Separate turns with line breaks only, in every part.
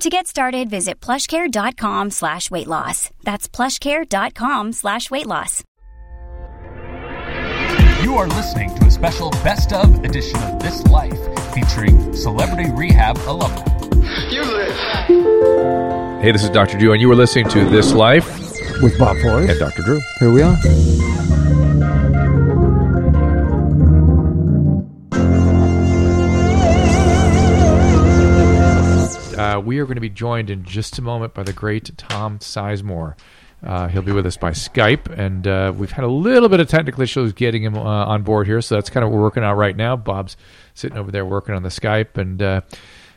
To get started, visit plushcare.com slash weight loss. That's plushcare.com slash weight loss.
You are listening to a special best of edition of This Life featuring Celebrity Rehab alumni.
Hey, this is Dr. Drew, and you were listening to This Life
with Bob Forrest.
and Dr. Drew.
Here we are.
Uh, we are going to be joined in just a moment by the great Tom Sizemore. Uh, he'll be with us by Skype, and uh, we've had a little bit of technical issues getting him uh, on board here, so that's kind of what we're working out right now. Bob's sitting over there working on the Skype, and uh,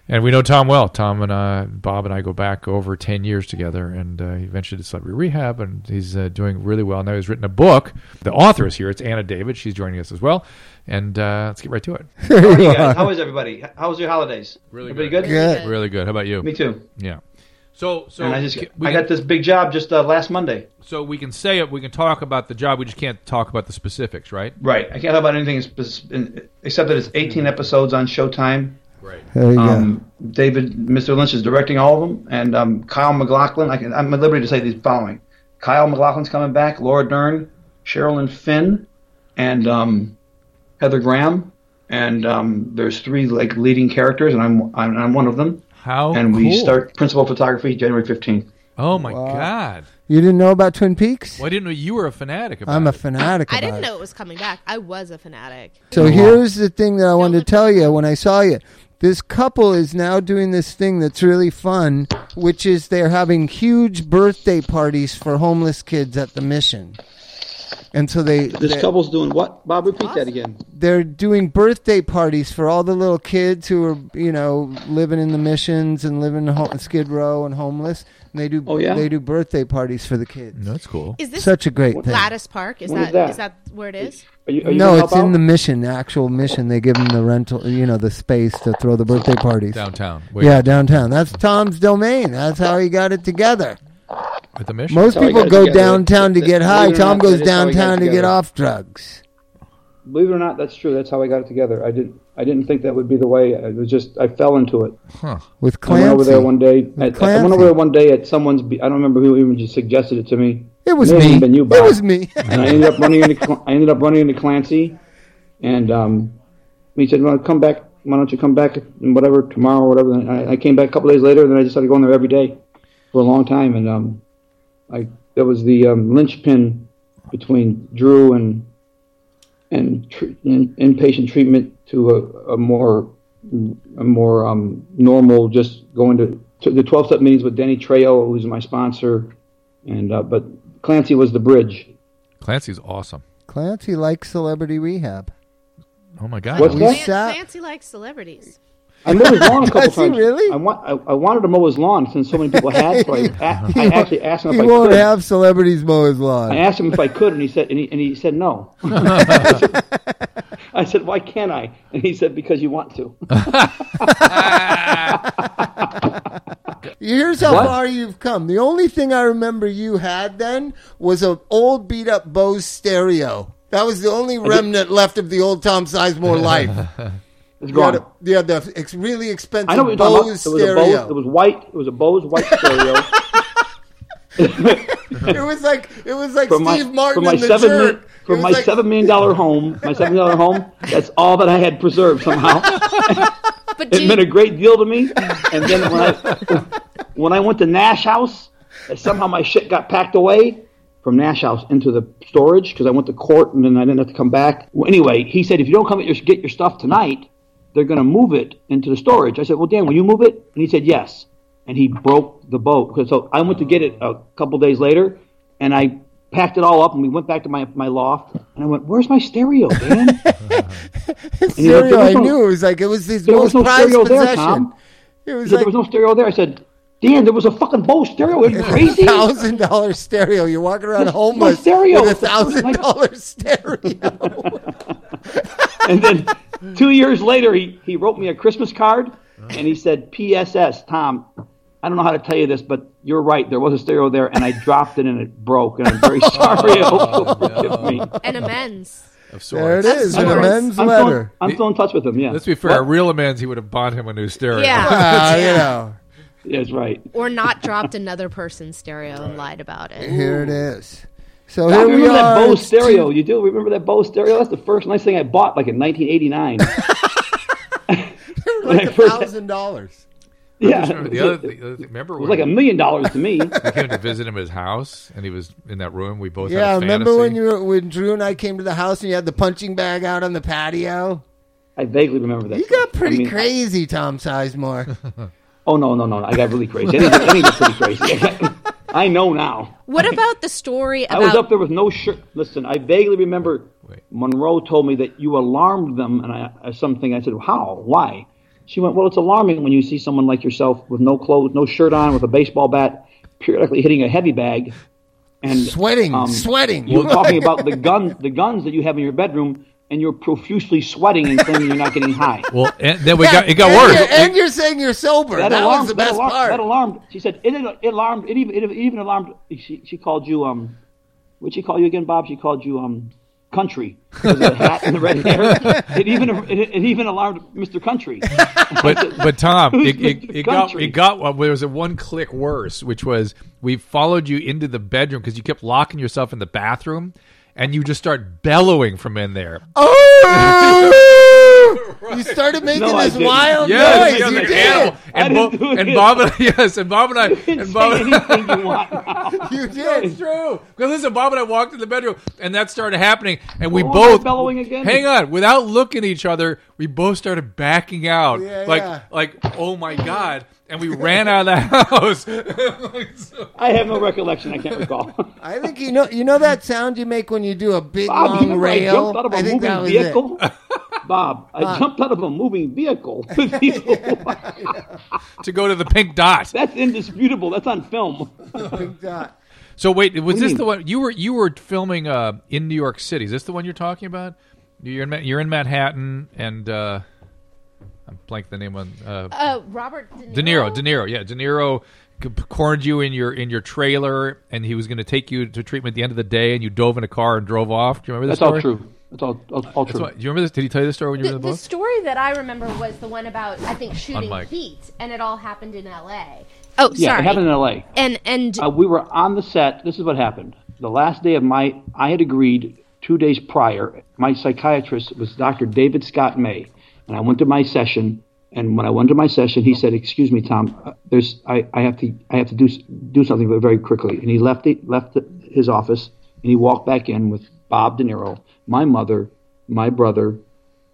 and we know Tom well. Tom and uh, Bob and I go back over ten years together, and uh, he eventually did celebrity rehab, and he's uh, doing really well now. He's written a book. The author is here. It's Anna David. She's joining us as well, and uh, let's get right to it.
Hey guys, how is everybody? How was your holidays?
Really
everybody
good.
good.
Good.
Really good. How about you?
Me too.
Yeah. So, so
And I just
we
I got this big job just uh, last Monday.
so we can say it. We can talk about the job. We just can't talk about the specifics, right?
Right. I can't talk about anything spe- in- except that it's 18 episodes on Showtime.
Mm-hmm. Right.
There you go.
Um, David, Mr. Lynch is directing all of them, and um, Kyle McLaughlin. I can, I'm at liberty to say these following: Kyle McLaughlin's coming back, Laura Dern, Sherilyn Finn, and um, Heather Graham. And um, there's three like leading characters, and I'm I'm, I'm one of them.
How
and we
Oh, cool.
start principal photography January 15th.
Oh my god!
You didn't know about Twin Peaks?
Well, I didn't know you were a fanatic about
I'm a
it.
fanatic.
I
about
didn't
it.
know it was coming back. I was a fanatic.
So here's the thing that I wanted to tell you when I saw you. This couple is now doing this thing that's really fun, which is they're having huge birthday parties for homeless kids at the mission. And so they, they
couple's doing what? Bob, repeat that again.
they're doing birthday parties for all the little kids who are, you know, living in the missions and living in ho- Skid Row and homeless. And they do
Oh, yeah?
they do birthday parties for the kids.
No, that's cool.
Is this
Such a great thing.
Lattice Park? Is
What is
that,
that?
is that where it is?
Are you,
No, it's in the mission, the actual mission. They give them the rental, you know, the space to throw the birthday parties.
Downtown.
Yeah, downtown. That's Tom's domain. That's how he got it together.
At the mission.
Most
how he
people
got it
go
together.
downtown to
That-
get
believe
high.
it or
Tom
not,
goes
that is how he got it
downtown to get
together.
off drugs.
Believe it or not, that's true. That's how I got it together. I didn't. I didn't think that would be the way. It was just I fell into it.
Huh.
With
I went over
Clancy.
there one day.
With
At, I
Clancy.
went over there one day at someone's. Be- I don't remember who even just suggested it to me.
It was
May have
me.
been you,
it
Bob.
was me.
and I ended up running into Cl- I ended up running into Clancy, and um, he said, "Well, come back. Why don't you come back and whatever tomorrow or whatever?" And I, I came back a couple days later, and then I just started going there every day for a long time, and um, I that was the um, linchpin between Drew and and, tr- and inpatient treatment to a, a more a more um, normal just going to, to the 12 step meetings with Danny Trejo who's my sponsor and uh, but Clancy was the bridge
Clancy's awesome.
Clancy likes celebrity rehab.
Oh my god.
What's
We
that?
Clan-
sat-
Clancy likes celebrities.
I mowed his lawn a couple
Does he
times.
really?
I, want, I, I wanted to mow his lawn since so many people had. So I, a- I actually asked him
He
if I
won't
could.
have celebrities mow his lawn.
I asked him if I could, and he said, and he, and he said no. I said, why can't I? And he said, because you want to.
Here's how far you've come. The only thing I remember you had then was an old beat up Bose stereo. That was the only remnant left of the old Tom Sizemore life.
It's
You had,
gone.
a, you had the ex- really expensive
I know what you're talking
Bose
about. It was a Bose. It
stereo.
was white. It was a Bose white stereo.
It was like it was like
From my,
Steve Martin
from my
and the
seven
jerk.
mi-
It
from my
was like-
seven million dollar home, my seven million dollar home. That's all that I had preserved somehow.
But
It meant a
dude,
great deal to me. And then when I when I went to Nash House, somehow my shit got packed away from Nash House into the storage because I went to court and then I didn't have to come back. Well, anyway, he said if you don't come get your get your stuff tonight, they're going to move it into the storage. I said, well, Dan, will you move it? And he said yes. And he broke the boat. 'Cause- So I went to get it a couple days later, and I packed it all up and we went back to my my loft and I went, where's my stereo, Dan? you know,
stereo.
there was
I
no-
knew it was like it was his
there
most
was no
prized
stereo there,
possession.
Tom.
It was
said there
like
was no stereo there. I said, Dan, there was a fucking Bose stereo. Are you crazy?
Thousand dollar stereo. You're walking around
My- my
homeless
stereo.
with a thousand dollar stereo.
and then two years later, he, he wrote me a Christmas card and he said, PSS, Tom, I don't know how to tell you this, but you're right. There was a stereo there and I dropped it and it broke. And I'm very sorry. I hope you'll forgive Oh, me.
An amends.
Of sorts.
there it is. An
Of course.
amends
I'm,
letter.
Still, I'm still in touch with him. Yeah.
Let's be fair. A real man's he would have bought him a new stereo.
Yeah.
Ah, you know.
Yeah, that's right.
or not dropped another person's stereo and lied about it.
Here it is. So
I
Oh, here we
remember
are.
that Bose
It's two-
stereo. You do remember that Bose stereo? That's the first nice thing I bought, like in 1989. when I
Like
first,
thousand dollars.
yeah,
Remember the other, thing- the other thing- remember
it was
when
like a million dollars to me.
we came to visit him at his house and he was in that room. We both
Yeah,
had a
remember when
fantasy?
you were, when Drew and I came to the house and you had the punching bag out on the patio?
I vaguely remember that.
You got
I
pretty
mean,
crazy, Tom Sizemore.
Oh no, no, no! no. I got really crazy. I didn't, I didn't get pretty crazy. I know now.
What about the story
I was up
about
there with no shirt. Listen, I vaguely remember
Wait.
Monroe told me that you alarmed them, and I uh, something. I said, "How? Why?" She went, "Well, it's alarming when you see someone like yourself with no clothes, no shirt on, with a baseball bat, periodically hitting a heavy bag, and
sweating,
um,
sweating.
You were talking about the gun, the guns that you have in your bedroom, and you're profusely sweating and claiming you're not getting high."
Well, and then we got it got
and
worse.
You're, and you're saying you're sober. That, was the best
that alarmed,
part.
That alarmed. She said it, it alarmed. It even, it even alarmed. She, she called you. Um, what'd she call you again, Bob? She called you. Um, country. Because of the hat and the red hair. It even it, it even alarmed Mr. Country.
But but Tom, it, it, it got
Country.
it got well, there was a one click worse, which was we followed you into the bedroom because you kept locking yourself in the bathroom, and you just start bellowing from in there.
Oh! you started making
No, I
this
didn't.
wild
Yes,
noise.
because
You
the
did.
animal-
I
And,
didn't
Bo-
do
and
it.
Bob and I, yes, and Bob and I, and
Say
Bob,
anything you want. now.
You did.
It's true. Because listen, Bob and I walked in the bedroom, and that started happening, and we
Oh,
both
we're bellowing again?
Hang on, without looking at each other, we both started backing out,
Yeah,
like
yeah.
like oh my god, and we ran out of the house.
I have no recollection. I can't recall.
I think you know you know that sound you make when you do a big
Bob, you
long
remember I
rail.
jumped out of a
I think that
moving
was it. Uh,
vehicle. Bob, I jumped out of a moving vehicle. with people.
to go to the pink dot.
That's indisputable. That's on film.
Big dot.
So wait, was this
mean?
the one you were you were filming uh, in New York City? Is this the one you're talking about? You're in Ma- you're in Manhattan, and uh, I'm blank the name on uh,
uh, Robert De Niro?
De Niro. De Niro, yeah, De Niro c- cornered you in your in your trailer, and he was going to take you to treatment at the end of the day, and you dove in a car and drove off. Do you remember this?
That's all
story?
true. That's all, all, all
That's
true.
what- do you remember this? Did he tell you the story when you were
The,
in
the
the boat?
story that I remember was the one about I think shooting
mic.
heat, and it all happened in L.A. Oh,
yeah,
sorry.
it happened in L.A.
and and
Uh, we were on the set. This is what happened. The last day of my, I had agreed two days prior. My psychiatrist was Dr. David Scott May, and I went to my session. And when I went to my session, he said, "Excuse me, Tom. uh, There's, I, I have to, I have to do s- do something, but very quickly." And he left the, left the, his office, and he walked back in with Bob De Niro, my mother, my brother,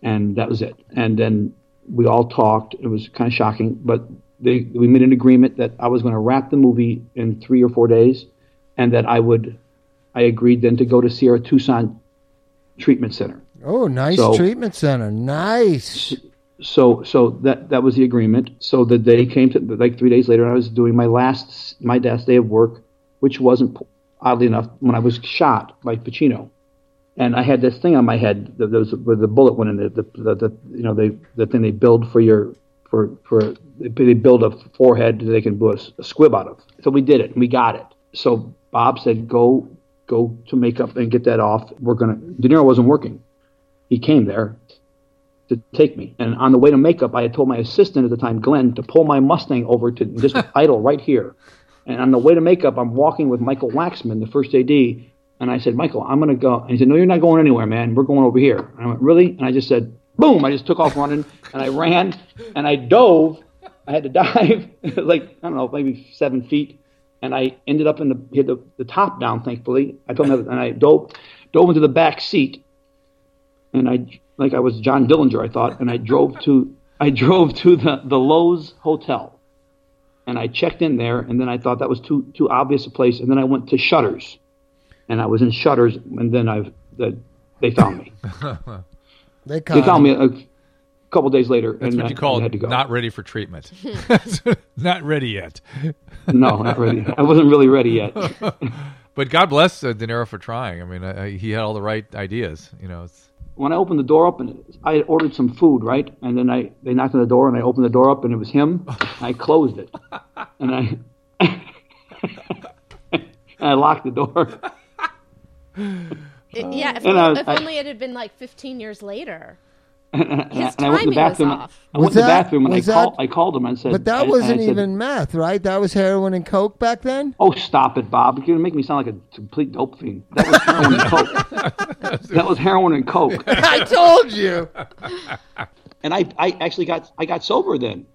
and that was it. And then we all talked. It was kind of shocking, but they, we made an agreement that I was going to wrap the movie in three or four days, and that I would. I agreed then to go to Sierra Tucson Treatment Center.
Oh, nice
So-
treatment center. Nice.
So, so that that was the agreement. So the day came to like three days later, and I was doing my last my last day of work, which wasn't oddly enough when I was shot by Pacino. and I had this thing on my head that was where the bullet went in the, the, the, the you know they the thing they build for your for for they build a forehead that they can do a, s- a squib out of. So we did it and we got it. So Bob said go go to makeup and get that off. We're gonna De Niro wasn't working. He came there to take me, and on the way to makeup, I had told my assistant at the time, Glenn, to pull my Mustang over to this idol right here. And on the way to makeup, I'm walking with Michael Waxman, the first AD, and I said, Michael, I'm going to go. And he said, No, you're not going anywhere, man. We're going over here. And I went, Really? And I just said, Boom. I just took off running and I ran and I dove. I had to dive like, I don't know, maybe seven feet. And I ended up in the, he had the, the top down, thankfully. I told him, that- and I dove, dove into the back seat. And I, like I was John Dillinger, I thought. And I drove to, I drove to the, the Lowe's Hotel and I checked in there, and then I thought that was too too obvious a place, and then I went to Shutters, and I was in Shutters, and then I the, they found me.
They
They
caught
found
him.
me a couple days later.
That's
and
what
I-
you call
I had to go.
not ready for treatment. not ready yet.
no, not ready. I wasn't really ready yet.
But God bless uh, De Niro for trying. I mean, uh, he had all the right ideas. You know, it's,
when I opened the door up, and I had ordered some food, right? And then I they knocked on the door, and I opened the door up, and it was him. I closed it, and I and I locked the door.
It- yeah, if,
And I was-
if
I-
only it had been like 15 years later. His
and I went to
timing
the bathroom.
was off.
I went
Was
to the
that-
bathroom, and I,
was that-
call, I called him and said,
But
and-
that
and
wasn't
I said,
even meth, right? That was heroin and coke back then.
Oh, stop it, Bob! You're gonna make me sound like a complete dope fiend. That was heroin and coke. That was heroin and coke.
I told you.
and I, I actually got I got sober then,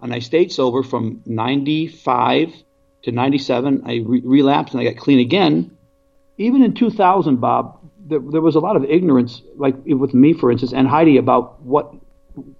and I stayed sober from '95 to '97. I re- relapsed and I got clean again. Even in 2000, Bob, there, there was a lot of ignorance, like with me, for instance, and Heidi about what,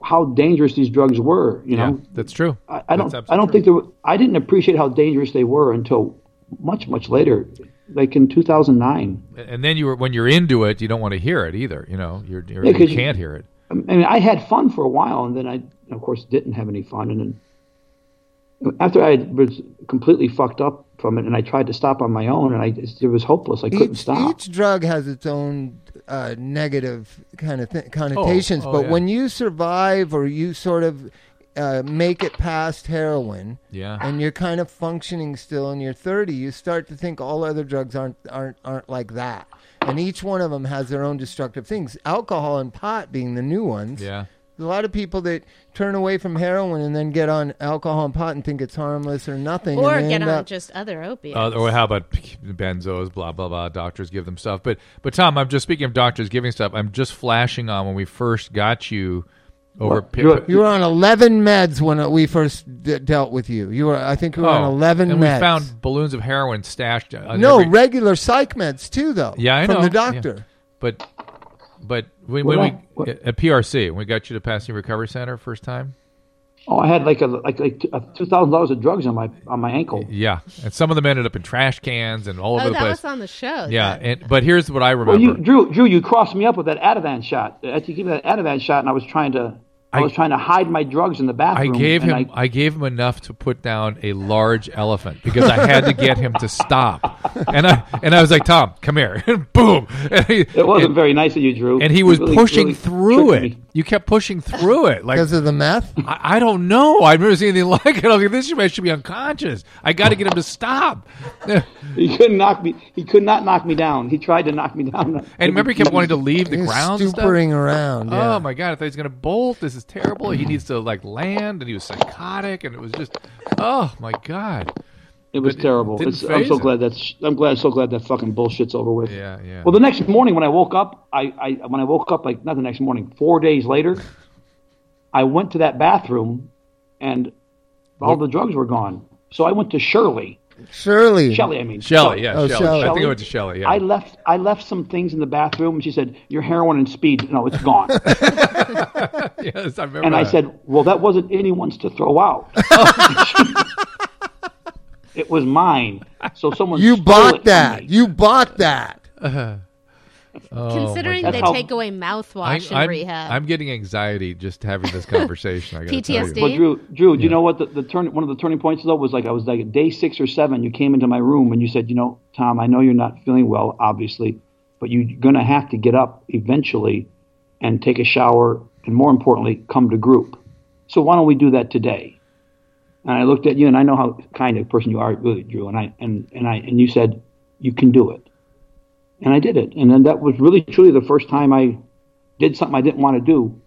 how dangerous these drugs were. You
yeah,
know,
that's true.
I, I don't
That's
I don't
absolutely
think there were, I didn't appreciate how dangerous they were until much much later, like in 2009.
And then you were when you're into it, you don't want to hear it either. You know, you're, you're,
Yeah,
you
'cause you-
can't hear it.
I mean, I had fun for a while, and then I, of course, didn't have any fun. And then after I was completely fucked up from it, and I tried to stop on my own, and I just, it was hopeless. I couldn't
Each
stop.
each drug has its own uh, negative kind of th- connotations,
Oh, oh,
but
yeah.
when you survive or you sort of uh, make it past heroin,
Yeah.
and you're kind of functioning still in your 30, you start to think all other drugs aren't aren't aren't like that. And each one of them has their own destructive things. Alcohol and pot being the new ones.
Yeah.
There's a lot of people that turn away from heroin and then get on alcohol and pot and think it's harmless or nothing.
Or
and they
get
end
on
up-
just other opiates.
Uh, or how about benzos, blah blah blah. Doctors give them stuff, but but Tom, I'm just speaking of doctors giving stuff. I'm just flashing on when we first got you over.
What? You're-
You were on eleven meds when uh, we first d- dealt with you. You were, I think, you were on
Oh,
eleven
and
meds.
we found balloons of heroin stashed. on
no
every-
regular psych meds too, though.
yeah, I
from
know
the
yeah.
doctor.
But but when, when
What
we
I- what-
at PRC when we got you to Pasadena Recovery Center first time,
oh, I had like a like like uh, two thousand dollars of drugs on my on my ankle.
yeah, and some of them ended up in trash cans and all over
oh,
the
that
place.
was on the show.
yeah,
that-
and but here's what I remember.
Well, you, Drew, Drew, you crossed me up with that Ativan shot. I had to give me that Ativan shot, and I was trying to. I,
I-
was trying to hide my drugs in the
I
bathroom.
gave
and
him I, gave him enough to put down a large elephant because I had to get him to stop. And I and I was like, Tom, come here. And boom. And he,
it wasn't
and,
very nice of you, Drew.
and he
You
was
really-
pushing
really
through it.
tricked me.
You kept pushing through it. Like
Because of the meth,
I, I don't know. I've never seen anything like it. I was like, this man should be unconscious. I gotta get him to stop. and
He couldn't knock me. He could not knock me down. He tried to knock me down.
remember he kept wanting to leave the
He was
ground. and stuff?
stupering around. yeah.
Oh my god! I thought he's gonna bolt. This is terrible. He needs to like land, and he was psychotic, and it was just, oh my god.
It was
But it
terrible.
didn't
It's, I'm
phase
so
him.
glad that's. I'm glad. So glad that fucking bullshit's over with.
Yeah, yeah.
Well, the next morning when I woke up, I, I when I woke up like not the next morning, four days later, I went to that bathroom, and all the drugs were gone. So I went to Shirley,
Shirley.
Shelley. I mean
Shelly, yeah,
Oh,
Shelley.
Shelley.
I think I went to Shelley. Yeah,
I left. I left some things in the bathroom, and she said, "Your heroin and speed. No, it's gone."
yes, I remember.
and I
that.
said, "Well, that wasn't anyone's to throw out.
Oh.
it was mine." So someone
You
stole it
bought
from
that.
me.
You bought that.
Oh,
Considering they
That's how-
take away mouthwash and
I'm,
rehab.
I'm getting anxiety just having this conversation. I gotta
PTSD.
Tell you.
Well, Drew, Drew, do you know what the, the turn? One of the turning points though was like I was like day six or seven. You came into my room and you said, you know, Tom, I know you're not feeling well, obviously, but you're gonna have to get up eventually, and take a shower, and more importantly, come to group. So why don't we do that today? And I looked at you, and I know how kind of person you are, really, Drew. And I and and I and you said, you can do it, and I did it. And then that was really truly the first time I did something I didn't want to do.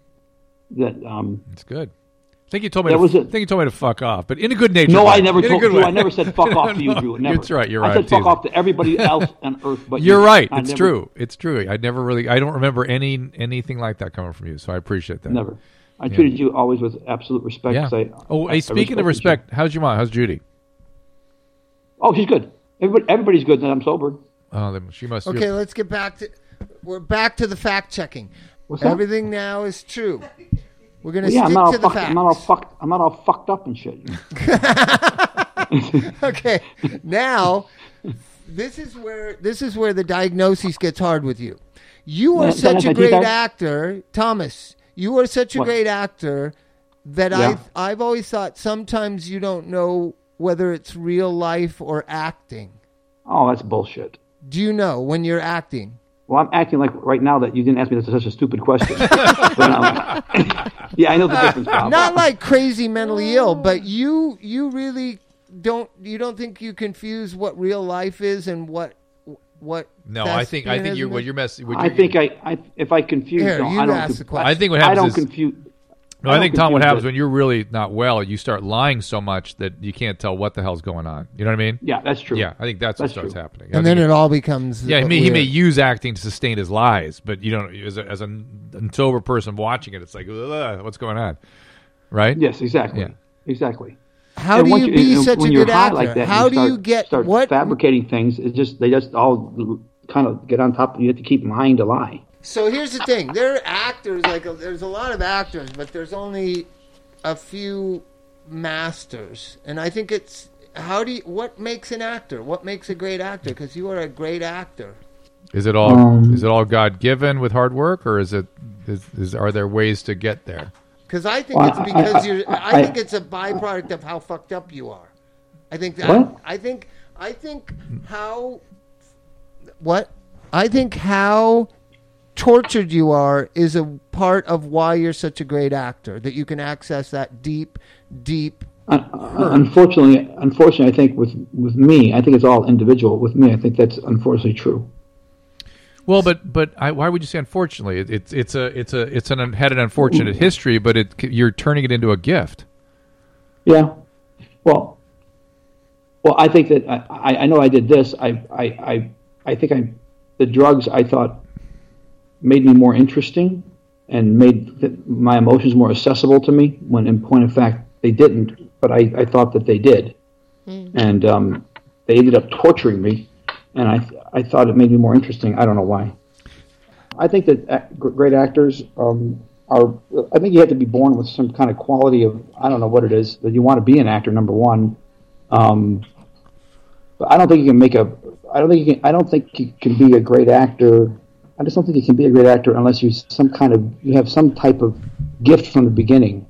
That um,
It's good. I think you told me.
That
to,
was it.
I think you told me to fuck off, but in a good nature.
No, I never told
you.
you. I never said fuck off to you, Drew. Never.
That's right. You're
I
right.
said fuck
teasing.
off to everybody else on earth, but
You're
you.
right.
I
It's
never-
true. It's true. I never really. I don't remember any anything like that coming from you. So I appreciate that.
Never. I treated you always with absolute respect.
Yeah.
'cause I,
oh,
I-
hey.
I
Speaking of
you.
respect, how's your mom? How's Judy?
Oh, she's good. Everybody, everybody's good that I'm sober.
Oh, then she must.
Okay, let's get back to. We're back to the fact checking.
that?
Everything now is true. We're gonna
Yeah, I'm
stick
not all
to the
fucked.
facts.
I'm not all fucked. I'm not all fucked up and shit.
okay now this is where this is where the diagnosis gets hard with you you are
Well,
such
Thomas, I
a
think
great
I-
actor thomas You are such a
What?
great actor that
Yeah.
I I've always thought sometimes you don't know whether it's real life or acting.
Oh, that's bullshit.
Do you know when you're acting?
Well, I'm acting like right now that you didn't ask me that's such a stupid question. But, um, yeah, I know the difference, Bob.
Not like crazy mentally ill,
Ah.
but you you really don't you don't think you confuse what real life is and what what
No,
that's
I think I
being
think you
as-
what you're messing. What
I
you're,
think I, I if I confuse,
Here,
no,
you
I don't.
ask
conf-
the question.
I think what
I
happens
don't
is
confuse.
No, I
don't
think Tom, what
confuse
happens
it.
when you're really not well, you start lying so much that you can't tell what the hell's going on. You know what I mean?
Yeah, that's true.
Yeah, I think that's,
That's
what starts
true.
happening. I
and then
think
it all becomes
yeah, he may, he may
weird.
use acting to sustain his lies, but you don't. As a, as a n- sober person watching it, it's like, "Ugh, what's going on, right?
Yes, exactly.
Yeah.
Exactly.
How
And
do
once
you be
and
such a
when you're
good
high
actor?
Like that, and
How do
start-
you get
start
what?
fabricating things? It's just they just all kind of get on top. of You You have to keep lying to lie.
So here's the thing: there are actors. Like there's a lot of actors, but there's only a few masters. And I think it's how do you, what makes an actor? What makes a great actor? Because you are a great actor.
Is it all
Um,
is it all God given with hard work, or is it is, is are there ways to get there?
Because I think
Well,
it's
I-
because
I-
you're. I,
I-
think it's a byproduct of how fucked up you are. I think.
What?
I, I think. I think how. What? I think how tortured you are is a part of why you're such a great actor that you can access that deep, deep.
Un- un- Unfortunately, unfortunately, I think with with me, I think it's all individual. With me, I think that's unfortunately true.
Well, but but I, why would you say unfortunately? It, it's it's a it's a it's an had an unfortunate
Mm.
history, but it you're turning it into a gift.
Yeah. Well, well, I think that I, I- I know I did this. I, I, I, I think I, the drugs I thought made me more interesting and made th- my emotions more accessible to me. When in point of fact they didn't, but I, I thought that they did, and um, they ended up torturing me. And I, I thought it made me more interesting. I don't know why. I think that ac- gr- great actors um, are. I think you have to be born with some kind of quality of I don't know what it is that you want to be an actor. Number one, um, but I don't think you can make a. I don't think you can. I don't think you can be a great actor. I just don't think you can be a great actor unless you s- some kind of you have some type of gift from the beginning,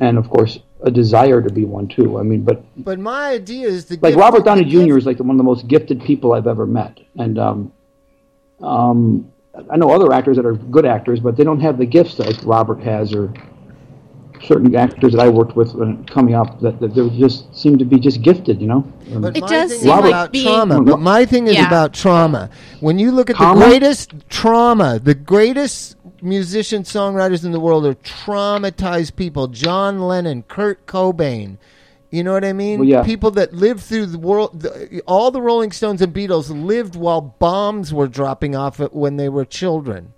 and of course a desire to be one too. I mean, but
But my idea is the
like
gift-
Robert Downey
the gift-
Jr. is like the, one of the most gifted people I've ever met, and um, um, I know other actors that are good actors, but they don't have the gifts that like Robert has or certain actors that I worked with when coming up that, that they just seem to be just gifted, you know. Um,
But
It
my
does
thing is
seem like
about
being-
trauma. But my thing is
Yeah.
about trauma. When you look at
Trauma?
the greatest trauma, the greatest musicians, songwriters in the world are traumatized people. John Lennon, Kurt Cobain. You know what I mean?
Well, yeah.
People that lived through the world, the, all the Rolling Stones and Beatles lived while bombs were dropping off it when they were children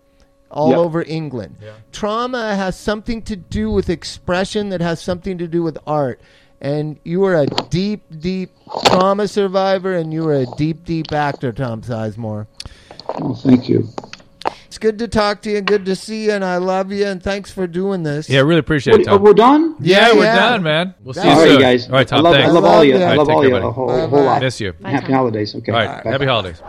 all
Yeah.
over England. Trauma has something to do with expression that has something to do with art. And you are a deep, deep trauma survivor, and you are a deep, deep actor, Tom Sizemore.
oh, thank you.
It's good to talk to you, good to see you, and I love you, and thanks for doing this.
Yeah, really appreciate it,
Oh,
Tom.
we're done.
Yeah,
Yeah,
we're
yeah.
done, man. We'll see
All
you
All right,
soon.
guys.
All right, Tom.
I love,
thanks.
I love all you.
All
I
right,
love
take
all
care,
you.
buddy.
A whole, a whole lot.
Miss you.
Happy holidays. Okay.
All right,
Bye-bye.
happy holidays.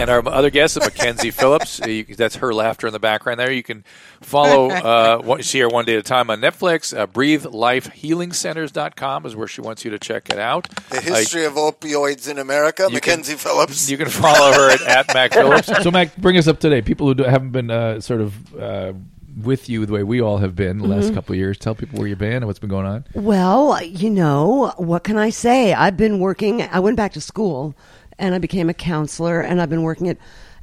And our other guest is Mackenzie Phillips. Uh, You, that's her laughter in the background there. You can follow, uh, one, see her one day at a time on Netflix. Uh, BreatheLifeHealingCenters.com is where she wants you to check it out.
The history of opioids in America, Mackenzie Phillips.
You can follow her at, at Mac Phillips.
so Mac, bring us up today. People who do, haven't been uh, sort of uh, with you the way we all have been the last couple of years, tell people where you've been and what's been going on.
Well, you know, what can I say? I've been working, I went back to school and I became a counselor, and I've been working it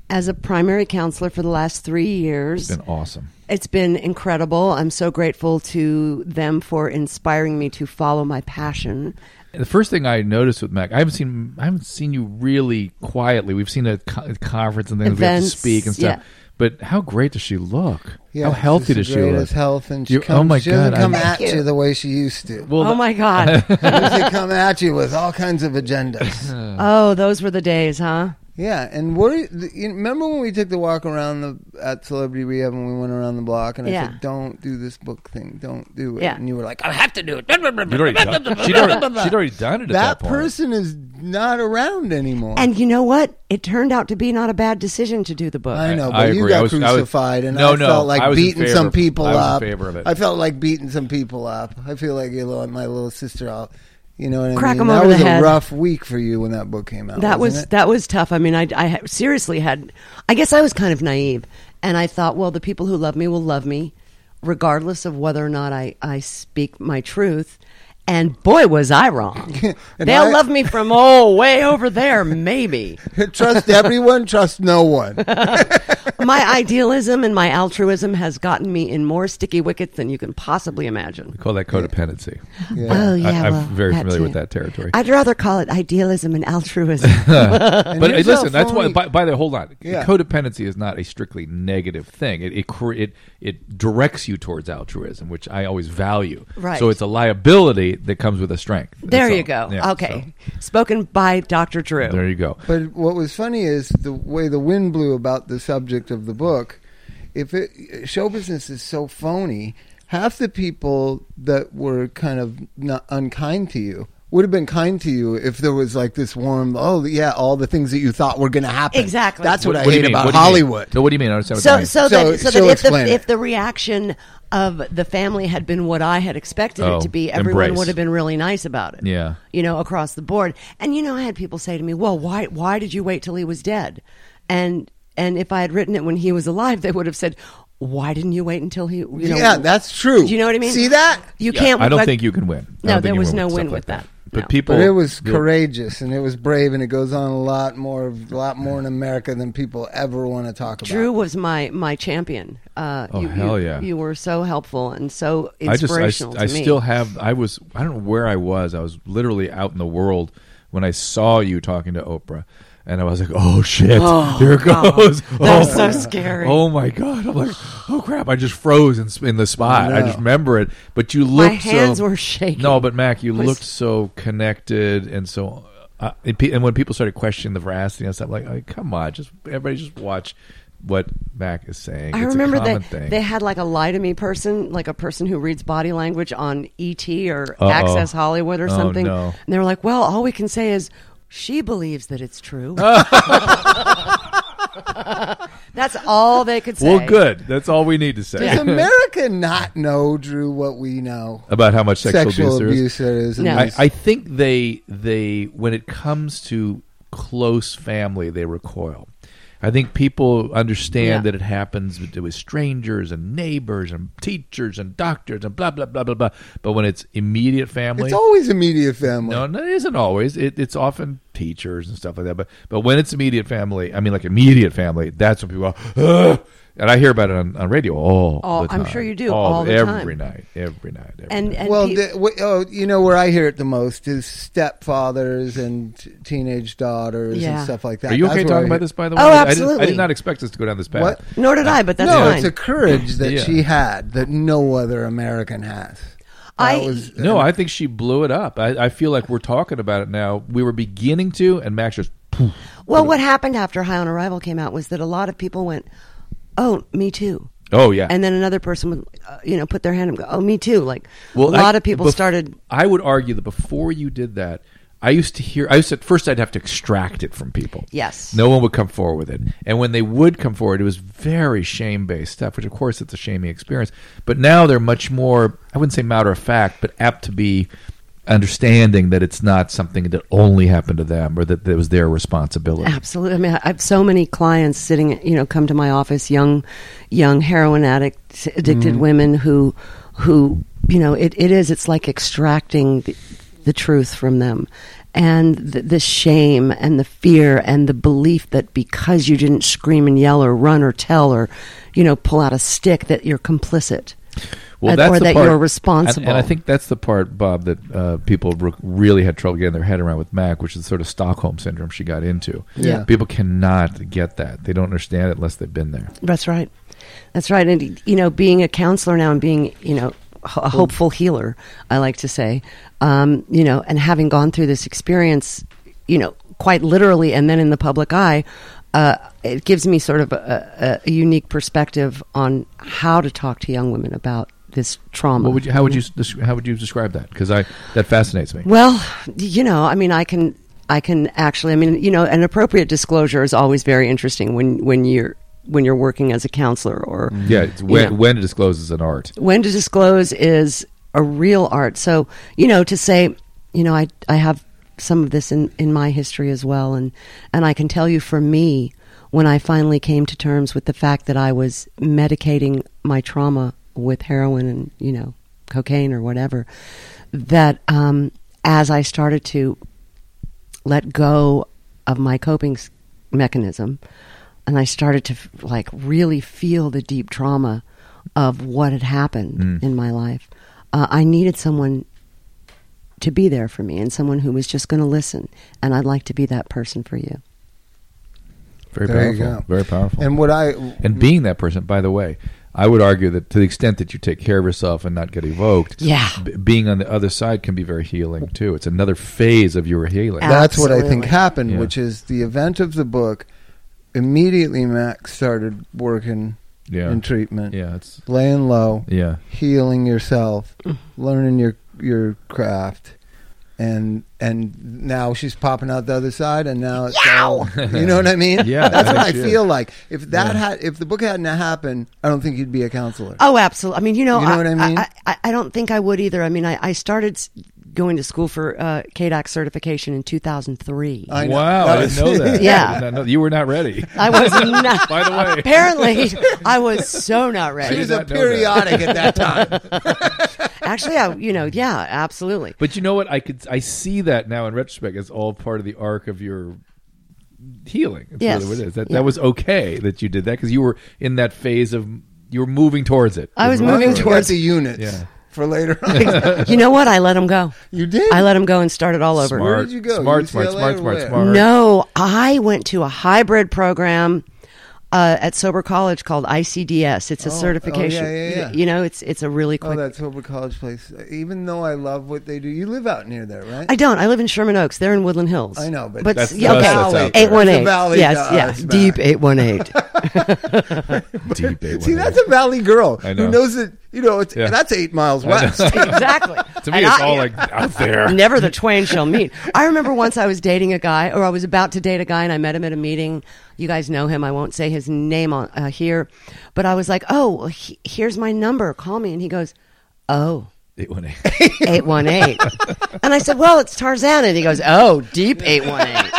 as a primary counselor for the last three years.
It's been awesome.
It's been incredible. I'm so grateful to them for inspiring me to follow my passion.
And the first thing I noticed with Mac, I haven't seen I haven't seen you really quietly. We've seen a co- conference and things we have to
Events,
speak and stuff.
yeah.
But how great does she look?
Yeah,
how healthy
she's
does
the
she look?
greatest Health, and she
You-
comes,
oh my
she doesn't
God,
come
I-
at you the way she used to.
Well,
oh my God.
She used to come at you with all kinds of agendas.
oh, those were the days, huh?
Yeah, and we're the- you remember when we took the walk around the at Celebrity Rehab and we went around the block and I
Yeah.
said, "Don't do this book thing, don't do it."
Yeah.
and you were like, "I
have to do it.
You'd already done, she'd, already, she'd already done it at that,
that
point.
person is not around anymore."
And you know what? It turned out to be not a bad decision to do the book.
I know, but
I
you
agree.
got
I was- I was-
crucified, and
No,
I
no,
felt like
I was in
beating
favor
some
of-
people
I was in
up.
favor of it.
I felt like beating some people up. I feel like you know, my little sister. I'll, you know what I
Crack
mean?
'em
that
over
was
the
a
head.
rough week for you when that book came out.
that was
wasn't it?
that was tough. I mean, I, I ha- seriously had. I guess I was kind of naive, and I thought, well, the people who love me will love me, regardless of whether or not I I speak my truth. And boy, was I wrong. They'll
I-
love me from oh way over there, maybe.
trust everyone, trust no one.
my idealism and my altruism has gotten me in more sticky wickets than you can possibly imagine.
We call that codependency.
Oh yeah,
I, I'm
well,
very
that
familiar with
too.
that territory.
I'd rather call it idealism and altruism.
And
but uh,
here's how
listen, that's why.
phony-
By, by the hold on,
Yeah.
codependency is not a strictly negative thing. It it cre- it, it directs you towards altruism, which I always value.
Right.
So it's a liability that comes with a strength.
there
That's
you
all.
go.
Yeah,
okay, spoken by Dr. Drew.
so there you go.
But what was funny is the way the wind blew about the subject of the book. If it, show business is so phony, half the people that were kind of not unkind to you would have been kind to you if there was like this warm. Oh yeah, all the things that you thought were going to happen.
Exactly.
That's what,
What
I
do you
hate
mean?
about
What do you mean?
Hollywood.
No, what do you mean? I don't understand.
So,
what
so,
So
that, so
she'll
that if
explain
the,
it.
if the reaction of the family had been what I had expected
Oh,
it to be, everyone
embrace.
would have been really nice about it.
Yeah.
You know, across the board. And you know, I had people say to me, "Well, why why did you wait till he was dead?" And and if I had written it when he was alive, they would have said, "Why didn't you wait until he?" You know,
yeah, that's true.
Do you know what I mean?
See that?
You can't.
I don't
like-
think you can win.
No,
I don't think
there
you
was
win
no
with
win
stuff
with
like
that.
But
No.
people,
But it was
you're-
courageous and it was brave and it goes on a lot more, a lot more in America than people ever want to talk about.
Drew was my my champion. Uh,
Oh,
you,
hell
you-
yeah.
You were so helpful and so
I just I, st-
inspirational
I
to me.
still have I was I don't know where I was I was literally out in the world when I saw you talking to Oprah and I was like oh shit here it goes
That
oh,
was so scary.
oh my god I'm like oh crap I just froze in, s- in the spot I just remember it but you looked
hands
so,
were shaking.
no but Mac you
was-
looked so connected and so uh, and, pe- and when people started questioning the veracity and stuff I'm like oh, come on just everybody just watch what Mac is saying
I
it's
remember
a common
they,
thing.
they had like a lie to me person, like a person who reads body language on ET or
Uh-oh.
Access Hollywood or
Oh,
something.
no.
And they were like, well, all we can say is she believes that it's true. That's all they could say.
well good that's all we need to say
Does America not know, Drew, what we know?
about how much sexual,
Sexual
there is.
abuse there is. in
No.
I,
this.
I think they they when it comes to close family, they recoil. I think people understand
Yeah.
that it happens with with strangers and neighbors and teachers and doctors and blah blah blah blah blah. But when it's immediate family,
it's always immediate family.
no, no, it isn't always. It, it's often teachers and stuff like that. But but when it's immediate family, I mean like immediate family, that's when people. Are, "Ugh!" and I hear about it on, on radio all.
All-
the
I'm
time.
sure you do, all the
every
time.
night, every night. Every
And,
night.
and
well,
pe-
the, w- oh, you know where I hear it the most is stepfathers and t- teenage daughters
Yeah.
and stuff like that.
Are you
That's
okay
where I
talking
hear-
about this? By the way, I
Oh,
didn't- I, did
absolutely.
not expect us to go down this path.
What?
nor did I, but that's
no,
fine.
it's a courage that
Yeah.
she had that no other American has.
I-
That was,
No, I think she blew it up. I, I feel like we're talking about it now. We were beginning to, and Max just. Poof.
well, what happened after High on Arrival came out was that a lot of people went, oh, me too.
Oh yeah,
And then another person would, uh, you know, put their hand up and go, oh, me too. Like,
Well,
a lot
I-
of people
bef-
started
I would argue that before you did that, I used to hear. I used to, at first I'd have to extract it from people.
Yes.
No one would come forward with it, and when they would come forward, it was very shame based stuff. Which of course it's a shaming experience, but now they're much more. I wouldn't say matter of fact, but apt to be understanding that it's not something that only happened to them or that it was their responsibility.
Absolutely. I mean, I I have so many clients sitting, you know, come to my office, young, young heroin addict, addicted women who, who, you know, it, it is, it's like extracting the, the truth from them and the, the shame and the fear and the belief that because you didn't scream and yell or run or tell or, you know, pull out a stick that you're complicit. and- or that you're responsible.
And, and I think that's the part, Bob, that uh, people re- really had trouble getting their head around with Mac, which is sort of Stockholm syndrome she got into.
Yeah.
People cannot get that. They don't understand it unless they've been there.
That's right. That's right. And, you know, being a counselor now and being, you know, ho- a hopeful healer, I like to say, um, you know, and having gone through this experience, you know, quite literally and then in the public eye, uh, it gives me sort of a, a, a unique perspective on how to talk to young women about this trauma.
What would you, how would you des- how would you describe that? Because I that fascinates me.
Well, you know, I mean, I can, I can actually, I mean, you know, an appropriate disclosure is always very interesting when when you're when you're working as a counselor or
Yeah, it's when,
Yeah.
when it discloses an art.
when to disclose is a real art. So you know, to say, you know, I I have some of this in in my history as well, and and I can tell you for me, when I finally came to terms with the fact that I was medicating my trauma with heroin and you know cocaine or whatever, that um, as I started to let go of my coping s- mechanism and i started to f- like really feel the deep trauma of what had happened in my life uh, i needed someone to be there for me and someone who was just going to listen and i'd like to be that person for you
Very
There you
powerful.
go.
Very powerful.
And what I
and being that person, by the way, I would argue that to the extent that you take care of yourself and not get evoked,
Yeah.
b- being on the other side can be very healing too. It's another phase of your healing.
Ab-
that's what I think
Absolutely.
happened,
Yeah.
which is the event of the book. Immediately, Max started working
yeah,
in treatment,
yeah, it's
laying low,
yeah.
healing yourself, learning your your craft, and and now she's popping out the other side, and now it's all, you know what I mean?
Yeah,
that's what
I
I
think she
feel like. If that
Yeah.
had, if the book hadn't happened, I don't think you'd be a counselor.
Oh, absolutely. I mean, you know,
You know what I mean?
I, I, I don't think I would either. I mean, I, I started s- going to school for uh, KDOC certification in 2003.
I know.
wow,
That
I
was-
didn't know that.
Yeah.
I did not know- you were not ready.
I was not.
By the way.
apparently, I was so not ready.
She
did
was a
not know that.
periodic at that time.
Actually, I, you know, yeah, absolutely.
But you know what? I could I see that now in retrospect as all part of the arc of your healing. That's
Yes.
really what it is. That
Yeah.
that was okay that you did that because you were in that phase of you were moving towards it.
I was
You were
moving
Running
towards
towards the units
Yeah.
for later on.
You know what? I let him go.
you did.
I let him go and started all over.
Smart,
Where did you go?
Smart, smart,
UCLA
smart,
or
smart,
where?
smart.
No, I went to a hybrid program uh, at Sober College called ICDS. It's a
Oh,
certification.
oh, yeah, yeah, yeah.
You, you know, it's it's a really
Oh,
quick.
that sober college place. Even though I love what they do, you live out near there, right?
I don't. I live in Sherman Oaks. They're in Woodland Hills.
I know, but
That's-
yeah,
that's-
okay.
that's out there.
eight one eight.
It's a valley
Yes,
to us,
yes.
Mac.
Deep eight one eight.
Deep eight
See,
one
that's
eight.
a valley girl
I know.
who knows that. You know, it's,
Yeah.
that's eight miles west.
Exactly.
to me.
And
It's
I-
all like out there.
Never the twain shall meet. I remember once I was dating a guy, or I was about to date a guy, and I met him at a meeting. You guys know him. I won't say his name on uh, here, but I was like, "Oh, well, he, here's my number. Call me." And he goes, "Oh,
Eight one eight.
818. and I said, "Well, it's Tarzan." And he goes, "Oh, deep 818."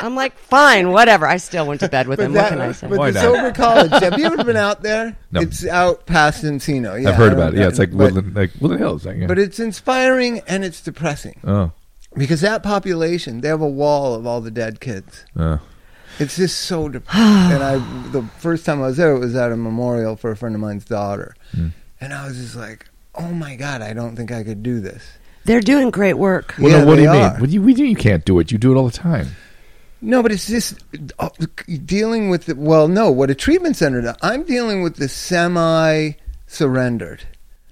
I'm like, "Fine, whatever." I still went to bed with him. what
that-
can I say?
but
Why
the
not?
sober college. Have you ever been out there?
No.
It's out past Encino. Yeah,
I've heard
I
about it.
don't-
Yeah, it's like
but,
Woodland, like Woodland Hills. I guess.
But it's inspiring and it's depressing
oh,
because that population, they have a wall of all the dead kids.
oh.
It's just so depressing. and I, the first time I was there, it was at a memorial for a friend of mine's daughter,
Hmm.
and I was just like, "Oh my god, I don't think I could do this."
They're doing great work.
Well,
Yeah,
no, what do
they
you
are.
mean? What do you, we do? You can't do it. You do it all the time.
No, but it's just uh, dealing with the, well, no, what a treatment center. does- I'm dealing with the semi surrendered.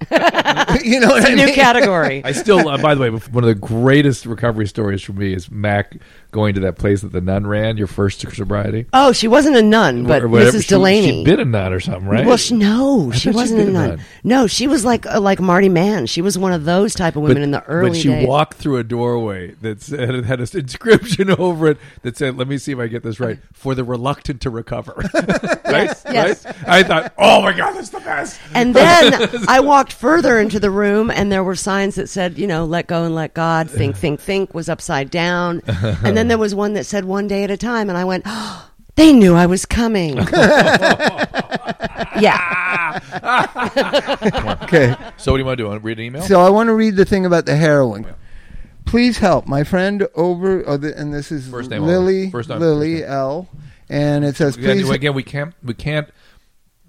you know what I mean?
New category.
I still, uh, by the way, one of the greatest recovery stories for me is Mac going to that place that the nun ran. Your first sobriety,
Oh, she wasn't a nun, but
Or whatever.
Mrs.
She-
Delaney.
she bit a nun or something, right?
Well, she, no,
I thought
she
she
wasn't
did
a nun.
that.
No, she was like uh, like Marty Mann. She was one of those type of women in the early
But she
days.
walked through a doorway that said, it had an inscription over it that said, "Let me see if I get this right." For the reluctant to recover, right?
yes.
Right? I thought, "Oh my god, that's the best."
and then I walked further into the room, and there were signs that said, you know, let go and let God. Think, think, think was upside down. And then there was one that said one day at a time, and I went, oh, they knew I was coming. yeah.
Okay.
So, what do you want to do? Want to read an email?
So I want to read the thing about the heroin. Please help my friend over, oh, the, and this is
First name
Lily,
only. First name,
Lily
first name.
L, and it says
Again,
please.
again, we can't. We can't.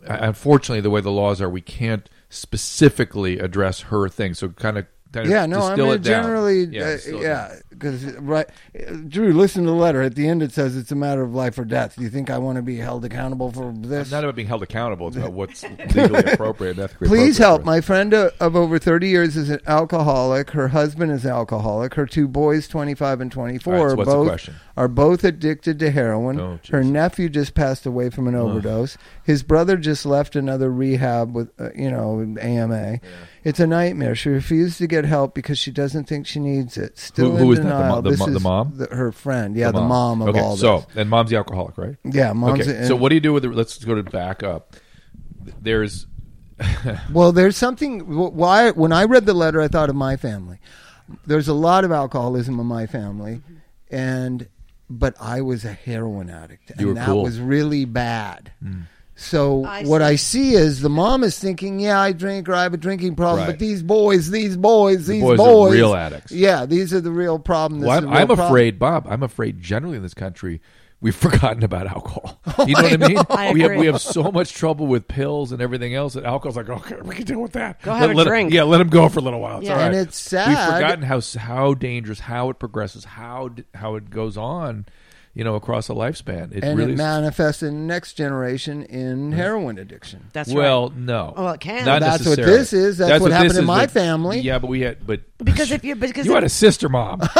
uh, Unfortunately, the way the laws are, we can't specifically address her thing. So, kind of.
yeah, no,
distill
I'm gonna
it down.
generally, uh,
distill it down.
yeah, because right, Drew, listen to the letter. At the end, it says it's a matter of life or death. Do you think I want to be held accountable for this?
It's not about being held accountable. It's about what's legally appropriate and ethically appropriate.
Please
for
help.
us.
My friend uh, of over 30 years is an alcoholic. Her husband is an alcoholic. Her two boys, 25 and 24,
All right, so
are,
what's the
both,
question?
are both addicted to heroin.
Oh, jeez.
Her nephew just passed away from an overdose. His brother just left another rehab with, uh, you know, AMA. It's a nightmare. She refused to get help because she doesn't think she needs it. Still
Who-
in
who is that? The
denial.
mo- the
This
mo- the
is
mom?
the- her friend. Yeah, the mom, of
okay,
all this.
so and mom's the alcoholic, right?
yeah, mom's.
okay.
and-
so what do you do with the? Let's go to back up. There's
Well, there's something. wh- Why? When I read the letter, I thought of my family. There's a lot of alcoholism in my family, and but I was a heroin addict, and
You were
that
cool. Mm.
was really bad. So what I see is the mom is thinking, "Yeah, I drink, or I have a drinking problem."
Right.
But these boys, these boys, these
boys are real addicts.
Yeah, these are the real problem. This
well,
is
I'm,
the real
I'm
problem.
afraid, Bob. I'm afraid generally in this country we've forgotten about alcohol. You know what I mean?
I
we have
agree.
we have so much trouble with pills and everything else that alcohol's like, okay, we can deal with that. Go
have
let,
a
let it-
drink.
yeah, let him go for a little while. It's
Yeah.
all right.
And it's sad.
We've forgotten how how dangerous, how it progresses, how d- how it goes on, you know, across a lifespan. It
and
really
it manifests in the next generation in heroin addiction.
That's right. Oh,
well, no.
Well, it can.
Not
Well,
that's what
necessarily.
this is. That's what
this
happened in
is,
my
but-
family.
Yeah, but we had, but
Because if you- because
you
if-
had a sister mom,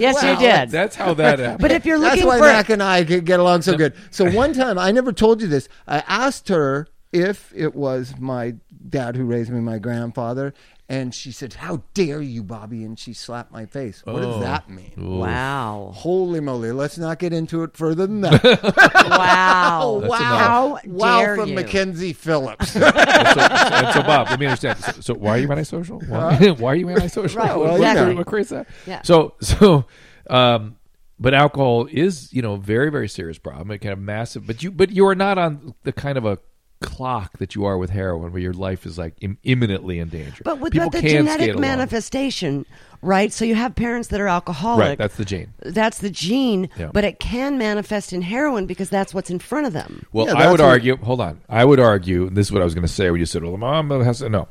Yes, you did.
that's how that happened.
but if you're
That's
looking
why
for
Mac and I could get along so good. So one time, I never told you this. I asked her if it was my dad who raised me, my grandfather, and she said, "How dare you, Bobby?" And she slapped my face. What does that mean?
wow,
Holy moly! Let's not get into it further than that.
wow,
enough.
wow,
wow,
dare
from
you.
Mackenzie Phillips.
so, and so, Bob, let me understand. So, so why are you antisocial? Why, why are you antisocial?
Right,
What-
exactly.
What creates that?
Yeah.
So, so, um, but alcohol is, you know, a very, very serious problem. It can have massive. But you, but you are not on the kind of a clock that you are with heroin, where your life is like Im- imminently in danger.
But with
People
but the
can skate
genetic
along.
manifestation, right? So you have parents that are alcoholic.
right? That's the gene.
That's the gene,
Yeah.
but it can manifest in heroin because that's what's in front of them.
Well,
Yeah,
I would
that's what-
argue. Hold on, I would argue. And this is what I was going to say when you said, "Well, the mom has to." No,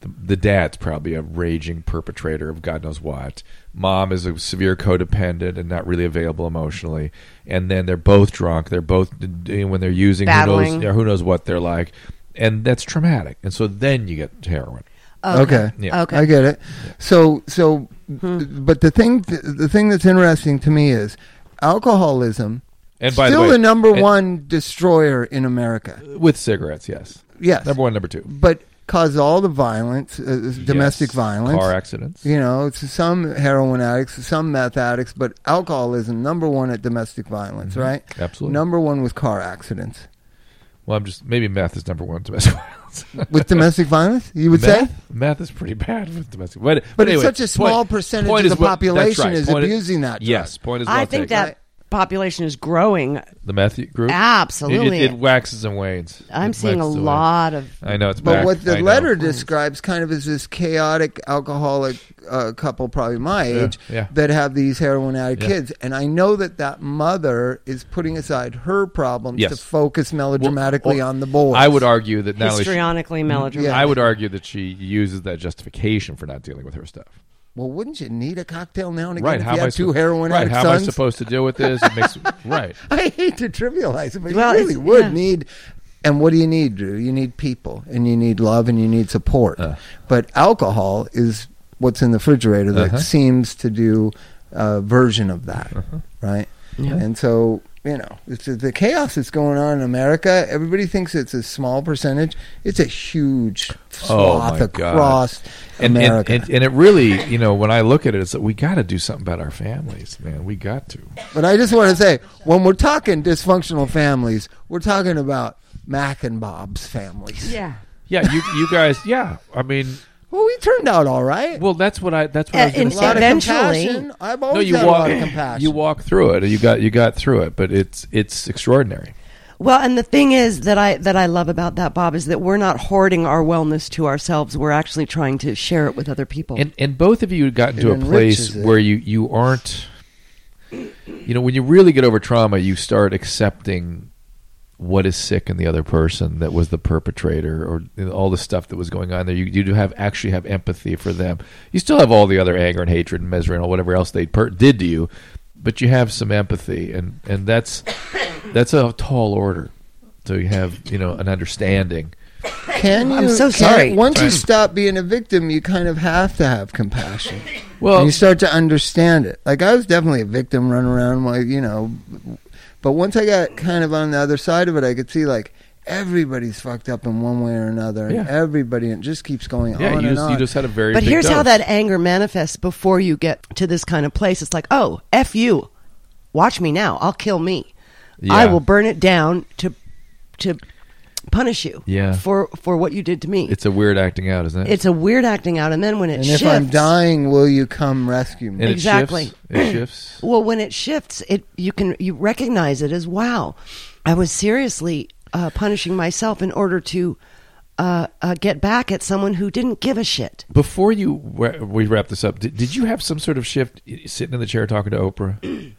the, the dad's probably a raging perpetrator of God knows what. Mom is a severe codependent and not really available emotionally. And then they're both drunk. They're both when they're using who knows,
Battling.
yeah, who knows what they're like, and that's traumatic. And so then you get heroin.
Okay. Hmm.
Yeah.
Okay. Oh.
I get it. So so but the thing the thing that's interesting to me is alcoholism
And by the
still
way-
number
and-
1 destroyer in America.
With cigarettes, yes,
Yes.
number one, number two,
But cause all the violence, uh, domestic
Yes.
violence.
car accidents.
You know, it's some heroin addicts, some meth addicts, but alcoholism number 1 at domestic violence, right?
Mm-hmm. Absolutely.
Number 1 with car accidents.
Well, I'm just maybe meth is number one domestic violence.
With domestic violence, you would
Meth?
say?
Meth is pretty bad with domestic. But,
But it's
anyway,
such a small percentage of
is
the
what- that's
population is abusing that drug.
Yes, point is well
I
taken.
think that population is growing.
the meth group
Absolutely.
it, it, it waxes and wanes.
I'm
It
seeing a
waxes and
lot of
wanes. I know it's
But
back.
what
I
the
know.
letter describes kind of is this chaotic alcoholic uh, couple, probably my age,
yeah.
that have these heroin addict kids. And I know that that mother is putting aside her problems
Yes.
to focus melodramatically
Well,
on the boys.
I would argue that not only she, Mm-hmm.
histrionically melodramatic.
I would argue that she uses that justification for not dealing with her stuff.
Well, wouldn't you need a cocktail now and again
Right?
if
How
you
am I
had two
supposed-
heroin
Right?
addict
How am I
sons?
supposed to deal with this? It makes right.
I hate to trivialize it, but
Well,
you
it's-
really would
yeah.
need. And what do you need, Drew? You need people, and you need love, and you need support.
Uh.
but alcohol is what's in the refrigerator that
Uh-huh.
seems to do a version of that, right? And so you know, it's the chaos that's going on in America. Everybody thinks it's a small percentage. It's a huge swath
Oh, my God.
across
And, and,
America.
and and it really, you know, when I look at it, it's that we got to do something about our families, man. We got to.
But I just want to say, when we're talking dysfunctional families, we're talking about Mac and Bob's families.
yeah.
Yeah, you you guys. Yeah, I mean,
Well, we turned out all right.
well, that's what I. That's what I was
Uh,
going
in-
to
a
say.
lot
eventually-
of compassion. I've
No,
always
you
had
walk.
a lot of compassion.
You walk through it. You got you got through it, but it's it's extraordinary.
Well, and the thing is that I that I love about that Bob is that we're not hoarding our wellness to ourselves. We're actually trying to share it with other people.
And and both of you got into
It
a place
enriches it.
where you you aren't. You know, when you really get over trauma, you start accepting what is sick in the other person that was the perpetrator or you know, all the stuff that was going on there. You, you do have actually have empathy for them. You still have all the other anger and hatred and misery and all whatever else they per- did to you, but you have some empathy and and that's that's a tall order. So you have you know an understanding.
Can you?
I'm so
can-
sorry.
once you stop being a victim, you kind of have to have compassion.
Well-
And you start to understand it. Like I was definitely a victim, running around, like you know. But once I got kind of on the other side of it, I could see like everybody's fucked up in one way or another, and
Yeah.
everybody and it just keeps going
Yeah,
on
you
and
just,
on.
you just had a very.
But
big
here's how
dose.
that anger manifests before you get to this kind of place. It's like, oh, F you. Watch me now. I'll kill me. I
Yeah.
will burn it down to to punish you
Yeah.
for, for what you did to me. It's,
It's a weird acting out, isn't it?
a weird acting out. And then when it
and
shifts.
if I'm dying, will you come rescue me?
and
exactly.
It shifts. It shifts.
Well, when it shifts, it you can you recognize it as wow. I was seriously uh, punishing myself in order to uh, uh, get back at someone who didn't give a shit.
Before you wa- we wrap this up, did, did you have some sort of shift i- sitting in the chair talking to Oprah?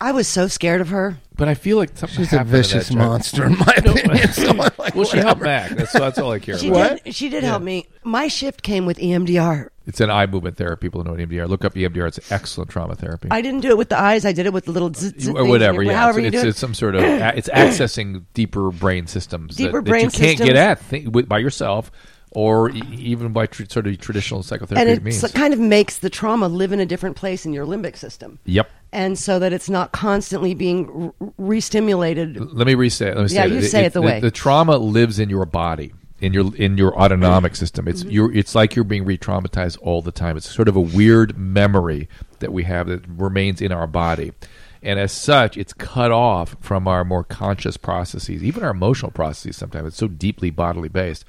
I was so scared of her.
But I feel like something
She's a
happened to that
vicious
joke.
monster, in my opinion. so I'm like,
Well, she helped
whatever.
Mac. That's, that's all I care
She
about.
did. She did help me. My shift came with E EMDR.
It's an eye movement therapy. People who know E what EMDR. Look up EMDR. It's excellent trauma therapy.
I didn't do it with the eyes. I did it with the little zzz, zzz
You- or
things,
whatever, yeah.
However
it's,
you
it's,
do
it's
it.
some sort of a- it's accessing deeper brain systems that-
Deeper
that,
brain
you can't get
systems.
at th- with, by yourself or e- even by tr- sort of traditional
And
psychotherapeutic
it
means.
s- kind of makes the trauma live in a different place in your limbic system.
yep.
And so that it's not constantly being r- re-stimulated.
Let me re-say it. Let me
Yeah,
say
you
it.
say it the way.
The trauma lives in your body, in your in your autonomic system. It's
Mm-hmm.
you're, it's like you're being re-traumatized all the time. It's sort of a weird memory that we have that remains in our body. And as such, it's cut off from our more conscious processes, even our emotional processes sometimes. It's so deeply bodily based.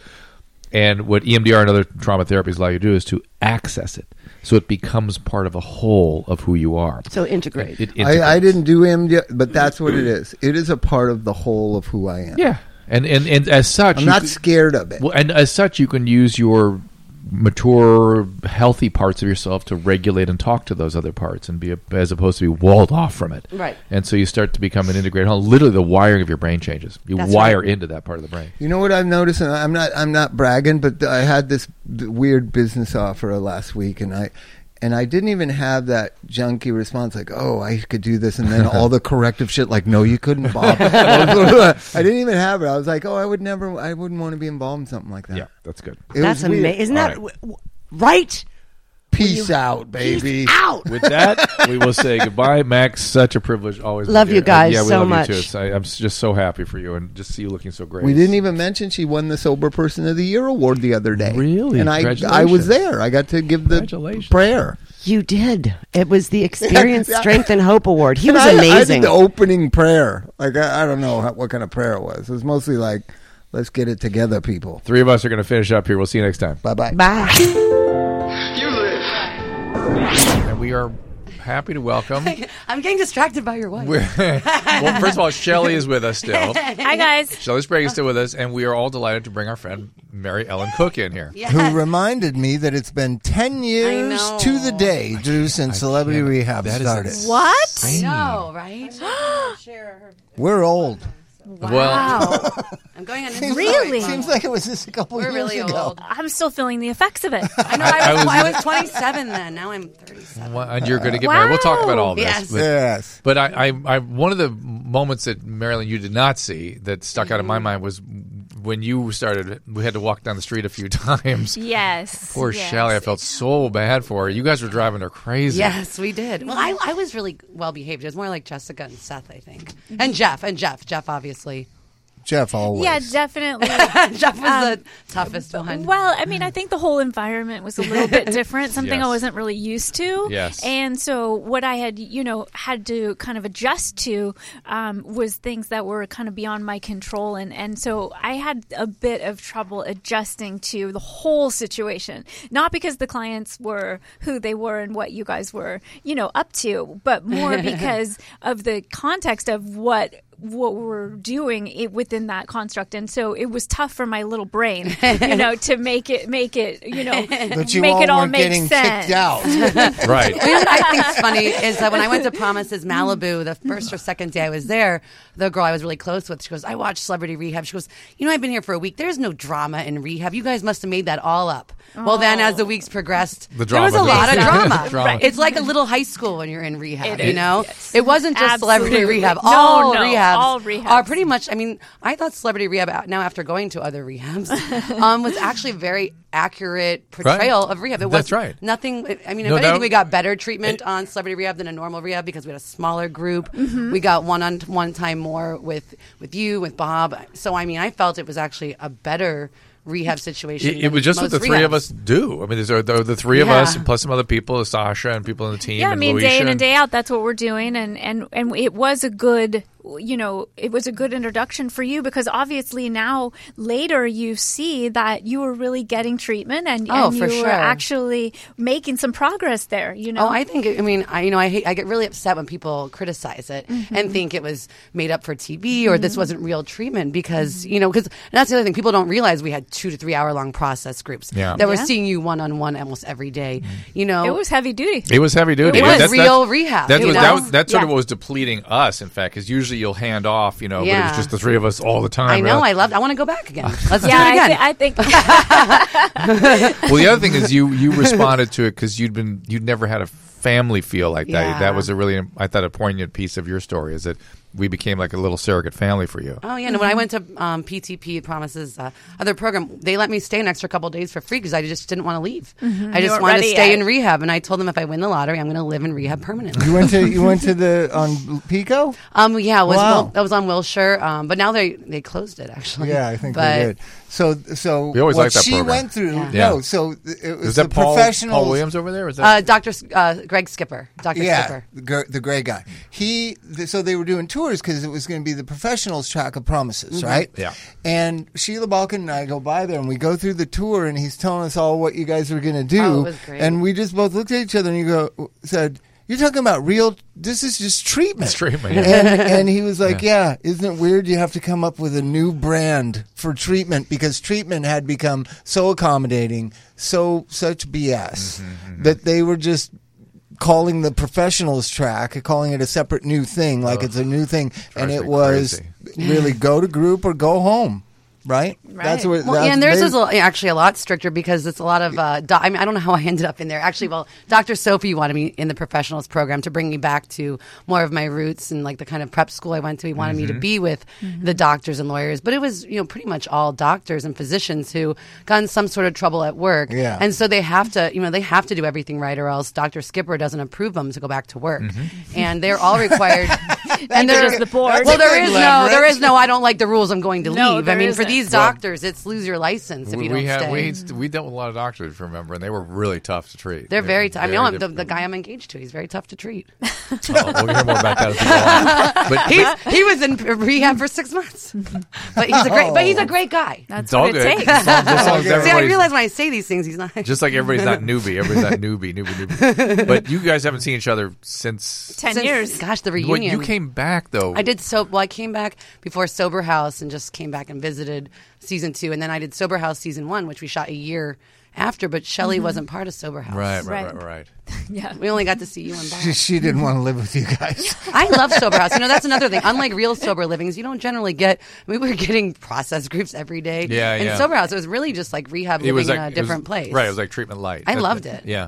And what E EMDR and other trauma therapies allow you to do is to access it. So it becomes part of a whole of who you are.
So integrate.
It integrates.
I, I didn't do MD, but that's what it is. It is a part of the whole of who I am.
Yeah. And, and, and as such,
I'm
you
not
could-
scared of it.
Well, and as such, you can use your mature, healthy parts of yourself to regulate and talk to those other parts, and be a, as opposed to be walled off from it.
Right.
And so you start to become an integrated whole. Literally, the wiring of your brain changes. You
That's
wire
right.
into that part of the brain.
You know what I've noticed, and I'm not I'm not bragging, but I had this b- weird business offer last week, and I and I didn't even have that junky response like, "Oh, I could do this," and then all the corrective shit like, "No, you couldn't, Bob." I didn't even have it. I was like, "Oh, I would never, I wouldn't want to be involved in something like that."
Yeah, that's good.
It
That's
was weird.
amazing. Isn't that
All
w- w- right?
Peace out, baby.
Out.
With that, we will say goodbye, Max. Such a privilege. Always
Love
with
you guys
yeah, we
so
love
much.
You too. So I, am just so happy for you, and just see you looking so great.
We didn't even mention she won the Sober Person of the Year award the other day.
Really?
And I, I
Congratulations.
was there. I got to give the
Congratulations.
prayer.
You did. It was the Experience,
Yeah.
Strength, and Hope Award. He
And
was
I, I
amazing.
did the opening prayer. Like I, I don't know how, what kind of prayer it was. It was mostly like, "Let's get it together, people."
Three of us are going to finish up here. We'll see you next time.
Bye bye.
Bye.
And we are happy to welcome.
I'm getting distracted by your wife.
well, first of all, Shelly is with us still.
Hi guys.
Shelly Sprague is still with us, and we are all delighted to bring our friend Mary Ellen Cook in here.
Who reminded me that it's been ten years
know.
to the day, Drew, since Celebrity Rehab started.
What?
Hmm.
No, right?
We're old.
Well,
I'm going on Instagram.
Really?
Seems like it was just a couple
We're
years
really
ago.
old.
I'm still feeling the effects of it.
I know. I was, I was, 27 then. Now I'm 37.
well, and you're going to get married. We'll talk about all this.
Yes.
But,
Yes.
but I, I, I, one of the moments that Marilyn you did not see that stuck out in my mind was when you started. We had to walk down the street a few times.
yes.
Poor
yes.
Shelly, I felt so bad for her. You guys were driving her crazy.
Yes, we did. Well, I, I was really well behaved. It was more like Jessica and Seth, I think, and Jeff and Jeff. Jeff obviously.
Jeff always.
Yeah, definitely. Um,
Jeff was the toughest one.
Well, I mean, I think the whole environment was a little bit different, something
Yes.
I wasn't really used to.
Yes.
And so what I had, you know, had to kind of adjust to um, was things that were kind of beyond my control. And, and so I had a bit of trouble adjusting to the whole situation, not because the clients were who they were and what you guys were, you know, up to, but more because of the context of what
what we're doing it within that construct. And so it was tough for my little brain, you know, to make it make it you know
But you
make
all
it all
weren't
make
getting
sense.
kicked out.
Right.
You know what I think's funny is that when I went to Promises Malibu, the first or second day I was there, the girl I was really close with, she goes, I watched Celebrity Rehab. She goes, You know, I've been here for a week. There's no drama in rehab. You guys must have made that all up. Well, then
Oh.
as the weeks progressed,
The
there was a
drama
lot of
just-
drama.
Drama.
It's like a little high school when you're in rehab,
It
you
is,
know? It wasn't just Celebrity
Absolutely.
Rehab.
No,
all
no,
rehabs
all rehabs.
are pretty much, I mean, I thought Celebrity Rehab, uh, now after going to other rehabs, um, was actually a very accurate portrayal of rehab. It
That's
was
right.
Nothing, I mean,
No,
if anything,
no.
we got better treatment on celebrity rehab than a normal rehab because we had a smaller group.
Mm-hmm.
We got one on one time more with with you with Bob. So I mean, I felt it was actually a better rehab situation.
It, it
than
was just
most
what the three of
rehabs.
us do. I mean, there's are the, the three of
Yeah.
us and plus some other people, Sasha and people in the team.
Yeah, I
and
mean,
Luisha
day in and
and-
day out, that's what we're doing, and and and it was a good, you know, it was a good introduction for you because obviously now later you see that you were really getting treatment and,
Oh,
and
for
you
sure.
were actually making some progress there. You know,
Oh, I think. I mean, I you know, I hate, I get really upset when people criticize it
Mm-hmm.
and think it was made up for TV or this wasn't real treatment because
Mm-hmm.
you know because that's the other thing people don't realize we had two to three hour long process groups
Yeah. Mm-hmm.
that were
Yeah.
seeing you one on one almost every day. You know,
it was heavy duty.
It was heavy duty.
It was real rehab,
That
you
was,
know?
that was that's sort of
Yeah.
what was depleting us, in fact, because usually you'll hand off, you know, but it
Yeah.
was just the three of us all the time.
I know.
right?
I loved. I want to go back again. Let's
yeah,
do it again.
I, thi- I think.
well, the other thing is you you responded to it because you'd been you'd never had a family feel like that.
Yeah.
That was a really I thought a poignant piece of your story is that we became like a little surrogate family for you.
Oh yeah, and
Mm-hmm.
when I went to um, PTP Promises uh, other program, they let me stay an extra couple days for free because I just didn't want to leave.
Mhm.
I
You
just
weren't
wanted to
ready
stay
yet.
in rehab, and I told them if I win the lottery, I'm going to live in rehab permanently.
You went to you went to the on Pico.
Um, yeah, it was
Wow.
Wil- that was on Wilshire, um, but now they they closed it actually.
Yeah, I think
but,
they did. So so
We always
what
liked that
she
program.
went through.
Yeah.
No, so th- it was,
Was that
the
Paul- Paul
professionals.
Williams over there? Was that-
Uh, Doctor uh, Greg Skipper, Doctor
yeah,
Skipper.
the gr- the gray guy. He th- so they were doing tours because it was going to be the professionals track of promises,
Mhm.
right?
Yeah.
And Sheila Balkin and I go by there, and we go through the tour, and he's telling us all what you guys were going to do.
Oh, it was great.
And we just both looked at each other, and you go said. You're talking about real. This is just treatment.
It's treatment, yeah.
And, and he was like,
Yeah.
yeah, isn't it weird you have to come up with a new brand for treatment because treatment had become so accommodating, so such BS
Mm-hmm,
that they were just calling the professionals track, calling it a separate new thing, like it's a new thing, and
drives me
it was really go to group or go home, right? That's what.
Well,
that's
yeah, and theirs
they-
is a, actually a lot stricter because it's a lot of. Uh, do- I mean, I don't know how I ended up in there. Actually, well, Dr. Sophie wanted me in the professionals program to bring me back to more of my roots and like the kind of prep school I went to. He wanted me to
Mhm.
be with
Mm-hmm.
the doctors and lawyers, but it was you know pretty much all doctors and physicians who got in some sort of trouble at work.
Yeah.
and so they have to you know they have to do everything right or else Dr. Skipper doesn't approve them to go back to
Mm.
work,
Mm-hmm.
and they're all required. and
That's
there-
just the board.
Well, there is
That's a big
no, Oh, there
leverage.
is no. I don't like the rules. I'm going to
No,
leave. I
there
mean, for
isn't.
these
Well-
doctors, it's lose your license if
We,
you don't
we had
stay.
we we dealt with a lot of doctors, if you remember, and they were really tough to treat.
They're very. T- I
tough.
mean, I'm- the, the guy I'm engaged to, he's very tough to treat.
we'll hear more about that as we go on. But-
He's- he was in rehab for six months, but he's a great. But he's a great guy.
Oh. That's It's all what it good. takes. As long- as long as
See, I
everybody's-
realize when I say these things, he's not.
Just like everybody's not newbie, everybody's not newbie, newbie, newbie. But you guys haven't seen each other since
Ten years. Gosh, the
Well,
reunion.
you came back though.
I did so. Well, I came back before Sober House and just came back and visited season two, and then I did Sober House season one, which we shot a year after. But Shelley
Mhm.
wasn't part of Sober House.
Right, right, right, right.
Mm-hmm. yeah, we only got to see you and Bob.
She, she didn't want to live with you guys.
I love sober house. You know, that's another thing. Unlike real sober livings, you don't generally get. I mean, we were getting process groups every day.
Yeah,
In
yeah.
sober house, it was really just like rehab living in a
it was-
different place.
Right, it was like treatment light.
I
That-
loved
that-
it.
Yeah,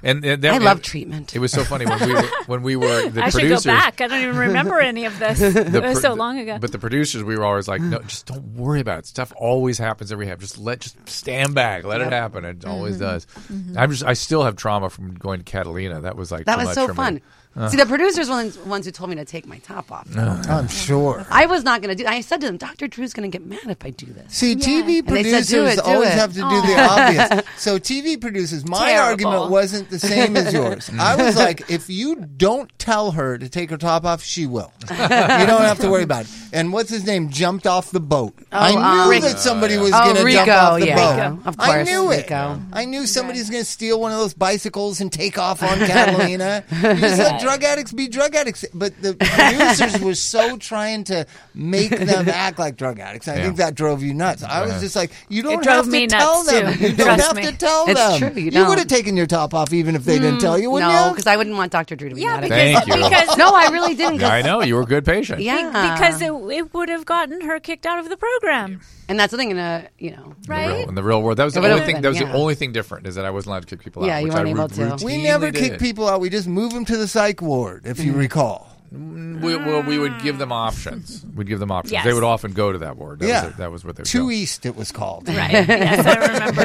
and, and
I
that,
love treatment.
It was so funny when we were, when we were the
I should go
producers.
back. I don't even remember any of this.
The
it was
pro-
so long ago.
But the producers, we were always like, no, just don't worry about it. Stuff always happens every rehab. Just let, just stand back, let
Yep.
it happen. It always
Mm-hmm.
Mhm.
does.
Mhm.
I'm just, I still have trauma from going to Catalina. That was like
that
too
was
much
so
for me.
fun.
Uh.
See, the producers were the ones who told me to take my top off.
Oh,
I'm sure.
I was not going to do. I said to them, "Dr. Drew's going to get mad if I do this."
See, TV
And they said,
producers
"Do it, do
always
it." Oh.
have to do the obvious. So TV producers, my
Terrible.
argument wasn't the same as yours. I was like, if you don't tell her to take her top off, she will. you don't have to worry about it. And what's his name jumped off the boat. I knew
um,
that somebody
Oh,
was
yeah.
going to
Oh,
jump
Rico,
off the
yeah.
boat.
Of
I
course,
knew it.
Rico.
I knew somebody was going to steal one of those bicycles and take off on Catalina. you just let drug addicts be drug addicts. But the producers were so trying to make them act like drug addicts. I
Yeah.
think that drove you nuts. I was
Uh-huh.
just like, you
It
don't
drove
have to
me nuts,
tell them.
too.
You don't
Trust
have
me.
to tell
It's
them.
true, you don't. Mm,
would have taken your top off even if they didn't tell you, wouldn't
no,
you?
because I wouldn't want Dr. Drew to be mad at Oh,
because- Thank
me.
you. because-
no, I really didn't. 'cause-
I know you were a good patient.
Yeah.
because it, it would have gotten her kicked out of the program.
And that's the thing in a, you know,
right?
In the real world, that was the
It would've
only thing.
been,
That was
yeah.
the only thing different is that I wasn't allowed to kick people
Yeah,
out.
you
which
weren't
I
able
ru-
to.
We
routinely
never
did.
kick people out. We just move them to the psych ward, if
Mm.
you recall.
We, well, we would give them options. We'd give them options.
Yes.
They would often go to that ward. That
yeah,
was, that was what they were
Two
doing.
East. It was called.
Right. Yes, I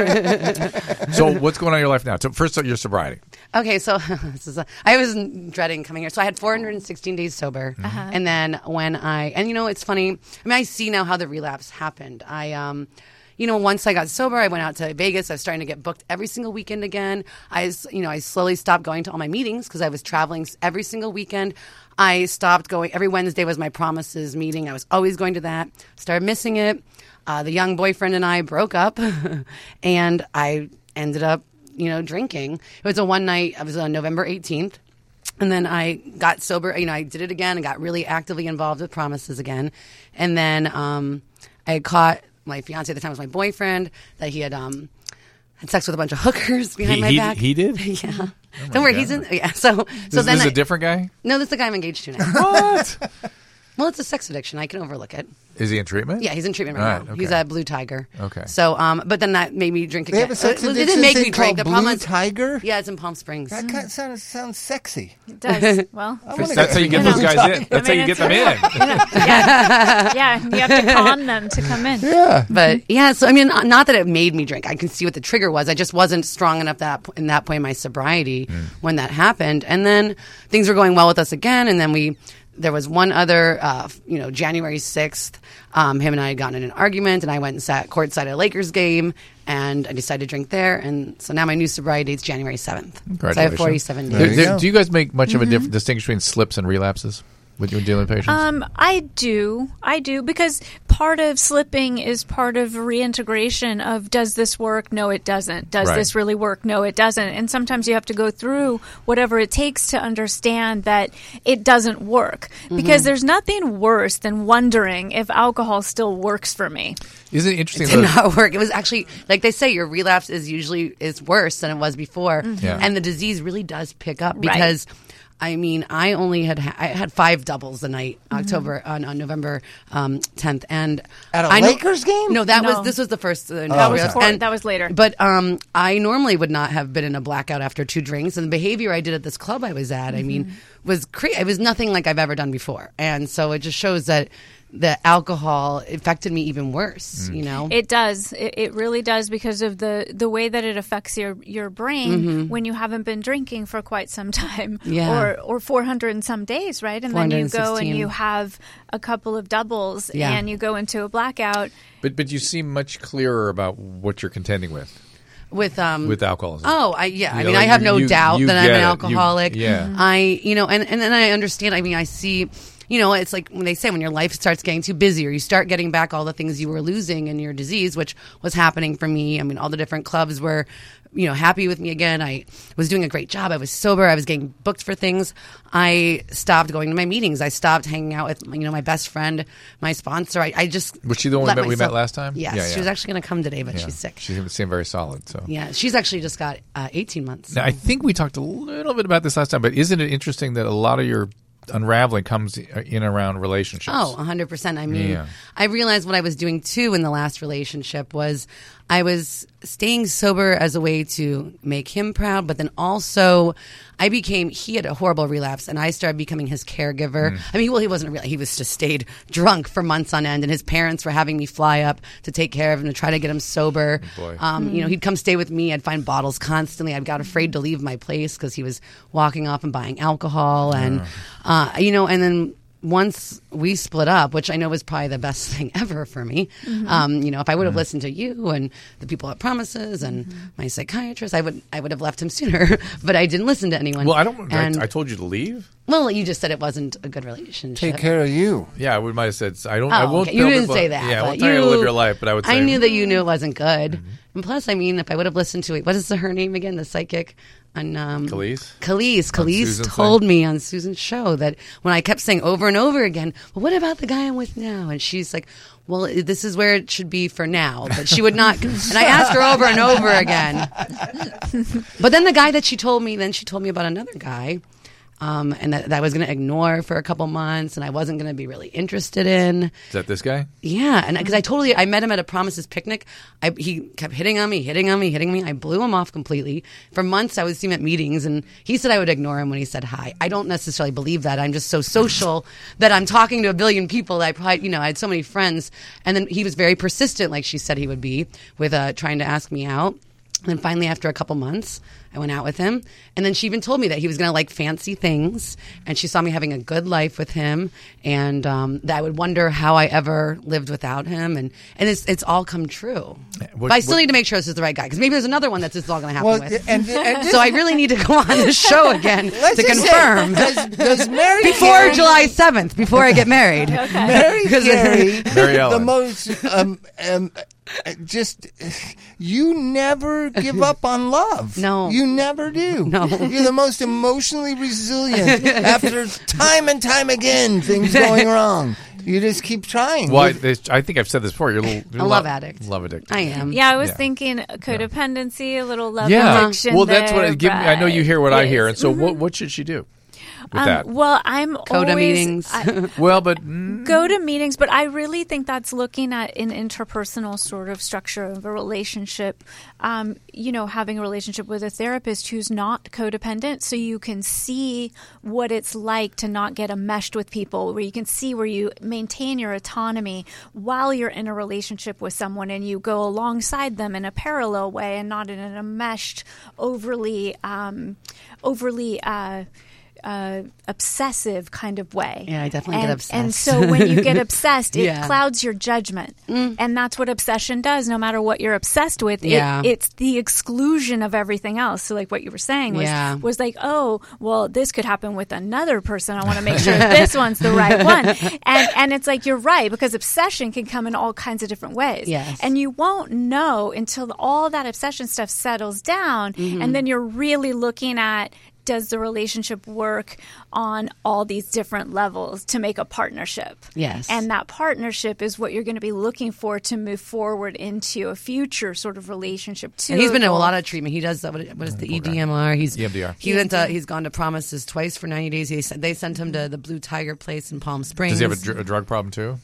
remember.
so what's going on in your life now? So first, your sobriety.
Okay, so this is a, I was dreading coming here. So I had 416 days sober,
Uh-huh.
and then when I and you know it's funny. I mean, I see now how the relapse happened. I um. You know, once I got sober, I went out to Vegas. I was starting to get booked every single weekend again. I, s- you know, I slowly stopped going to all my meetings because I was traveling s- every single weekend. I stopped going every Wednesday was my promises meeting. I was always going to that. Started missing it. Uh, the young boyfriend and I broke up, and I ended up you know, drinking. It was a one night, it was on November 18th. And then I got sober, you know, I did it again and got really actively involved with promises again. And then um, I caught my fiance at the time was my boyfriend that he had um, had sex with a bunch of hookers behind
He-
my
he-
back.
he did?
Yeah. Don't worry, he's in.
Oh God.
Yeah. So, so
this
then
is
I-
a different guy.
No, this is the guy I'm engaged to now.
what?
Well, it's a sex addiction. I can overlook it.
Is he in treatment?
Yeah, he's in treatment
All
right,
right,
now.
okay.
He's a blue tiger.
Okay.
So, um, but then that made me drink
They
again.
have a sex
It- it
addiction
didn't make
thing
me drink.
called
The
Blue
problem is-
Tiger?
Yeah, it's in Palm Springs.
That kind of sounds, sounds sexy. It
does. Well,
That's how you get those guys in. That's how you get them in.
yeah. yeah, you have to con them to come in.
Yeah. But yeah, so I mean, not that it made me drink. I can see what the trigger was. I just wasn't strong enough that in that point in my sobriety when that happened. And then things were going well with us again. And then we there was one other, uh, you know, January sixth. Um, him and I had gotten in an argument, and I went and sat courtside at a Lakers game, and I decided to drink there. And so now my new sobriety date's January seventh. So I have
Congratulations.
forty seven
Do-
days. Mm-hmm.
do- do you guys make much of a diff-
Mhm.
distinction between slips and relapses when you're dealing with patients?
Um, I do, I do, because part of slipping is part of reintegration of does this work? No, it doesn't. Does
Right.
this really work? No, it doesn't. And sometimes you have to go through whatever it takes to understand that it doesn't work, because
Mm-hmm.
Mhm.
there's nothing worse than wondering if alcohol still works for me.
Isn't it interesting?
It did
though-
not work. It was actually like they say, your relapse is usually is worse than it was before,
Mhm.
Mm-hmm.
Yeah.
and the disease really does pick up
Right.
because. I mean, I only had I had five doubles the night October on, on November um, 10th, and
Mm-hmm. At a
I know-
Lakers game?
No, that
No.
was this was the first. Uh,
That was
relapse.
before-
And-
that was later.
But um, I normally would not have been in a blackout after two drinks, and the behavior I did at this club I was at, I
Mhm.
mean,
Mm-hmm.
was cra- it was nothing like I've ever done before, and so it just shows that the alcohol affected me even worse.
Mm.
You know,
It does. It, it really does because of the the way that it affects your your brain
Mm-hmm.
Mhm.
when you haven't been drinking for quite some time,
Yeah.
or or four hundred and some days, right? And then you go and
416.
you have a couple of doubles,
Yeah.
and you go into a blackout.
But but you seem much clearer about what you're contending with.
with um
With alcoholism.
Oh, I yeah. I
Yeah,
mean,
like
I have
you-
no
you-
doubt
you
that I'm
get
an
it. You-
alcoholic.
yeah.
I you know, and and then I understand. I mean, I see. You know, it's like when they say when your life starts getting too busy, or you start getting back all the things you were losing in your disease, which was happening for me. I mean, all the different clubs were, you know, happy with me again. I was doing a great job. I was sober. I was getting booked for things. I stopped going to my meetings. I stopped hanging out with you know my best friend, my sponsor. I, I just
Was she the one
let
that we met
myself-
last time?
Yes,
Yeah, yeah.
she was actually going to come today, but
Yeah.
she's sick.
She seemed very solid. So
Yeah, she's actually just got uh, 18 months.
Now, Oh. I think we talked a little bit about this last time, but isn't it interesting that a lot of your unraveling comes in around relationships?
Oh, 100%. I mean,
Yeah.
I realized what I was doing too in the last relationship was I was staying sober as a way to make him proud, but then also I became, he had a horrible relapse and I started becoming his caregiver.
Mm.
I mean, well, he wasn't really, he was just stayed drunk for months on end and his parents were having me fly up to take care of him to try to get him sober.
Oh,
boy.
Um, You know,
Mm.
he'd come stay with me. I'd find bottles constantly. I got afraid to leave my place because he was walking off and buying alcohol and, uh, you know, and then once we split up, which I know was probably the best thing ever for me,
Mhm.
um, you know, if I would have
Yeah.
listened to you and the people at Promises and my psychiatrist, I would I would have left him sooner. but I didn't listen to anyone.
Well, I don't.
Oh, And,
I, I told you to leave.
well, you just said it wasn't a good relationship.
of you.
Yeah, we might have said. I don't.
Oh,
I won't.
okay. You
tell
didn't
people-
say that.
Yeah, I
but
won't tell you to live your life, but I would. Say, Mm-hmm.
I knew that you knew it wasn't good. And plus, I mean, if I would have listened to it, what is the, her name again? The psychic on um,
Khalees?
Khalees.
On
Khalees
Susan's
told me on Susan's show that when I kept saying over and over again, well, what about the guy I'm with now? And she's like, well, i- this is where it should be for now. But she would not. and I asked her over and over again. But then the guy that she told me, then she told me about another guy, um, and that, that I was going to ignore for a couple months, and I wasn't going to be really interested in.
Is that this guy?
Yeah, and because I totally, I met him at a Promises picnic. I, he kept hitting on me, hitting on me, hitting me. I blew him off completely. For months, I would see him at meetings, and he said I would ignore him when he said hi. I don't necessarily believe that. I'm just so social that I'm talking to a billion people. That I probably, you know, I had so many friends, and then he was very persistent, like she said he would be, with uh, trying to ask me out. And then finally, after a couple months, I went out with him. And then she even told me that he was going to like fancy things. And she saw me having a good life with him. And um, that I would wonder how I ever lived without him. And, and it's, it's all come true.
Eh, what-
but I still
what-
need to make sure this is the right guy because maybe there's another one that's just all going to happen
Well,
with.
and- and-
so I really need to go on this show again
Let's
to
just say,
confirm.
does- does Mary
before
Karen-
July 7th, before I get married.
Mary
'Cause-
Carey,
Mary
the
Ellen.
most um, um, uh, just you never give up on love.
No,
you never do.
No.
you're the most emotionally resilient. after time and time again, things going wrong, you just keep trying.
Well, I, this, I think I've said this before. You're a, little, you're
A
lo-
love addict.
Love addict.
Yeah, I was
Um, Yeah.
thinking codependency, a little love
yeah.
addiction.
Well, that's what
there,
it give me. I know you hear what I
but-
hear, and so
Mhm.
what? What should she do with
Um,
that?
Well, I'm
Coda
always,
meetings.
I-
Well, but mm,
go to meetings, but I really think that's looking at an interpersonal sort of structure of a relationship. Um, you know, having a relationship with a therapist who's not codependent, so you can see what it's like to not get enmeshed with people, where you can see where you maintain your autonomy while you're in a relationship with someone and you go alongside them in a parallel way and not in an enmeshed, overly, um, overly. Uh, uh, obsessive kind of way.
Yeah, I definitely get
and, And
obsessed.
so when you get obsessed, it
Yeah. Mm.
clouds your judgment. And that's what obsession does. No matter what you're obsessed with, it-
Yeah.
it's the exclusion of everything else. So like what you were saying was,
Yeah.
was like, oh, well, this could happen with another person. I want to make sure this one's the right one. And, and it's like, you're right, because obsession can come in all kinds of different ways.
Yes.
And you won't know until all that obsession stuff settles down.
Mhm.
And then you're really looking at does the relationship work on all these different levels to make a partnership?
Yes.
And that partnership is what you're going to be looking for to move forward into a future sort of relationship, too.
And he's been in a lot of treatment. He does the, what what is
Oh,
the EDMR? He's
E
EMDR. He went to, he's gone to Promises twice for ninety days. He sent, they sent him to the Blue Tiger place in Palm Springs.
does he have a, dr- a drug problem too?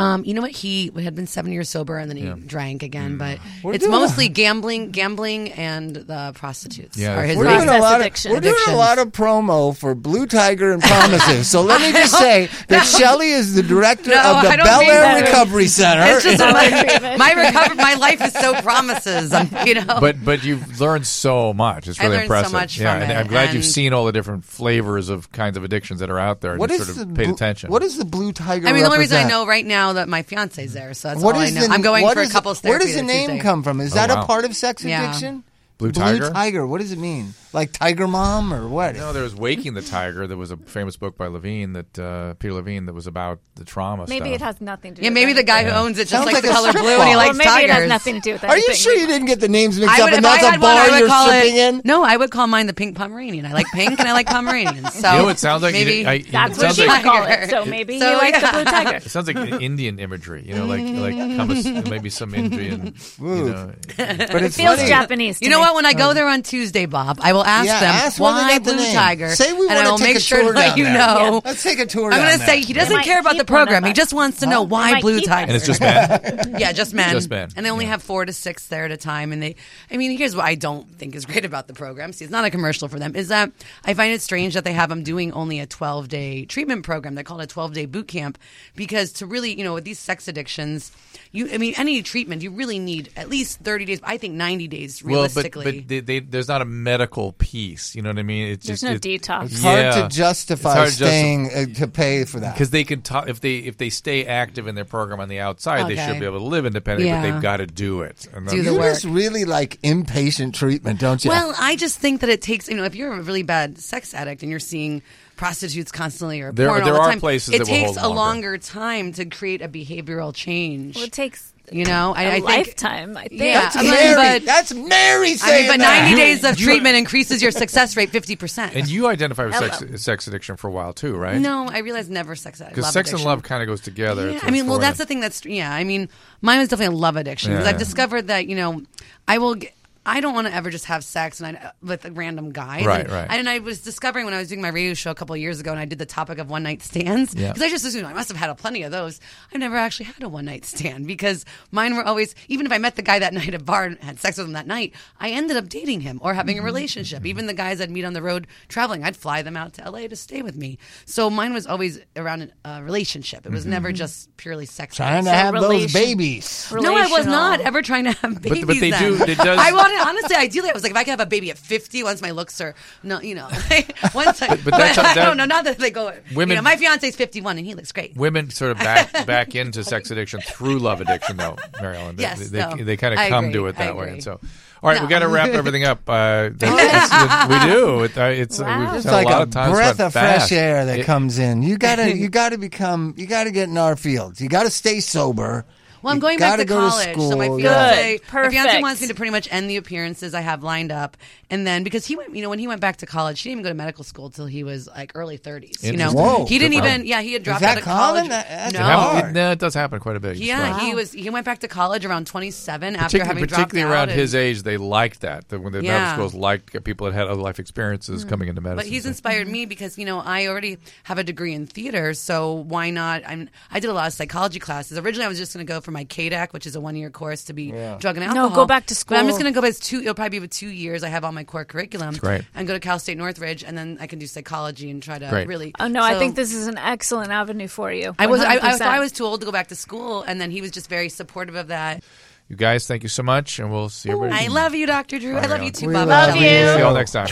Um, you know what? He had been seven years sober and then he
Yeah. Mm.
drank again. But
We're
it's
doing a-
mostly gambling, gambling, and the prostitutes.
Yeah,
are his
we're doing, a
process
lot of,
addiction.
we're doing a lot of promo for Blue Tiger and Promises. So let me just
I
say
don't-
that
no.
Shelley is the director
No,
of the
I don't
Bel
mean
Air
that.
Recovery Center.
It's just my, my recover. My life is so promises. um, You know.
But but you've learned so much. It's
I
really
learned so
impressive.
much
yeah,
from
and
it,
I'm glad
and-
you've seen all the different flavors of kinds of addictions that are out there.
What
and
is
sort of
the
paid
blue-
attention.
What is the Blue Tiger?
I mean, the only reason I
represent?
know right now that my fiance's there, so that's
What
all I
is
know.
the-
I'm going
what
for a
is-
couple.
Where does the name come from? Is that
Oh, wow.
a part of sex
Yeah.
addiction?
Blue Tiger?
What does it mean? Like Tiger Mom or what?
No, there was Waking the Tiger. There was a famous book by Levine that uh, Peter Levine that was about the trauma.
Maybe
stuff.
it has nothing to do
Yeah,
with
maybe the guy who
Yeah.
owns it just
Sounds
likes
like
the
a
color
strip
blue and he
club.
likes
Or maybe it
tigers.
has nothing to do with
Are you
anything.
sure you didn't get the names mixed
I
up?
would,
And
if I
that's a
had one,
bar
I would
you're
call
sipping
it.
in.
No, I would call mine the pink Pomeranian. I like pink and I like Pomeranians. So
You know, it sounds like you
maybe
did- I- it That's what sounds she
like- would call it, so maybe you like the blue tiger.
It sounds like Indian imagery, you know, like like compass, maybe some Indian. You know,
But it's feels funny. Japanese to
You know
me.
what? When I go there on Tuesday, Bob, I will ask
Yeah,
them
ask where they
why
got the
Blue
name.
Tiger.
Say we
and I
wanna
will
take
make
a
sure
tour
to let
down
you
there.
know.
Let's take a tour.
Oh. I'm
down
going to
there.
say he doesn't care about the program. He just wants to know why
might
Blue
keep
Tiger.
And it's just men?
yeah, just men.
Just men.
And they only have four to six there at a time. And they, I mean, here's what I don't think is great about the program. See, it's not a commercial for them. Is that I find it strange that they have them doing only a 12 day treatment program. They call it a 12 day boot camp because to really, you know, with these sex addictions, you, I mean, any treatment, you really need at least 30 days. I think 90 days
Well, but
realistically. Exactly.
But they, they, there's not a medical piece. You know what I mean? It's
There's
just,
no
it's,
detox.
It's hard to justify staying uh, to pay for that.
because they can ta- if they if they stay active in their program on the outside, they
Okay.
should be able to live independently. But
Yeah.
they've got to do it. And
Do the
that's-
work.
It's really like inpatient treatment, don't you?
Well, I just think that it takes, you know, if you're a really bad sex addict and you're seeing prostitutes constantly or
There-
porn
there
all the
are
time,
places
it
that will
takes
hold
a
longer.
longer time to create a behavioral change.
Well, it takes
you know, I
a
I think,
lifetime, I think.
Yeah,
That's
I mean,
Mary-
but
that's Mary
I mean,
saying
but
that.
90
You-
days of
you-
treatment increases your success rate 50 percent.
and you identify with sex,
Hello.
sex addiction for a while too, right?
No, I realize never sex addict.
because sex and love kind of goes together.
Yeah,
It's
I mean, well,
sort of-
that's the thing. That's yeah. I mean, mine was definitely a love addiction because
Yeah.
I've discovered that you know, I will. Get, I don't want to ever just have sex and I, with random guys.
Right,
and,
right.
And I was discovering when I was doing my radio show a couple of years ago, and I did the topic of one night stands
Yeah.
because I just assumed I must have had a plenty of those. I never actually had a one night stand because mine were always even if I met the guy that night at a bar and had sex with him that night, I ended up dating him or
Mm-hmm.
having a relationship. Even the guys I'd meet on the road traveling, I'd fly them out to LA to stay with me. So mine was always around a relationship. It was
Mhm.
never just purely sex.
Trying to So have those relation- babies.
No, I was
relational.
not ever trying to have
but
babies.
they
then.
do- it does-
I wanted honestly, ideally, I was like, if I could have a baby at fifty, once my looks are no, you know, once I,
But- but that's-
I
that-
don't know. Not that they go. Women,
Women-
you know, my fiance's fifty-one and he looks great.
Women sort of back back into sex addiction through love addiction, though, Marilyn. They-
Yes,
they,
no,
they, kind of
I
come
agree,
to it
I
that way.
agree.
And so, all right, we
No.
got to wrap everything up. Uh, that's- that's- we do. It, uh, it's we've
It's
spent
like
a lot
a
of time
breath
spent
of fresh
fast.
air that
It-
comes in. You gotta, you gotta become, you gotta get in our fields. You gotta stay sober.
Well, I'm
You
going back
gotta
to
go
college,
school.
so my
Yeah.
fiance, my fiance
perfect.
wants me to pretty much end the appearances I have lined up, and then because he went, you know, when he went back to college, he didn't even go to medical school till he was like early 30s. You know,
Interesting. Whoa.
he didn't
Good for
even,
him.
yeah, he had
Is
dropped
that
out of
common?
college.
That- that's
no,
It happens- it- no, it does happen quite a bit.
yeah,
Wow.
he was. He went back to college around 27 after
Particu-
having dropped
particularly
out.
around
and-
his age, they liked that. that when
Yeah.
the
Hmm.
medical schools liked people that had other life experiences coming into medicine.
But he's inspired
Mm-hmm.
me because you know I already have a degree in theater, so why not? I'm I did a lot of psychology classes. Originally, I was just going to go for my KDAC, which is a one year course to be drug and
No,
alcohol.
go back to
But I'm just
school.
going to go. It's two. It'll probably be with two years. I have all my core curriculum.
That's great.
And go to Cal State Northridge, and then I can do psychology and try to
Great.
really.
Oh no, I
So-
think this is an excellent avenue for you.
I was I, I, so
100%.
I was too old to go back to school, and then he was just very supportive of that.
you guys, thank you so much, and we'll see everybody.
I love you, Dr. Drew. I love you too, Bob.
We'll see y'all next time.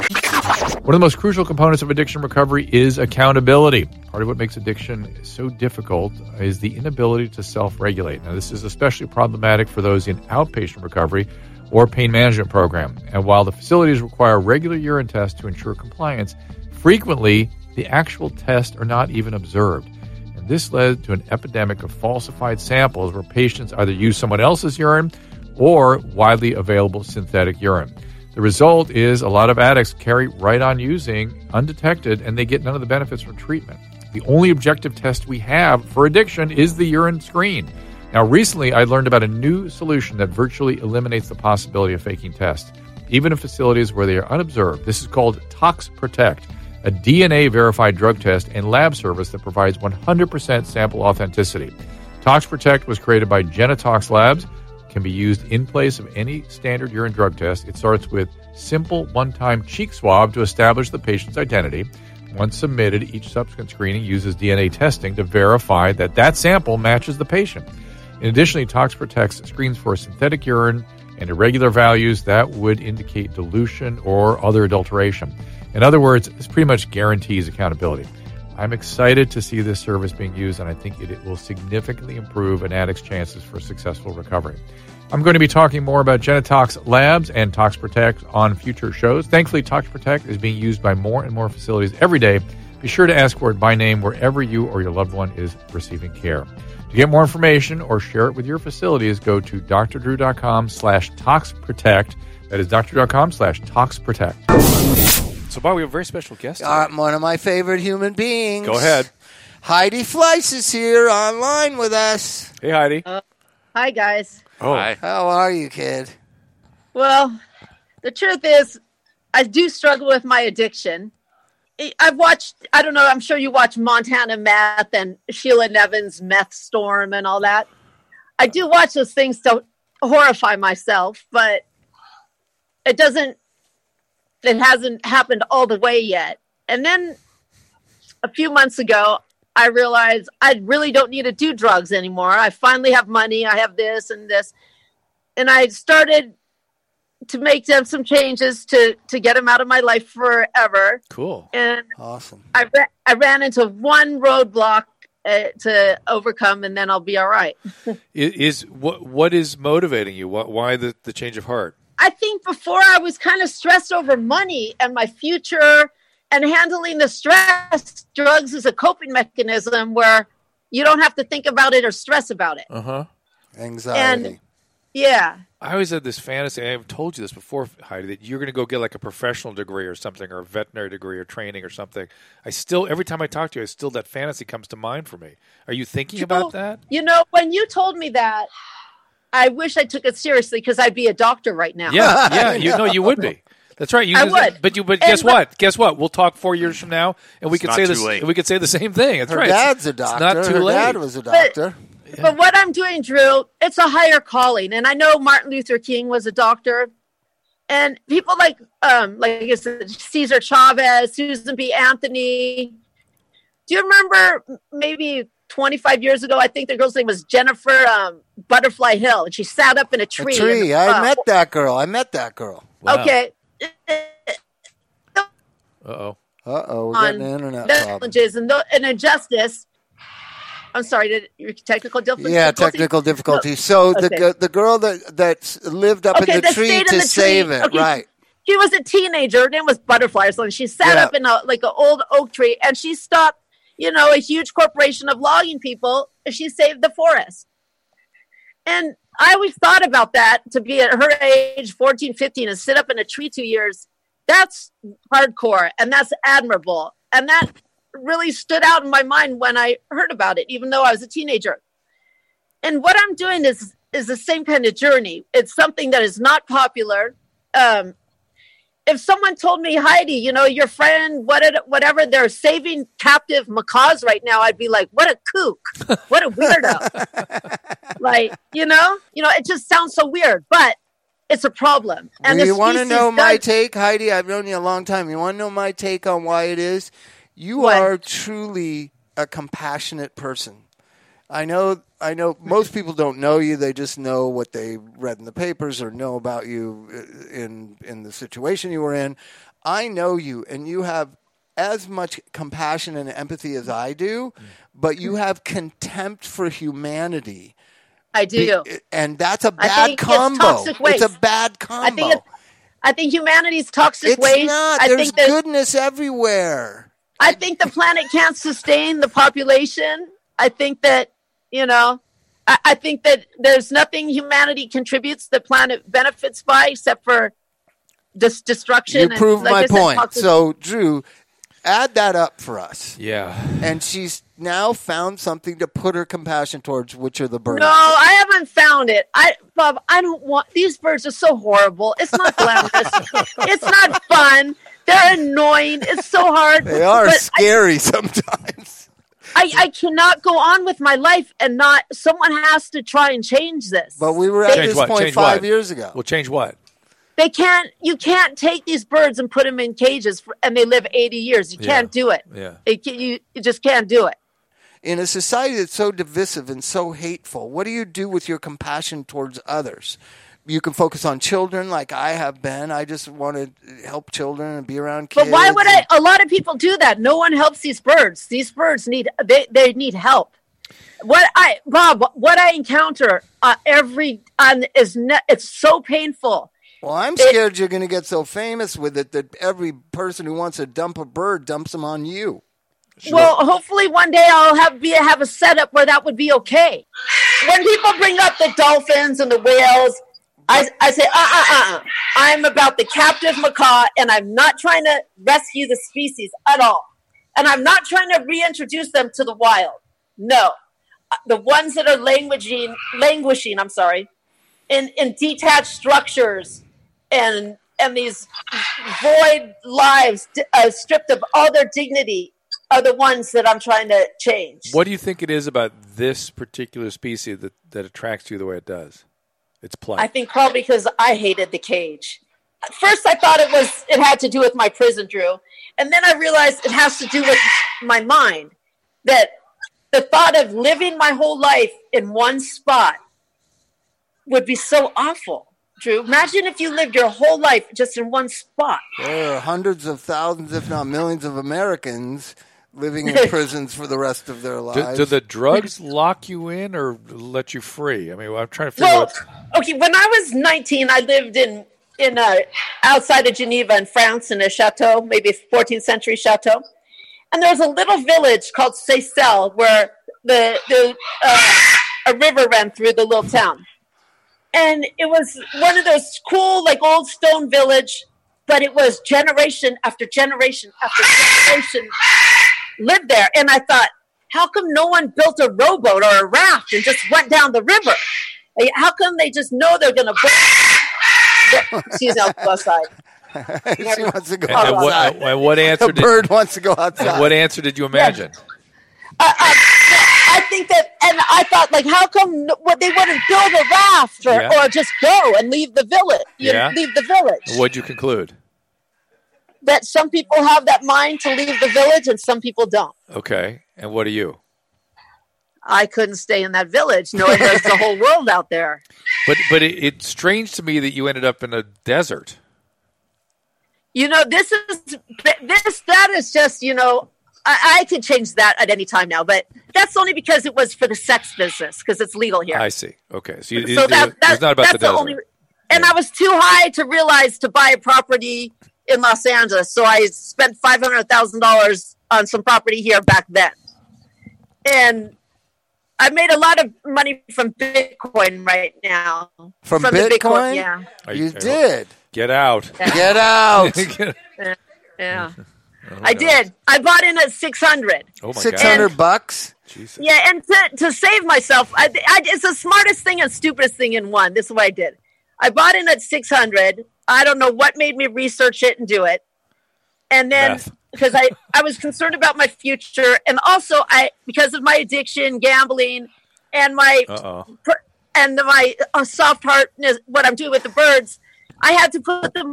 One of the most crucial components of addiction recovery is accountability. Part of what makes addiction so difficult is the inability to self regulate. Now, this is especially problematic for those in outpatient recovery or pain management program. And while the facilities require regular urine tests to ensure compliance, frequently the actual tests are not even observed. And this led to an epidemic of falsified samples where patients either use someone else's urine or widely available synthetic urine. The result is a lot of addicts carry right on using undetected and they get none of the benefits from treatment. The only objective test we have for addiction is the urine screen. Now, recently I learned about a new solution that virtually eliminates the possibility of faking tests, even in facilities where they are unobserved. This is called Tox Protect a DNA verified drug test and lab service that provides 100% sample authenticity. ToxProtect was created by Genetox Labs, can be used in place of any standard urine drug test. It starts with simple one-time cheek swab to establish the patient's identity. Once submitted, each subsequent screening uses DNA testing to verify that that sample matches the patient. And additionally, ToxProtect screens for synthetic urine and irregular values that would indicate dilution or other adulteration. In other words, this pretty much guarantees accountability. I'm excited to see this service being used, and I think it, it will significantly improve an addict's chances for successful recovery. I'm going to be talking more about Genetox Labs and ToxProtect on future shows. Thankfully, ToxProtect is being used by more and more facilities every day. Be sure to ask for it by name wherever you or your loved one is receiving care. To get more information or share it with your facilities, go to drdrew.com slash toxprotect. That is drdrew.com slash toxprotect. So, Bob, we have a very special guest.
Uh, one of my favorite human beings.
Go ahead.
Heidi Fleiss is here online with us.
Hey, Heidi.
Hi, guys.
Oh,
How are you, kid?
Well, the truth is, I do struggle with my addiction. I- I've watched, I don't know, I'm sure you watch Montana Meth and Sheila Nevin's Meth Storm and all that. I do watch those things to horrify myself, but it doesn't, it hasn't happened all the way yet. And then a few months ago, I realized I really don't need to do drugs anymore. I finally have money, I have this and this. And I started to make them some changes to to get him out of my life forever.
Cool.
And
Awesome.
I ra- I ran into one roadblock uh, to overcome, and then I'll be all right.
Is, is what what is motivating you? What, why the, the change of heart?
I think before I was kind of stressed over money and my future and handling the stress. Drugs is a coping mechanism where you don't have to think about it or stress about it.
Uh huh.
Anxiety. Yeah.
I always had this fantasy. and I've told you this before, Heidi, that you're going to go get like a professional degree or something, or a veterinary degree, or training or something. I still, every time I talk to you, I still that fantasy comes to mind for me. Are you thinking about that?
You know, when you told me that, I wish I took it seriously because I'd be a doctor right now.
Yeah, yeah. You know, you would be. That's right. You
I
just-
would.
But you, but
And
guess
when-
what? Guess what? We'll talk four years from now, and we
It's
could
not
say
too
this.
late.
We could say the same thing. That's
Her
right.
dad's a
It's-
doctor.
It's not too
Her
late.
dad was a
doctor. But what I'm doing, Drew, it's a higher calling, and I know Martin Luther King was a doctor, and people like um like I said, Cesar Chavez, Susan B. Anthony. Do you remember m- maybe 25 years ago? I think the girl's name was Jennifer um, Butterfly Hill, and she sat up in a
A
tree.
tree.
in-
I
uh,
met that girl. I met that girl.
Okay,
Uh oh.
Uh oh. We're
on
getting an internet problem.
challenges and, tho- and injustice. I'm sorry, did your technical difficulty?
Yeah, technical difficulty. So the
Okay.
g- the girl that that lived up
Okay,
in the
that
tree
stayed
to
in the
save
tree.
it,
Okay.
right?
she was a teenager. Her name was Butterfly or something. She sat
Yeah.
up in a like an old oak tree and she stopped, you know, a huge corporation of logging people. And she saved the forest. And I always thought about that to be at her age, 14, 15, and sit up in a tree two years. That's hardcore and that's admirable. And that really stood out in my mind when I heard about it, even though I was a teenager and what I'm doing is is the same kind of journey. It's something that is not popular. Um, if someone told me, Heidi, you know, your friend, what it, whatever, they're saving captive macaws right now, I'd be like, what a kook, what a weirdo. like, you know, you know, it just sounds so weird, but it's a problem.
Do
the
you want to
species
know my
does-
take, Heidi? I've known you a long time. You want to know my take on why it is? You are truly a compassionate person. I know. I know. Most people don't know you. They just know what they read in the papers or know about you uh, in in the situation you were in. I know you, and you have as much compassion and empathy as I do, but you have contempt for humanity.
I do.
Be- and that's a
I
bad
think it's
combo.
toxic
It's a
waste.
bad
I
combo.
think it's, I think humanity's toxic
It's
waste.
not.
I
There's
think that,
goodness everywhere.
I think the planet can't sustain the population. I think that, you know, I, I think that there's nothing humanity contributes the planet benefits by except for this destruction.
You
and,
proved
like
my
I said,
point.
toxic-
So, Drew, add that up for us.
Yeah.
And she's now found something to put her compassion towards, which are the birds.
no, I haven't found it. I, Bob, I don't want these birds are so horrible. It's not glamorous. it's not fun. They're annoying. It's so hard.
They are
But I-
scary sometimes.
I, I cannot go on with my life and not. Someone has to try and change this.
But we were at
Change
this
what?
point
Change
five
what?
years ago.
Well, change what?
They can't. You can't take these birds and put them in cages for, and they live eighty years. You
Yeah.
can't do it.
Yeah.
It can, you, you just can't do it.
In a society that's so divisive and so hateful, what do you do with your compassion towards others? You can focus on children like I have been. I just want to help children and be around
But
kids.
why would
and-
I? A lot of people do that. No one helps these birds. These birds need. They they need help. What I Bob, what I encounter uh, every on is ne- it's so painful.
Well, I'm scared you're going to get so famous with it that every person who wants to dump a bird dumps them on you.
Well, uh, hopefully one day I'll have be have a setup where that would be okay. When people bring up the dolphins and the whales, I I say uh uh uh. uh. I'm about the captive macaw, and I'm not trying to rescue the species at all, and I'm not trying to reintroduce them to the wild. No, Uh, the ones that are languishing, languishing. I'm sorry, in in detached structures and and these void lives di- uh, stripped of all their dignity are the ones that I'm trying to change.
What do you think it is about this particular species that, that attracts you the way it does? It's plight.
I think probably because I hated the cage. At first, I thought it was it had to do with my prison, Drew, and then I realized it has to do with my mind. That the thought of living my whole life in one spot would be so awful. Drew. Imagine if you lived your whole life just in one spot.
There are hundreds of thousands, if not millions, of Americans living in prisons for the rest of their
Do,
lives.
do the drugs lock you in or let you free? I mean, I'm trying to figure
No,
out.
okay. When I was 19, I lived in in a outside of Geneva in France in a chateau, maybe 14th century chateau, and there was a little village called Seyssel where the the uh, a river ran through the little town, and it was one of those cool like old stone village, but it was generation after generation after generation lived there, and I thought. How come no one built a rowboat or a raft and just went down the river? Like, How come they just know they're going to? She's out the side.
she wants to go
And- and what-
outside.
and what answer
A
did-
bird wants to go outside.
And what answer did you imagine?
I think that, and I thought, like, how come no, well, they wouldn't build a raft or,
Yeah.
or just go and leave the village? You know,
Yeah.
leave the village.
What'd you conclude?
That some people have that mind to leave the village, and some people don't.
Okay, and what are you?
I couldn't stay in that village, knowing there's the whole world out there.
But but it, it's strange to me that you ended up in a desert.
You know, this is this that is just you know. I, I could change that at any time now, but that's only because it was for the sex business because it's legal here.
I see. Okay, so, you,
so
it,
that, that,
it's not about
that's
the desert.
only. And I was too high to realize to buy a property in Los Angeles, so I spent five hundred thousand dollars on some property here back then, and I made a lot of money from Bitcoin right now.
From
the
Bitcoin?
yeah.
Are
You did.
Get out.
Get out.
yeah, yeah.
Oh,
I
God.
did. I bought in at six hundred.
Oh my God.
600 bucks?
Jesus.
Yeah, and to, to save myself, I, I, it's the smartest thing and stupidest thing in one. This is what I did. I bought in at 600. I don't know what made me research it and do it. And then
Meth.
because I, I was concerned about my future. And also, I because of my addiction, gambling, and my
Uh-oh.
per- and my uh, soft heartness, what I'm doing with the birds, I had to put the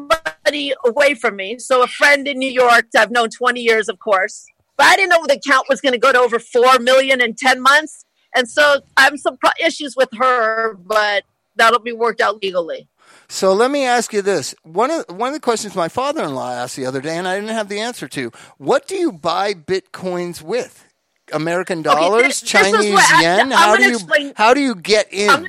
money away from me. So a friend in New York, that I've known 20 years, of course, but I didn't know the count was going to go to over four million in 10 months, and so I'm some pro- issues with her, but that'll be worked out legally.
So let me ask you this. One of one of the questions my father-in-law asked the other day and I didn't have the answer to. What do you buy bitcoins with? American
Okay, thi-
dollars,
this is
Chinese
what I-
yen?
I'm
how do
gonna
you
explain-
how do you get in?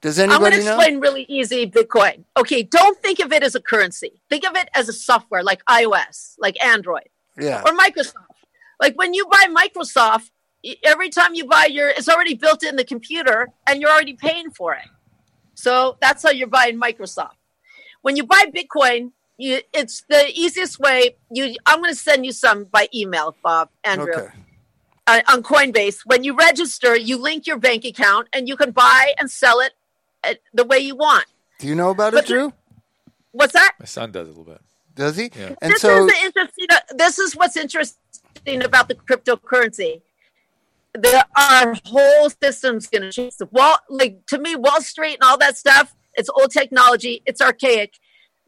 Does anybody
I'm going to
know?
explain really easy Bitcoin. Okay, don't think of it as a currency. Think of it as a software like iOS, like Android,
Yeah.
or Microsoft. Like when you buy Microsoft, y- every time you buy your, it's already built in the computer, and you're already paying for it. So that's how you're buying Microsoft. When you buy Bitcoin, you, it's the easiest way. You, I'm going to send you some by email, Bob, Andrew
Okay.
uh, on Coinbase, when you register, you link your bank account and you can buy and sell it uh, the way you want.
Do you know about it,
But-
Drew?
What's that?
My son does a little bit.
Does he?
Yeah.
And
this
so
is the interesting. uh, This is what's interesting about the cryptocurrency. The, our whole system's going to change. The wall, like to me, Wall Street and all that stuff. It's old technology. It's archaic.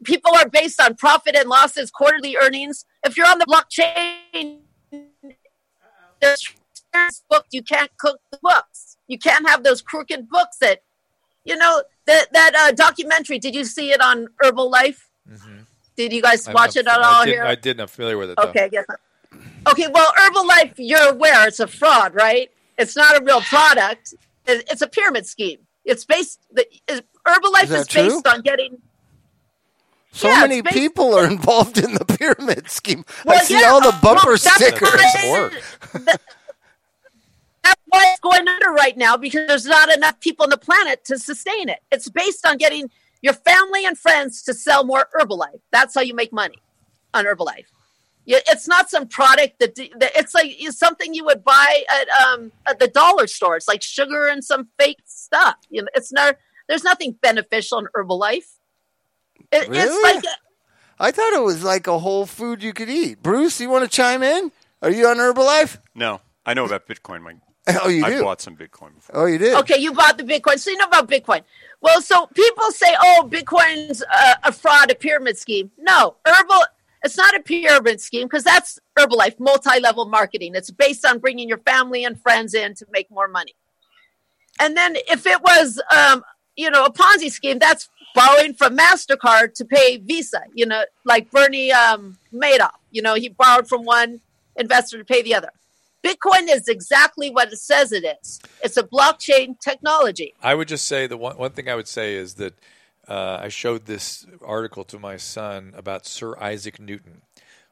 People are based on profit and losses, quarterly earnings. If you're on the blockchain, there's book. You can't cook the books. You can't have those crooked books that, you know, that that uh, documentary. Did you see it on Herbalife? Did you guys
I'm-
watch
I'm-
it at
I
all
didn't-
here?
I didn't. I'm familiar with it. though.
Okay, yes. Okay, well, Herbalife, you're aware it's a fraud, right? It's not a real product. It- It's a pyramid scheme. It's based. The, is, Herbalife
Is
is,
that
based
true?
on getting.
so
yeah,
many
it's based-
people are involved in the pyramid scheme. I
Well,
see
yeah,
all the
uh,
bumper
well, that's
stickers.
why- That's why it's going under right now because there's not enough people on the planet to sustain it. It's based on getting your family and friends to sell more Herbalife. That's how you make money on Herbalife. Yeah, It's not some product that, that it's like it's something you would buy at, um, at the dollar store. It's like sugar and some fake stuff. You know, it's not. There's nothing beneficial in Herbalife. It,
Really?
It's like
I thought it was like a whole food you could eat. Bruce, you want to chime in? Are you on Herbalife?
No, I know about Bitcoin. My,
Oh, you
I
do?
bought some Bitcoin.
Oh, you did.
Okay, you bought the Bitcoin. So you know about Bitcoin. Well, so people say, oh, Bitcoin's a, a fraud, a pyramid scheme. No, herbal. It's not a pyramid scheme because that's Herbalife, multi-level marketing. It's based on bringing your family and friends in to make more money. And then if it was um, you know, a Ponzi scheme. That's borrowing from MasterCard to pay Visa, you know, like Bernie um, Madoff. You know, he borrowed from one investor to pay the other. Bitcoin is exactly what it says it is. It's a blockchain technology.
I would just say the one, one thing I would say is that uh, I showed this article to my son about Sir Isaac Newton,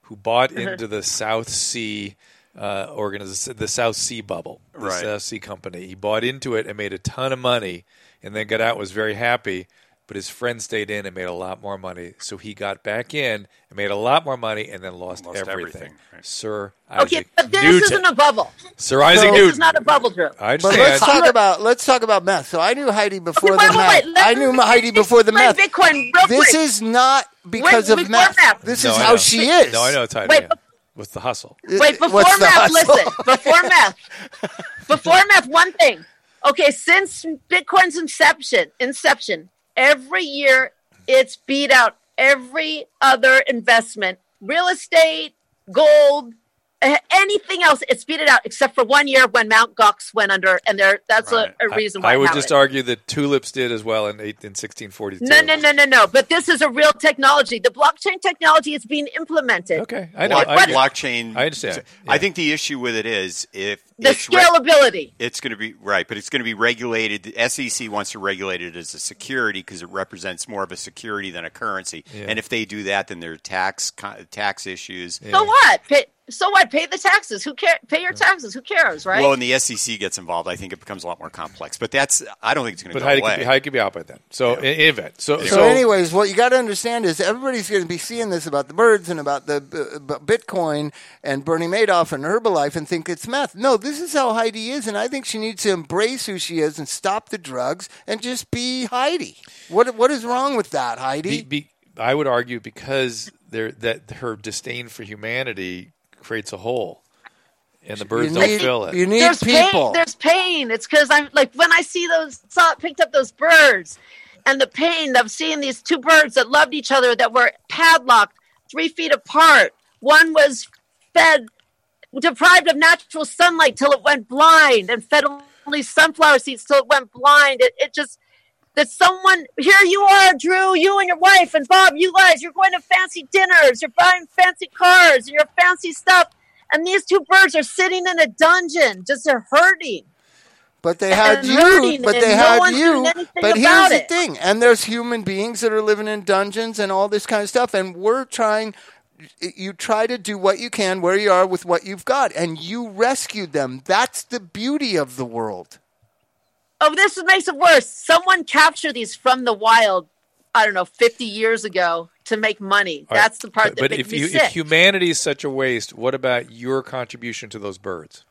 who bought
Mhm.
into the South Sea uh, organization, the South Sea bubble, the
Right.
South Sea company. He bought into it and made a ton of money, and then got out and was very happy. But his friend stayed in and made a lot more money, so he got back in and made a lot more money, and then lost, everything. Sir Isaac
Okay, but this
Newton.
isn't a bubble.
Sir Isaac
this is
Newton.
not a bubble, Drew.
I
But
understand.
let's talk about let's talk about meth. So I knew Heidi before
Okay, wait,
the
wait,
meth.
wait. Let
I
me
knew my Heidi before the
explain
meth.
Bitcoin real
this
quick.
is not because of
Wait, before
meth.
meth.
This
No,
is
I
how
know.
she is.
No, I know it's Heidi.
Wait,
yeah. What's the hustle?
Wait, before
what's the
math,
hustle?
listen. Before math, before math, one thing. Okay, since Bitcoin's inception, inception, every year it's beat out every other investment, real estate, gold, eh, anything else. It's beat it out except for one year when Mount Gox went under, and there that's a, a reason why.
I
it
would
happened.
just argue that tulips did as well in, eight, in 1642.
No, no, no, no, no. But this is a real technology. The blockchain technology is being implemented.
Okay,
Block-
But
blockchain. I
understand.
I think the issue with it is if
the
it's re-
scalability.
It's going to be right, but it's going to be regulated. The SEC wants to regulate it as a security because it represents more of a security than a currency.
Yeah.
And if they do that, then there are tax co- tax issues.
So what? Pay, so what? Pay the taxes. Who care? Pay your taxes. Who cares? Right?
Well, and the SEC gets involved, I think it becomes a lot more complex. But that's I don't think it's going to
But
go
Heidi
away.
could, be, Heidi could be out by then. So, in, in event. So,
So, anyways, what you got to understand is everybody's going to be seeing this about the birds and about the uh, b- Bitcoin and Bernie Madoff and Herbalife and think it's meth. No, this is how Heidi is, and I think she needs to embrace who she is and stop the drugs and just be Heidi. What what is wrong with that,
be,
Heidi?
be, I would argue because there that her disdain for humanity creates a hole, and the birds
You
don't
need-
fill it.
you need
there's Pain, there's pain. It's because I'm like when I see those saw picked up those birds, and the pain of seeing these two birds that loved each other that were padlocked three feet apart. One was fed deprived of natural sunlight till it went blind, and fed only sunflower seeds till it went blind. It, it just that someone here you are, Drew, you and your wife and Bob, you guys, you're going to fancy dinners, you're buying fancy cars, and your fancy stuff. And these two birds are sitting in a dungeon, just are hurting.
But they had
and
you.
learning
But
and
they
no
had
one's
you.
doing anything
But here's
about
the
it.
thing. And there's human beings that are living in dungeons and all this kind of stuff. And we're trying. You try to do what you can where you are with what you've got, and you rescued them. That's the beauty of the world.
Oh, this makes it worse. Someone captured these from the wild, I don't know, 50 years ago to make money.
All right,
That's the part
But,
that
but
makes
if,
me
you,
sick.
if humanity is such a waste, what about your contribution to those birds?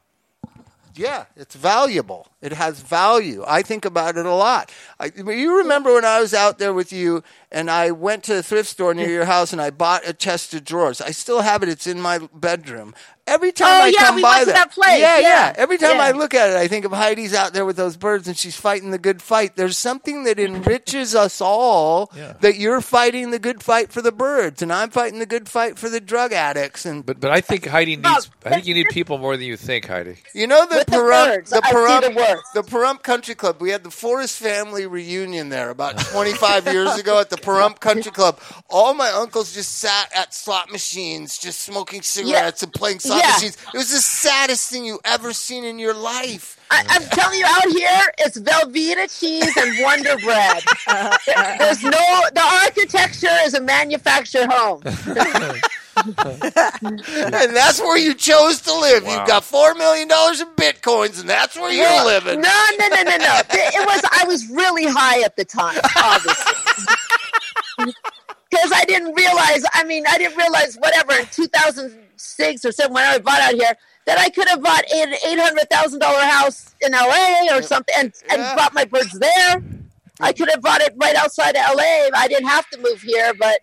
Yeah, it's valuable. It has value. I think about it a lot. I, I mean, you remember when I was out there with you and I went to the thrift store near your house and I bought a chest of drawers. I still have it. It's in my bedroom. Every time
Oh,
I
yeah,
come
we
by
went to
that,
that place.
Yeah,
Yeah.
Every time
Yeah.
I look at it, I think of Heidi's out there with those birds and she's fighting the good fight. There's something that enriches us all that you're fighting the good fight for the birds and I'm fighting the good fight for the drug addicts and
But but I think Heidi needs. I think you need people more than you think, Heidi.
you know the
With the
Pahrump,
birds,
the
I see
Pahrump,
the words.
the Pahrump Country Club. We had the Forrest family reunion there about 25 years ago at the Pahrump Country Club. All my uncles just sat at slot machines, just smoking cigarettes and playing slot
Yeah.
machines. It was the saddest thing you ever seen in your life.
I, I'm telling you, out here, it's Velveeta cheese and Wonder Bread. There- There's no, the architecture is a manufactured home.
and that's where you chose to live.
Wow.
You've got $4 million in bitcoins, and that's where you're
Well,
living.
No, no, no, no, no. It was I was really high at the time, obviously. Because I didn't realize, I mean, I didn't realize whatever in 2006 or seven when I bought out here that I could have bought an $800,000 house in LA or something and, and bought my birds there. I could have bought it right outside of LA. I didn't have to move here, but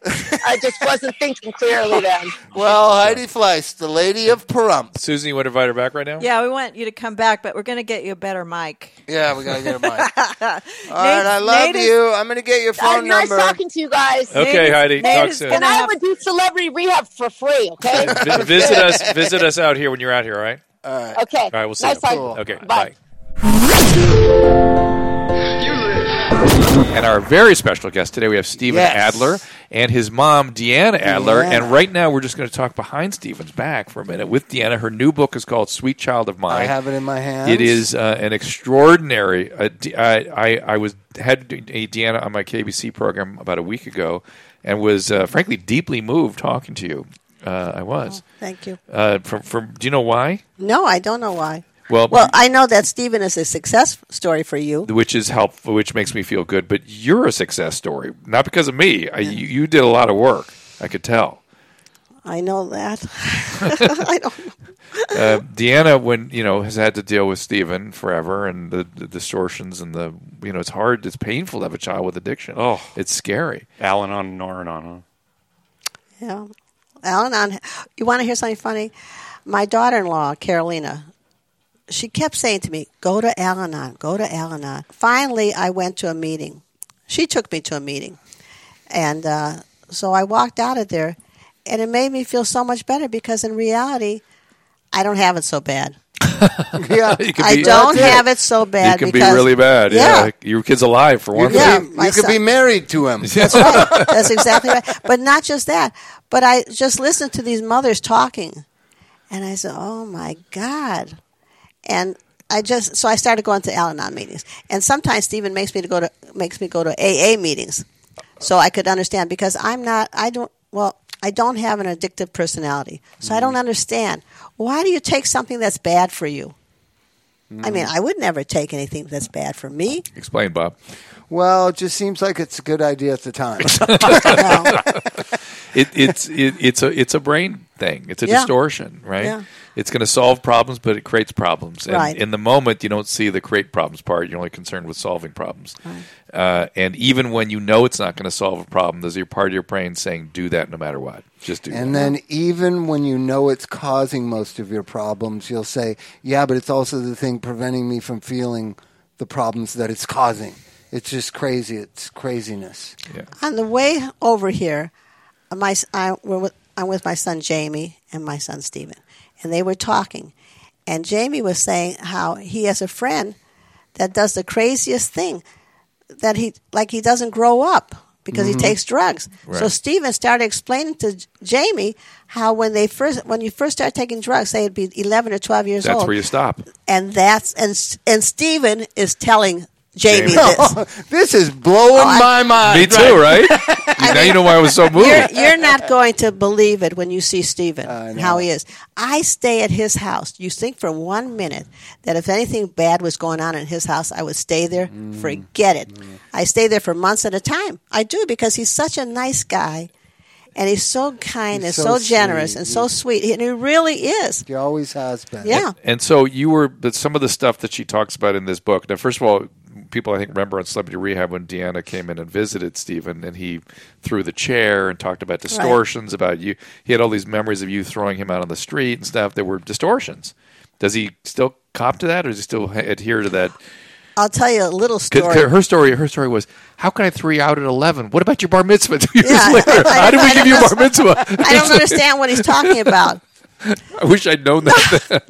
I just wasn't thinking clearly then.
Well, Heidi Fleiss, the lady of Pahrump.
Susan, you want to invite her back right now?
Yeah, we want you to come back, but we're going to get you a better mic.
Yeah, we got to get her mic.
Nate-
All right, I love
Nate is-
you. I'm going to get your phone
nice
number.
talking to you guys.
Okay, Nate is- Heidi, Nate talk is soon.
And
gonna
I
have-
would do celebrity rehab for free. Okay.
Vi- visit us. Visit us out here when you're out here. All right.
All right.
Okay.
All right. We'll see
Nice
you.
talking.
Okay.
Bye.
bye. And our very special guest today, we have Steven
Yes.
Adler and his mom, Deanna Adler.
Deanna.
And right now, we're just going to talk behind Steven's back for a minute with Deanna. Her new book is called Sweet Child of Mine.
I have it in my hand.
It is uh, an extraordinary. Uh, D- I, I I was had a Deanna on my KBC program about a week ago, and was uh, frankly deeply moved talking to you. Uh, I was.
thank you.
Uh, from from do you know why?
No, I don't know why.
Well,
Well, I know that Stephen is a success story for you.
which is helpful, which makes me feel good. But you're a success story, not because of me. I, you, you did a lot of work. I could tell.
I know that. I don't
Uh, Deanna, when you know, has had to deal with Steven forever and the, the distortions and the you know, it's hard. It's painful to have a child with addiction. Oh, it's scary.
Alan on and on and on.
Yeah. Alan on you want to hear something funny? My daughter in law, Carolina, she kept saying to me, Go to Al Anon, go to Al Anon. Finally I went to a meeting. She took me to a meeting. And uh, so I walked out of there and it made me feel so much better because in reality I don't have it so bad.
yeah.
You could
I
be-
don't
That's it.
have it so bad.
you can be
because-
really bad. Yeah. your kid's alive for one
Yeah,
thing.
my You could son- be
married to him.
That's right. That's exactly right. But not just that. But I just listened to these mothers talking, and I said, "Oh my God!" And I just so I started going to Al-Anon meetings, and sometimes Stephen makes me to go to makes me go to AA meetings, so I could understand because I'm not I don't well I don't have an addictive personality, so I don't
Mm.
understand why do you take something that's bad for you. I
Mm.
mean, I would never take anything that's bad for me.
Explain, Bob.
Well, it just seems like it's a good idea at the time.
It, it's it, it's a it's a brain thing. It's a
Yeah.
distortion, right?
Yeah.
It's going to solve problems, but it creates problems. And
Right.
in the moment, you don't see the create problems part. You're only concerned with solving problems. Uh, and even when you know it's not going to solve a problem, there's your part of your brain saying, "Do that no matter what. Just do."
And
that."
then, even when you know it's causing most of your problems, you'll say, Yeah, but it's also the thing preventing me from feeling the problems that it's causing. It's just crazy. It's craziness.
Yeah.
On the way over here, my I, we're with, I'm with my son Jamie and my son Steven, and they were talking, and Jamie was saying how he has a friend that does the craziest thing, that he like he doesn't grow up because
Mm-hmm.
Mhm.
he takes drugs. So
Right.
Steven started explaining to J- Jamie how when they first when you first start taking drugs, say it'd be 11 or 12 years
That's
old,
where you stop.
and that's and S- and Steven is telling Jamie,
Jamie.
this.
this is blowing my mind.
Me too, right? now you know why I was so moved.
You're, you're not going to believe it when you see Steven, how he is. I stay at his house. You think for one minute that if anything bad was going on in his house, I would stay there.
Mm.
Forget it. I stay there for months at a time. I do because he's such a nice guy. And he's so kind
He's
and
so
so, generous
sweet.
and so sweet. And he really is.
He always has been.
Yeah.
And so you were but some of the stuff that she talks about in this book. Now, first of all, people I think remember on Celebrity Rehab when Deanna came in and visited Stephen, and he threw the chair and talked about distortions about you. He had all these memories of you throwing him out on the street and stuff that were distortions. Does he still cop to that, or does he still ha- adhere to that?
I'll tell you a little
'Cause-
story.
'cause her story, her story was, how can I three out at eleven? What about your bar mitzvah two years later?
I-
how did
I
we give you a
don't-
bar mitzvah?
I don't understand what he's talking about.
I wish I'd known that.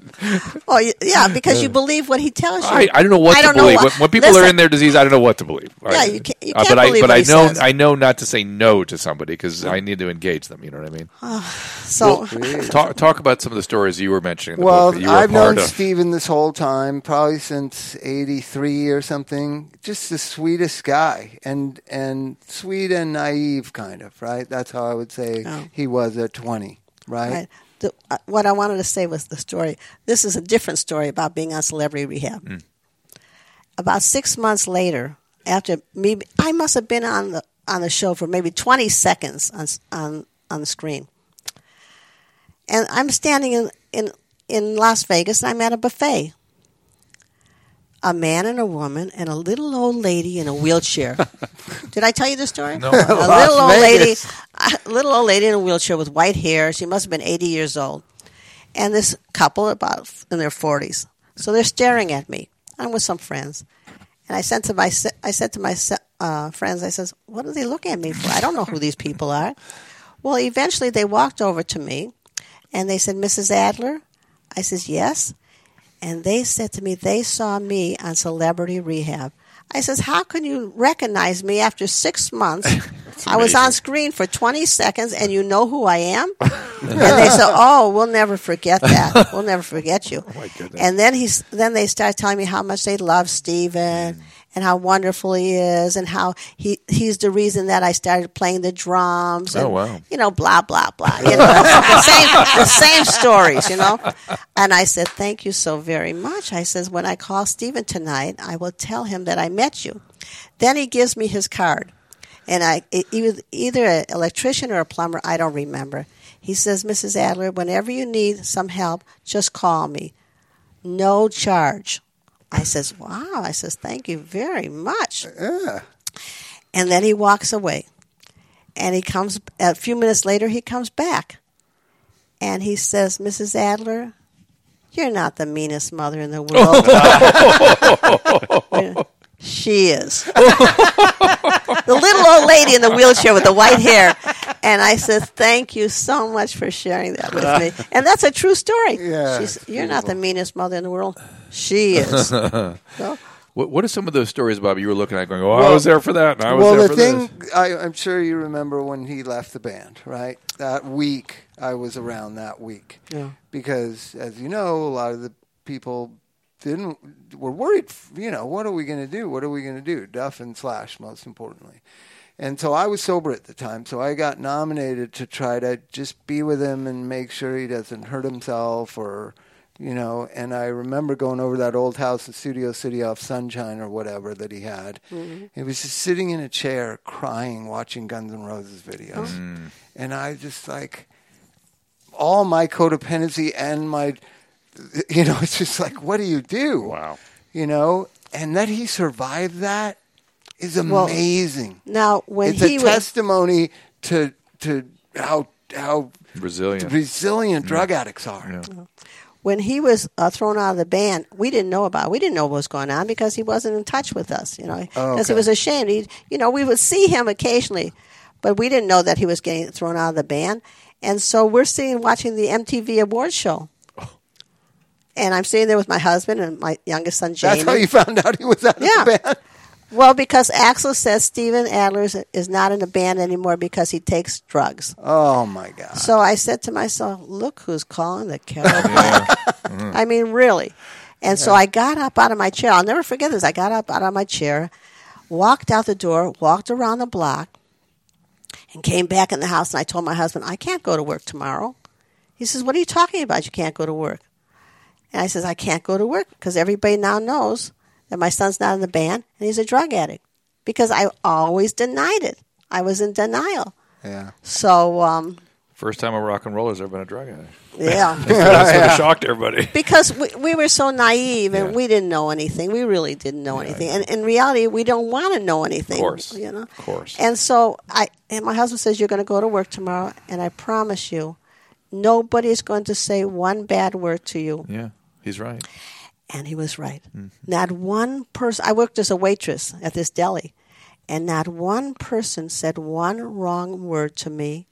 Oh, y- yeah, because you believe what he tells you.
I, I don't know what
I
to
don't know
believe.
what-
when, when people are
Listen,
in their disease, I don't know what to believe. All
Yeah, you can't- you
Uh,
can't
but
believe
I, but
what
I
he
know,
says.
I know not to say no to somebody because I need to engage them. You know what I mean?
Ah, so
Well, talk talk about some of the stories you were mentioning. In the
Well,
book that you were
I've
part
known
of.
Steven this whole time, probably since '83 or something. Just the sweetest guy, and and sweet and naive, kind of right. That's how I would say
Yeah.
he was at 20, right?
Right. The, uh, what I wanted to say was the story. This is a different story about being on celebrity rehab.
Mm.
About six months later, after me, I must have been on the on the show for maybe twenty seconds on s- on on the screen, and I'm standing in in in Las Vegas. and I'm at a buffet. A man and a woman and a little old lady in a wheelchair. Did I tell you this story?
No.
A little
Las
old lady
Vegas.
a little old lady in a wheelchair with white hair. She must have been 80 years old. And this couple, about in their 40s. So they're staring at me. I'm with some friends. And I said to my, I said to my uh, friends, I says, what are they looking at me for? I don't know who these people are. Well, eventually they walked over to me and they said, Mrs. Adler? I says, yes. And they said to me, they saw me on Celebrity Rehab. I says, "How can you recognize me after six months? I was on screen for 20 seconds, and you know who I am." and they said, "Oh, we'll never forget that. We'll never forget you."
Oh,
my goodness.
and then he's then they start telling me how much they love Steven
Mm.
and how wonderful he is, and how he he's the reason that I started playing the drums.
Oh,
and,
wow.
You know, blah blah blah. You know, the same the same stories. You know. And I said, Thank you so very much. I says, When I call Stephen tonight, I will tell him that I met you. Then he gives me his card. And I, it, he was either an electrician or a plumber, I don't remember. He says, Mrs. Adler, whenever you need some help, just call me. No charge. I says, Wow. I says, Thank you very much. And then he walks away. And he comes, a few minutes later, he comes back. And he says, Mrs. Adler, you're not the meanest mother in the
Oh,
world. she is. the little old lady in the wheelchair with the white hair. And I said, Thank you so much for sharing that with me. And that's a true story.
Yeah,
She's,
it's
you're not the
beautiful.
meanest mother in the world. She is. So-
what, what are some of those stories, Bobby? You were looking at going, "Oh, I
Well-
was there for that. And I was
well,
there for
the thing I, I'm sure you remember when he left the band, right? That week I was around that week,
Yeah.
Because as you know, a lot of the people didn't were worried. You know, what are we going to do? What are we going to do? Duff and Slash, most importantly. And so I was sober at the time, so I got nominated to try to just be with him and make sure he doesn't hurt himself or you know, and I remember going over that old house in Studio City off Sunshine or whatever that he had.
Mhm.
He was just sitting in a chair crying, watching Guns N' Roses videos. And I just like all my codependency and my, you know, it's just like, what do you do? Wow. You know, and that he survived that is
Well,
amazing.
now, when
it's
he
a
was-
testimony to to how how
Resilient.
resilient drug addicts are.
when he was uh, thrown out of the band, we didn't know about. It. We didn't know what was going on because he wasn't in touch with us, you know,
Oh,
because
okay.
he was ashamed. He, you know, we would see him occasionally, but we didn't know that he was getting thrown out of the band. And so we're sitting watching the MTV Awards show,
Oh.
and I'm sitting there with my husband and my youngest son Jamie.
That's how you found out he was out of
yeah.
the band.
Well, because Axel says Steven Adler is- is not in the band anymore because he takes drugs.
Oh my god.
So I said to myself, "Look who's calling the kettle black."
Mhm.
I mean, really. And so
Yeah.
I got up out of my chair. I'll never forget this. I got up out of my chair, walked out the door, walked around the block, and came back in the house. And I told my husband, "I can't go to work tomorrow." He says, "What are you talking about? You can't go to work." And I says, "I can't go to work because everybody now knows that my son's not in the band and he's a drug addict because I always denied it. I was in denial."
Yeah.
So um,
First time a rock and roller's ever been a drug addict.
Yeah.
That's what
Yeah.
shocked everybody.
because we, we were so naive and we didn't know anything. We really didn't know anything. And in reality, we don't want to know anything.
Of course.
You know?
Of course.
And so I and my husband says, You're going to go to work tomorrow, and I promise you, nobody's going to say one bad word to you.
Yeah, he's right.
And he was right. Not one person, I worked as a waitress at this deli, and not one person said one wrong word to me.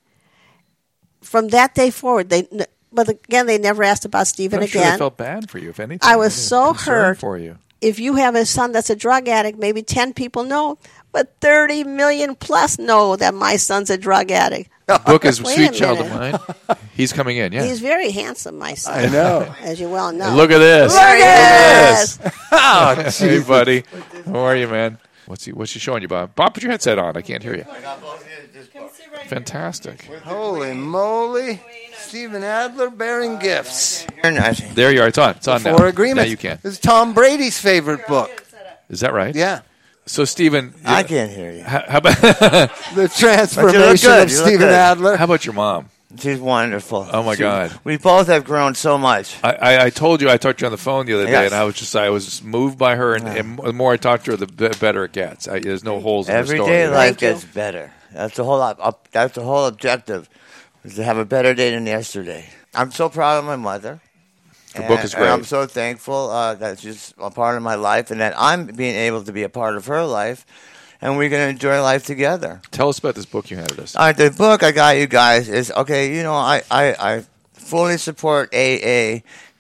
From that day forward, they, n- but again, they never asked about Stephen
I'm
again.
sure they felt bad for you, if anything.
I was
They were
so
concerned
hurt.
for you.
if you have a son that's a drug addict, maybe 10 people know, but 30 million plus know that my son's a drug addict.
The book is
Wait a
Sweet Child of
minute.
Mine. He's coming in. Yeah.
He's very handsome, my son.
I know.
As you well know.
And look at this.
Look at this.
oh, hey,
Jesus.
buddy. How are you, man? What's he, what's she showing you, Bob? Bob, put your headset on. I can't hear you. Fantastic.
Holy moly. Stephen Adler bearing gifts.
There you are. It's on. It's on now.
For agreement.
Now Oh, you can.
This is Tom Brady's favorite book.
Is that right?
Yeah.
So, Stephen.
I
can't hear you. How, how about the
transformation But you look good. of You look Stephen good. Adler?
How about your mom?
She's wonderful.
Oh my
She-
God!
We both have grown so much.
I, I, I told you I talked to you on the phone the other day,
Yes.
and I was just I was just moved by her, and, and the more I talked to her, the be- better it gets. I, there's no holes.
Every
in her story.
day life gets better. That's the whole op- up, that's the whole objective is to have a better day than yesterday. I'm so proud of my mother.
Her
and,
book is
and
great.
I'm so thankful uh, that she's a part of my life and that I'm being able to be a part of her life, and we're going to enjoy life together.
Tell us about this book you had at us.
All right, the book I got you guys is okay. You know, I I, I fully support AA,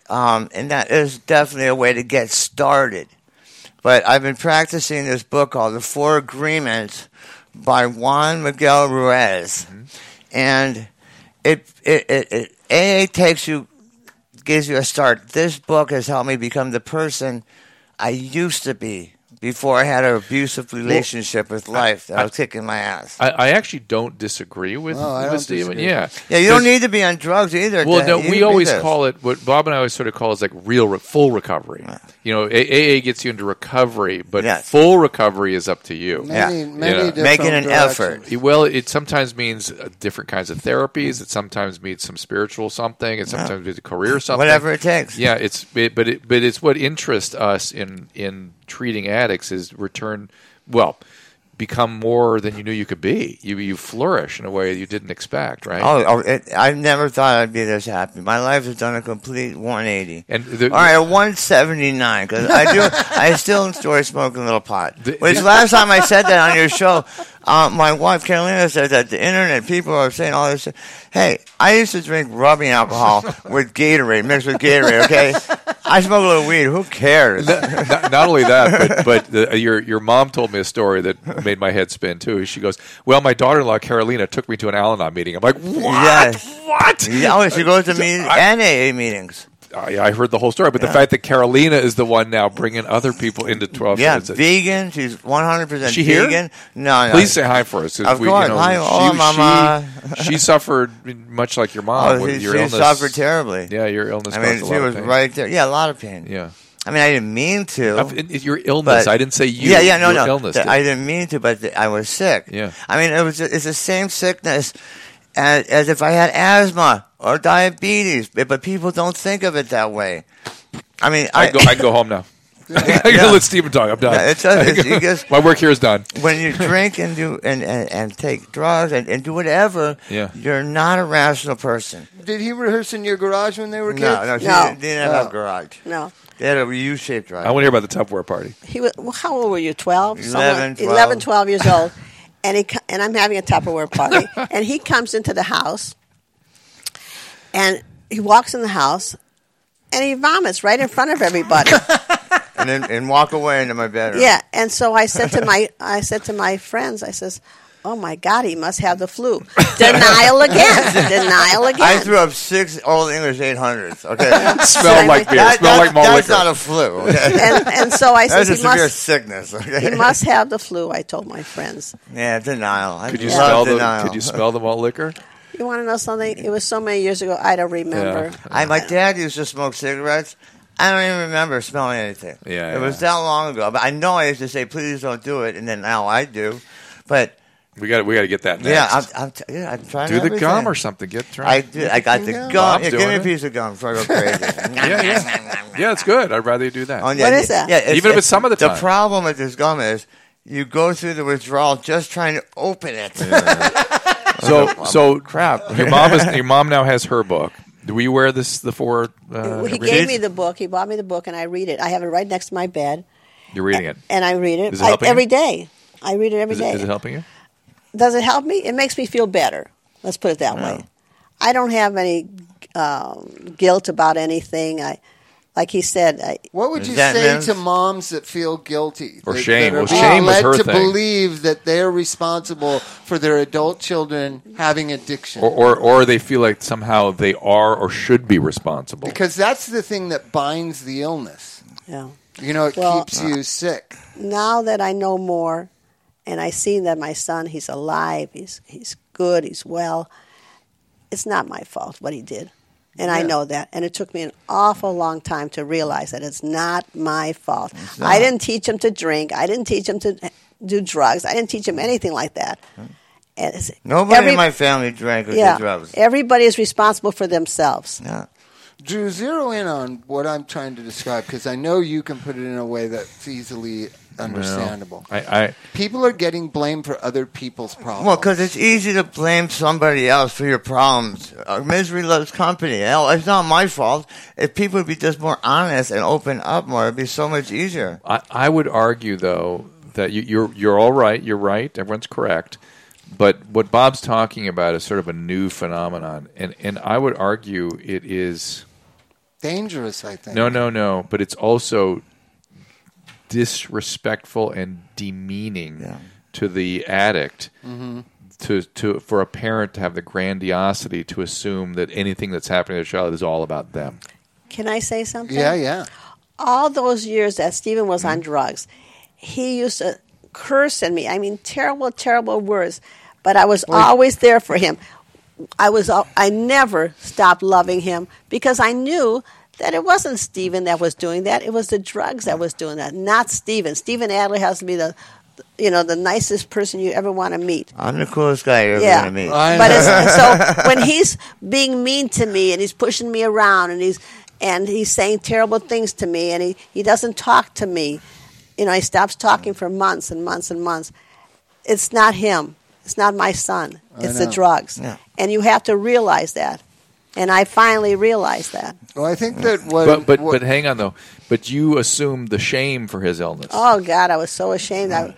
um, and that is definitely a way to get started. But I've been practicing this book called The Four Agreements by Juan Miguel Ruiz. And it, it, it, it, AA takes you, gives you a start. This book has helped me become the person I used to be before I had an abusive relationship with life. that I was kicking my ass.
I, I actually don't disagree with,
Oh, I
with
don't
Steven.
disagree.
Yeah,
Yeah, you don't
There's-
need to be on drugs either.
Well,
to-
no,
you need
we
to be
always
this.
call it what Bob and I always sort of call is like real, re- full recovery. You know, A- AA gets you into recovery, but full recovery is up to you.
Many-
You
many
know?
different Making an directions.
Well, it sometimes means uh, different kinds of therapies. It sometimes means some spiritual something. It sometimes means a career something.
Whatever it takes.
Yeah, it's it, but it, but it's what interests us in in treating addicts is return. Well. Become more than you knew you could be. You you flourish in a way you didn't expect, right?
Oh, oh it, I never thought I'd be this happy. My life has done a complete 180.
And the-
all right, 179 because I do. I still enjoy smoking a little pot. Which
the-
last time I said that on your show, uh, my wife Carolina said that the internet people are saying all this. Shit. Hey, I used to drink rubbing alcohol with Gatorade mixed with Gatorade. Okay, I smoke a little weed. Who cares?
not, not only that, but but the, uh, your your mom told me a story that made my head spin too. She goes, "Well, my daughter-in-law Carolina took me to an Al-Anon meeting." I'm like, "What?
Yes.
What? Uh,
Yeah, oh, she goes to meet NAA meetings."
I, I heard the whole story, but the
Yeah.
fact that Carolina is the one now bringing other people into twelve.
Yeah,
steps, it's-
vegan. She's one hundred
Is
percent
she here?
vegan. No, no.
Please say hi for us.
Of
We- you
course.
know,
Hi,
she-
oh,
she-
mama.
She suffered much like your mom.
Oh,
with
she-
your
she
illness.
suffered terribly.
Yeah, your illness.
I mean,
caused a
she
lot of
was
pain.
right there. Yeah, a lot of pain.
Yeah.
I mean, I didn't mean to.
I've- it- your illness. I didn't say you.
Yeah, yeah, no,
Your
no.
illness
Th-
did.
I didn't mean to, but th- I was sick.
Yeah.
I mean, it was. It's the same sickness as, as if I had asthma or diabetes, but but people don't think of it that way. I mean,
I go. I go home now. I gotta let Steven talk. I'm done.
Yeah, it's, uh, it's, you just,
My work here is done.
When you drink and do and, and, and take drugs and, and do whatever,
Yeah.
you're not a rational person.
Did he rehearse in your garage when they were kids? Oh.
No, no, she
No.
Didn't, didn't have a garage.
No.
They had a U-shaped garage.
I want to hear about the Tupperware party.
He was, well, how old were you? 12?
11, 12.
11, 12 years old. And, he, co- and I'm having a Tupperware party. and he comes into the house and he walks in the house and he vomits right in front of everybody.
and then and walk away into my bedroom.
yeah. And so I said to my, I said to my friends, I says, oh my God, he must have the flu. Denial again. Denial again.
I threw up six Old English 800s. Okay,
Smelled like beer,
That-
smelled
that-
like malt
That's
liquor.
not a flu. Okay?
And, and so I
That's
said,
a
he
severe
must,
sickness. Okay?
he must have the flu, I told my friends.
Yeah, denial. I
Could you
love
smell the?
denial.
Could you smell the malt liquor?
You want to know something? It was so many years ago, I don't remember.
I my dad used to smoke cigarettes. I don't even remember smelling anything.
Yeah,
it
yeah.
was that long ago. But I know I used to say, "Please don't do it," and then now I do. But
We got. We got to get that. Next.
yeah, I'm, I'm, t- yeah, I'm trying.
Do the
everything.
gum or something. Get try.
I did. I got the
Yeah.
gum.
Bob
Yeah, give
doing
me a
it.
piece of gum before I go crazy.
yeah, yeah, yeah. It's good. I'd rather you do that.
Oh, yeah, yeah, Yeah,
even if it's some of the time.
The problem with this gum is you go through the withdrawal just trying to open it.
so, so
crap.
Your mom is. Your mom now has her book. Do we wear this? The four. Uh,
he
every-
gave me the book. He bought me the book, and I read it. I have it right next to my bed,
You're reading it.
and I read it,
Is it
I,
helping
every
you?
day. I read it every
Is
day.
it, is it helping you?
Does it help me? It makes me feel better. Let's put it that
Yeah.
way. I don't have any um, guilt about anything. I, like he said, I,
What would you say to moms that feel guilty
Or
that,
shame.
that are
Well,
being
shame was
led
her
to
thing.
believe that they're responsible for their adult children having addiction?
Or, or, or they feel like somehow they are or should be responsible.
because that's the thing that binds the illness.
Yeah.
You know, it
Well-
keeps you sick.
now that I know more, and I see that my son, he's alive, he's he's good, he's well. It's not my fault what he did, and I
Yeah.
know that. And it took me an awful long time to realize that it's not my fault.
not.
I didn't teach him to drink. I didn't teach him to eh, do drugs. I didn't teach him anything like that. And it's-
Mm. Nobody
every-
in my family drank or
yeah,
did drugs.
everybody is responsible for themselves.
Drew, zero in on what I'm trying to describe because I know you can put it in a way that's easily understandable.
I, I,
People are getting blamed for other people's problems.
Well, because it's e- easy to blame somebody else for your problems. Uh, misery loves company. Hell, it's not my fault. If people would be just more honest and open up more, it'd be so much easier.
I, I would argue though that you, you're you're all right. You're right. Everyone's correct. But what Bob's talking about is sort of a new phenomenon, and and I would argue it is
dangerous, I think.
no, no, no. But it's also disrespectful and demeaning to the addict
Mhm.
to, to for a parent to have the grandiosity to assume that anything that's happening to their child is all about them.
Can I say something?
yeah.
all those years that Stephen was
Mm-hmm.
on drugs, he used to curse at me. I mean, terrible, terrible words. But I was
Well, he-
always there for him. I was. al- I never stopped loving him because I knew that it wasn't Stephen that was doing that. It was the drugs that was doing that, not Stephen. Stephen Adler has to be the, you know, the nicest person you ever want to meet.
I'm the coolest guy you're
Yeah.
ever going to meet.
But it's, so when he's being mean to me and he's pushing me around and he's and he's saying terrible things to me and he, he doesn't talk to me, you know, he stops talking for months and months and months. It's not him. It's not my son.
I
It's the
know.
drugs.
Yeah.
And you have to realize that. And I finally realized that.
Well, I think that what.
but but
what-
but hang on though. But you assumed the shame for his illness.
Oh God, I was so ashamed. I was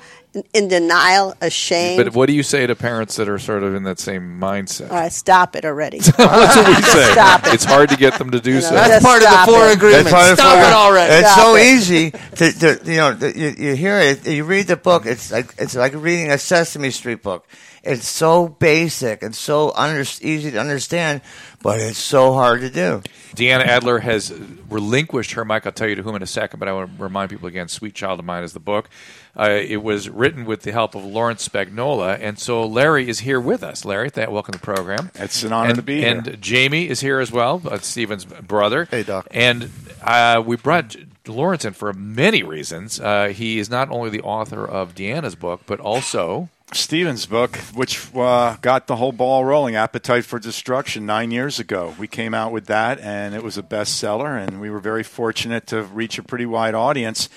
in denial, ashamed.
But what do you say to parents that are sort of in that same mindset?
All right, stop it already.
That's what we say.
Stop it.
It's hard to get them to do
You know,
so.
That's just part of the stop four it. agreements.
That's part of the
Stop
four-
it already.
It's
Stop
so
it.
easy to, to you know that you, you hear it, you read the book. It's like it's like reading a Sesame Street book. It's so basic and so under, easy to understand, but it's so hard to do.
Deanna Adler has relinquished her mic. I'll tell you to whom in a second, but I want to remind people again Sweet Child of Mine is the book. Uh, it was written with the help of Lawrence Spagnola, and so Larry is here with us. Larry, th- welcome to the program.
It's an honor
and,
to be here.
And Jamie is here as well, uh, Stephen's brother. Hey, Doc. And uh, we brought Lawrence in for many reasons. Uh, he is not only the author of Deanna's book, but also.
Stevens' book, which uh, got the whole ball rolling, Appetite for Destruction, nine years ago. We came out with that, and it was a bestseller, and we were very fortunate to reach a pretty wide audience.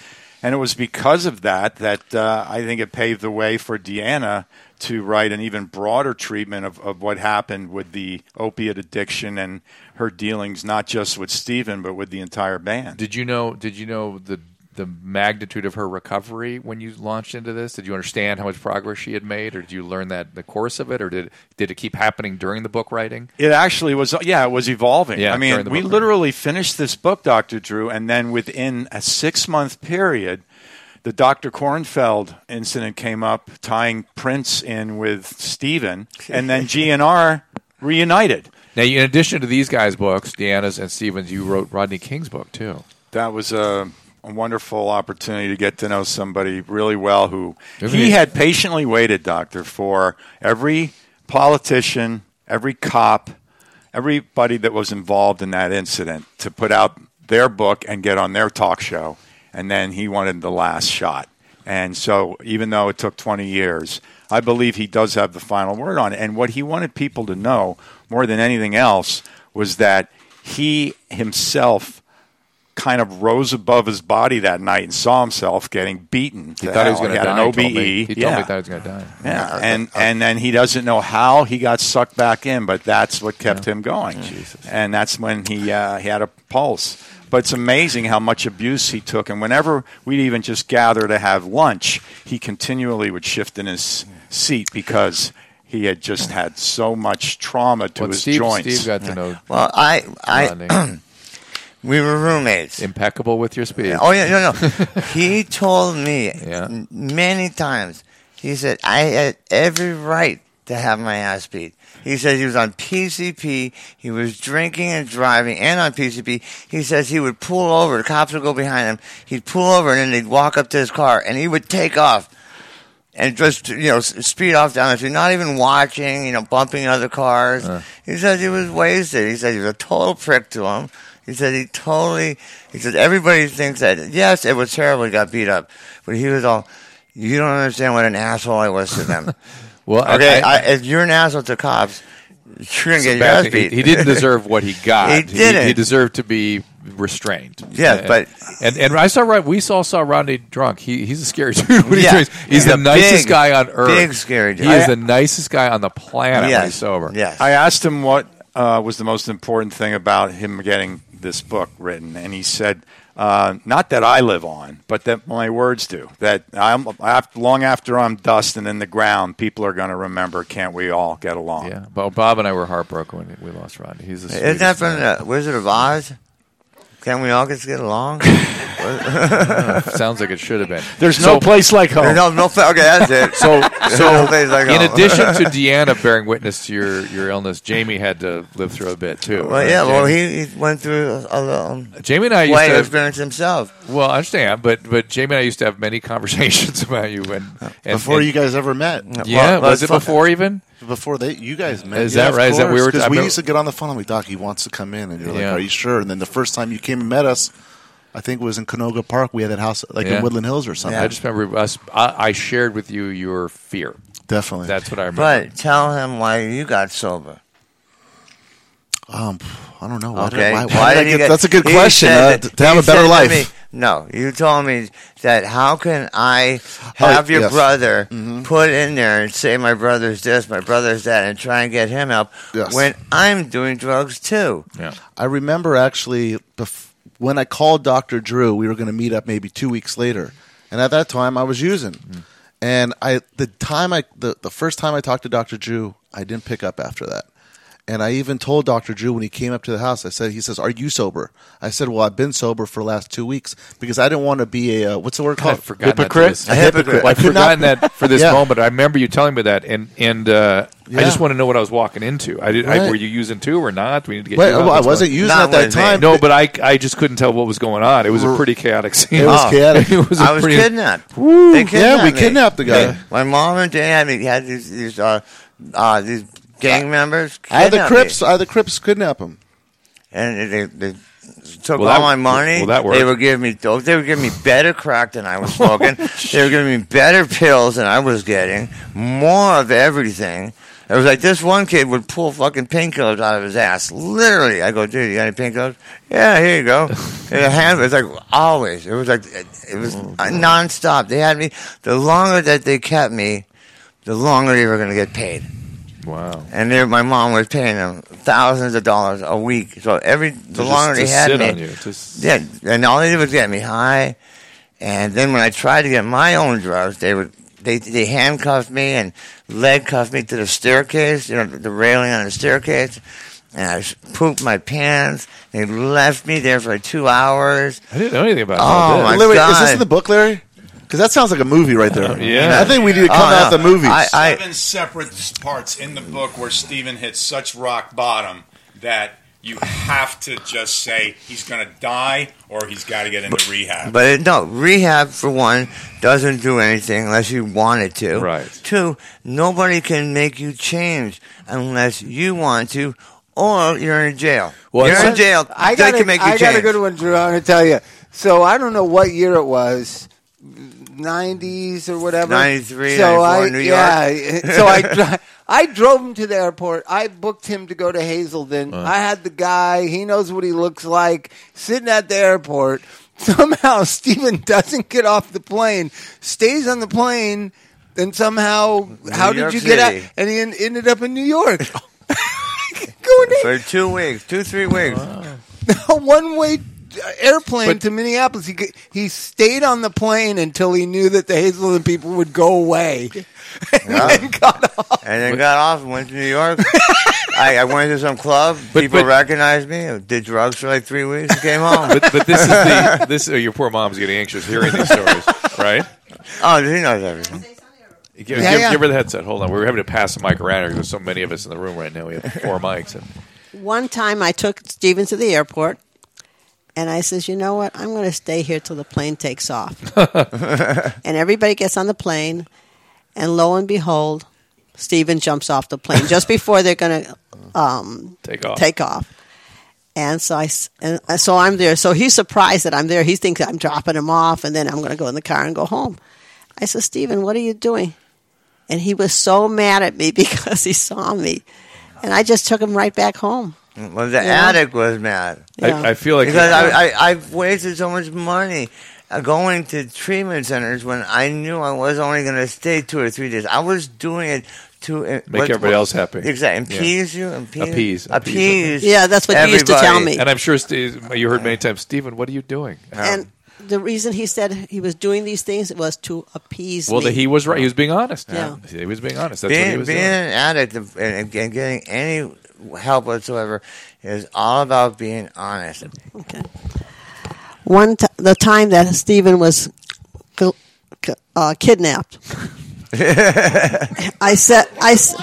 And it was because of that that uh, I think it paved the way for Deanna to write an even broader treatment of, of what happened with the opiate addiction and her dealings, not just with Stephen, but with the entire band.
Did you know? Oh, Did you know the the magnitude of her recovery when you launched into this? Did you understand how much progress she had made, or did you learn that in the course of it, or did did it keep happening during the book writing?
It actually was, yeah, it was evolving.
Yeah,
I
during
mean,
the
we
book.
literally finished this book, Dr. Drew, and then within a six month period, the Dr. Kornfeld incident came up, tying Prince in with Steven, and then GNR reunited.
Now, in addition to these guys' books, Deanna's and Stevens, you wrote Rodney King's book too.
That was a, a wonderful opportunity to get to know somebody really well who
Isn't
he
he-
had patiently waited, Doctor, for every politician, every cop, everybody that was involved in that incident to put out their book and get on their talk show. And then he wanted the last shot. And so, even though it took 20 years, I believe he does have the final word on it. And what he wanted people to know more than anything else was that he himself kind of rose above his body that night and saw himself getting beaten.
He thought
to
he
hell.
was going to
had
die.
An
He
OBE.
told me- he told me
yeah.
he thought he was going to die.
Yeah, and and then he doesn't know how he got sucked back in, but that's what kept him going. And that's when he uh, he had a pulse. But it's amazing how much abuse he took. And whenever we'd even just gather to have lunch, he continually would shift in his seat because he had just had so much trauma to
Well,
his
Steve-
joints.
Steve got to know-
Well, I
Rodney.
I we were roommates.
Impeccable with your speech.
Oh yeah, no, no. he told me m- many times. He said I had every right to have my ass beat. He said he was on PCP. He was drinking and driving, and on PCP. He says he would pull over. The cops would go behind him. He'd pull over, and then they'd walk up to his car, and he would take off. And just you know, s- speed off down the street, not even watching, you know, bumping other cars.
Uh.
He said he was wasted. He said he was a total prick to him. He said he totally. He said everybody thinks that. Yes, it was terrible. He got beat up, but he was all. You don't understand what an asshole I was to them.
Well, I-
okay,
I-
I, if you're an asshole to cops, you're gonna
So
get your
bad
ass
that
beat.
He, he didn't deserve what he got.
He didn't.
He, deserved to be restrained.
Yeah,
And-
but-
and and I saw Rod- we all saw Rodney drunk. He he's a scary dude when he
Yeah.
drinks. He's
Yeah.
the nicest
Big,
guy on earth.
big scary dude.
He is
I-
the nicest guy on the planet when he's
Yes.
sober.
I asked him what uh, was the most important thing about him getting this book written, and he said, uh, "Not that I live on, but that my words do. That I'm af long after I'm dust and in the ground, people are going to remember. Can't we all get along?"
Yeah. But Bob and I were heartbroken when we lost Rodney. He's the
Isn't that
sweetest
from
man.
the Wizard of Oz? Can we all just get along?
Sounds like it should have been.
There's no place like home. There's no- no pla- okay, that's it.
So, so
No place like
in
home.
addition to Deanna bearing witness to your, your illness, Jamie had to live through a bit too.
Well,
right,
yeah. Well,
Jamie?
he, he went through a little
Jamie and I used
quite
to have-
experience himself.
Well, I understand, but but Jamie and I used to have many conversations about you when and,
Uh, before
and-
you guys ever met.
Yeah, was it before even?
Before they, you guys met.
Is
yeah,
that
of
right? Is that we
course,
were-
'cause
I
we
remember-
used to get on the phone and we, Doc, he wants to come in, and you're
Yeah.
like, "Are you sure?" And then the first time you came and met us, I think was in Canoga Park. We had that house like
Yeah.
in Woodland Hills or something.
I just remember us. I, I shared with you your fear.
Definitely.
That's what I remember.
But tell him why you got sober.
Um, I don't know. Why did-
Okay,
why- why
Why
did I
did you
get-
get-
that's a good
he
question,
said
uh,
that-
to have
he
a better
said
life.
me- no, you told me that. How can I have your
Oh, yes. Mm-hmm.
brother put in there and say my brother's this, my brother's that, and try and get him help
Yes.
when I'm doing drugs too?
Yeah.
I remember actually bef- when I called Dr. Drew, we were going to meet up maybe two weeks later. And at that time, I was using.
Mm.
And I, the time I, the, the first time I talked to Dr. Drew, I didn't pick up after that. And I even told Dr. Drew when he came up to the house, I said, he says, Are you sober? I said, Well, I've been sober for the last two weeks because I didn't want to be a, uh, what's the word called?
I'd forgotten that for this-
A hypocrite.
Well, I'd
I could not-
forgotten that for this
Yeah.
moment. I remember you telling me that, and and uh, I
Yeah.
just want to know what I was walking into. I, did, I
Right.
were you using two or not? We need to get.
Wait,
you
well,
out.
I
What's
wasn't
going-
using Not at that with me. time,
No,
but-
but I I just couldn't tell what was going on. It was a pretty chaotic scene.
It was chaotic.
It was a
I was
pretty-
kidnapped.
Woo.
They
Yeah,
kidnapped
we
me.
kidnapped the guy.
They- my mom and dad they had these these, uh, uh, these gang members.
I had the
kidnapped me.
Crips, I had the Crips kidnap him.
and they, they took
Well,
all my
that-
money.
well, that worked.
they were giving me dope. They were giving me better crack than I was smoking.
Oh,
they were giving me better pills than I was getting. More of everything. It was like this one kid would pull fucking painkillers out of his ass. Literally, I go, dude, you got any painkillers? Yeah, here you go. And the hand was like always. It was like it, it was
Oh,
nonstop. They had me. The longer that they kept me, the longer they were going to get paid.
Wow.
And then my mom was paying them thousands of dollars a week. So every the
just-
longer they
just
had
sit
me,
on you, just-
yeah, and all they did was get me high. And then when I tried to get my own drugs, they would they they handcuffed me and leg cuffed me to the staircase, you know, the railing on the staircase. And I s- pooped my pants. They left me there for two hours.
I didn't know anything about
oh
Well,
my
wait, wait,
god!
Is this in the book, Larry? Because that sounds like a movie right there.
Yeah.
I think we need to come
Oh,
out
no.
the movies.
seven separate parts in the book where Steven hits such rock bottom that you have to just say he's going to die or he's got to get into rehab.
But it, no, rehab for one doesn't do anything unless you want it to. Right. Two, nobody can make you change unless you want to, or you're in jail. you're in jail.
I
they
got,
can
a,
make you
I got
change.
a good one, Drew. I'm going to tell you. So I don't know what year it was. 90s or whatever.
93,
so
94,
I,
New York.
Yeah. So I, dri- I drove him to the airport. I booked him to go to Hazelden.
Uh.
I had the guy. He knows what he looks like sitting at the airport. Somehow Steven doesn't get off the plane, stays on the plane, and somehow, how
York
did you get out?
City.
And he en- ended up in New York.
For two weeks, two
Oh.
three weeks.
a one way uh, airplane to Minneapolis. He g- he stayed on the plane until he knew that the Hazelden people would go away.
And then got off and went to New York. I, I went to some club. People recognized me. Did drugs for like three weeks. Came home.
But, but this is the this. Oh, your poor mom's getting anxious hearing these stories, right?
Oh, he knows everything.
Give,
Yeah,
give,
yeah.
give her the headset. Hold on, we're having to pass the mic around here 'cause there's so many of us in the room right now. We have four mics. And,
One time I took Steven to the airport and I says, you know what? I'm going to stay here till the plane takes off. and everybody gets on the plane and lo and behold, Steven jumps off the plane just before they're going to um,
Take off.
Take off. And so I s- and uh, so I'm there. So he's surprised that I'm there. He thinks I'm dropping him off and then I'm going to go in the car and go home. I said, "Steven, what are you doing?" And he was so mad at me because he saw me. And I just took him right back home.
Well, the
Yeah.
addict was mad.
I- I
feel like-
because I, I I've wasted so much money uh, going to treatment centers when I knew I was only going to stay two or three days. I was doing it to uh,
Make
what-
everybody else happy.
Exactly,
Yeah.
appease you, appease,
Appease, appease,
appease.
Yeah, that's what he used to tell
everybody.
me.
and I'm sure Steve, you heard many times, Stephen, what are you doing? How-
And the reason he said he was doing these things was to appease
well,
me.
that he was right. He was being honest.
Yeah.
he was being honest. That's
being,
what he was
being
doing.
an addict and, and and getting any help whatsoever is all about being honest.
Okay. one t- the time that Stephen was ki- ki- uh, kidnapped. I said, I. s-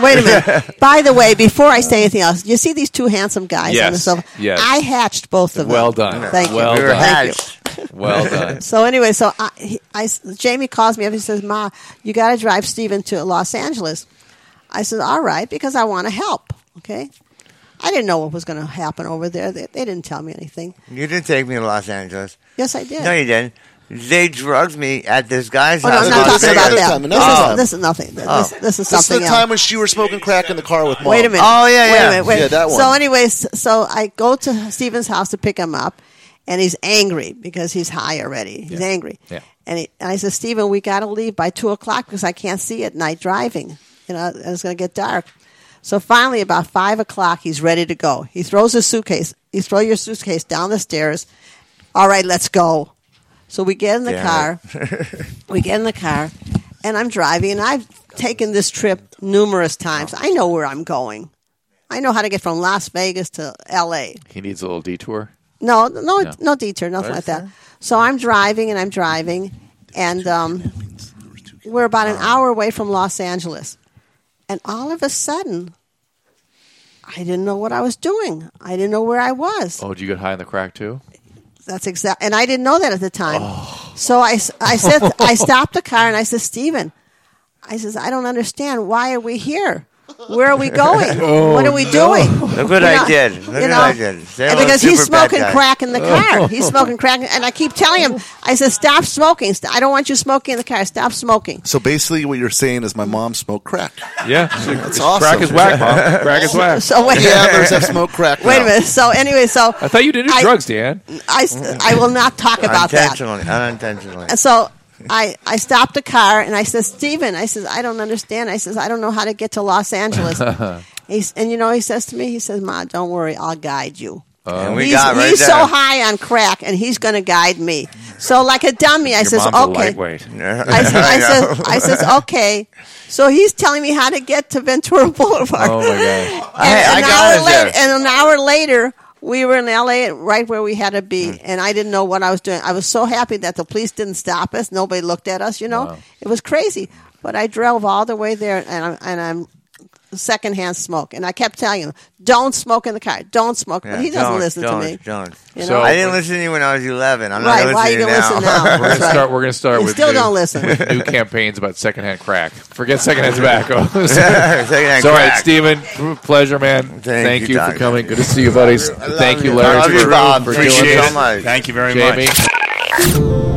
Wait a minute. By the way, before I say anything else, you see these two handsome guys on the
Yes,
sofa.
yes.
I hatched both of them.
Well done.
Thank you.
Well done.
Thank you.
Well done.
So anyway, so I, he, I, Jamie calls me up. He says, "Ma, you got to drive Steven to Los Angeles." I said, "All right," because I want to help. Okay, I didn't know what was going to happen over there. They, they didn't tell me anything.
You didn't take me to Los Angeles.
Yes, I did.
No, you didn't. They drugged me at this guy's
Oh, no,
house.
I'm not
Las
talking about
Vegas.
that. This is-
Oh.
this is nothing. This-
Oh.
this is
This is the
something else.
time when she was smoking crack in the car with mom.
Wait a minute.
Oh,
Wait a minute, wait.
Oh, Yeah, that one.
So, anyways, so I go to Steven's house to pick him up, and he's angry because he's high already. He's
Yeah.
angry.
Yeah.
And, he, and I said, Steven, we got to leave by two o'clock because I can't see at night driving. You know, and it's going to get dark. So finally, about five o'clock, he's ready to go. He throws his suitcase. He throw your suitcase down the stairs. All right, let's go. So we get in the car. We get in the car, and I'm driving, and I've taken this trip numerous times. I know where I'm going. I know how to get from Las Vegas to L.A.
He needs a little detour.
No, no,
No.
no, detour, nothing
Right.
like that. So I'm driving and I'm driving, and um, we're about an hour away from Los Angeles, and all of a sudden, I didn't know what I was doing. I didn't know where I was.
Oh, did you get high on the crack too?
That's exact, and I didn't know that at the time.
Oh.
So I, s- I said, I stopped the car and I said, Steven, I says, I don't understand. Why are we here? Where are we going? what are
Oh,
we doing?
Look what
You
I
know,
did. Look what I did. Say
and
I'm a
because he's
super bad
smoking
guy.
crack in the car. He's smoking crack, and I keep telling him, I said, stop smoking. St- I don't want you smoking in the car. Stop smoking.
So basically, what you're saying is my mom smoked crack.
Yeah,
that's awesome.
Crack is whack, mom. Crack is whack.
So wait,
Yeah, there's that smoke crack.
Wait a
now.
minute. So anyway, so
I thought you did
I-
drugs, Dan.
I, s- I will not talk about that.
Unintentionally. Unintentionally.
And so I, I stopped the car and I said, Steven, I says, I don't understand. I says, I don't know how to get to Los Angeles. He's, and you know, he says to me, he says, Ma, don't worry, I'll guide you.
And we
he's
got right
he's
there.
so high on crack and he's going to guide me. So, like a dummy, I
Your
says,
mom's a
okay.
lightweight.
I, said, I, said, I says, okay. So he's telling me how to get to Ventura Boulevard.
Oh my god.
And,
I- I
an
got
hour
it there.
later, and an hour later, we were in LA, right where we had to be,
Mm.
and I didn't know what I was doing. I was so happy that the police didn't stop us. Nobody looked at us. You know,
Wow.
it was crazy. But I drove all the way there, and I'm, and I'm secondhand smoke, and I kept telling him, "Don't smoke in the car. Don't smoke."
Yeah,
but he doesn't
don't,
listen
don't,
to me.
Don't.
You know?
I didn't listen to you when I was 11. I'm
Right,
not
why you
listening
gonna
now.
listen now?
We're gonna start. We're gonna start
You
with
still
new,
don't listen.
with new campaigns about secondhand crack. Forget secondhand tobacco.
Secondhand
so, all right,
crack.
Stephen, pr- pleasure, man. Thank,
you,
you, for
Doc.
coming. Good to see you, buddies. Thank you, Larry.
I love
for-
you, Bob.
for doing
Appreciate
this.
it so much. Thank you very
Jamie.
much.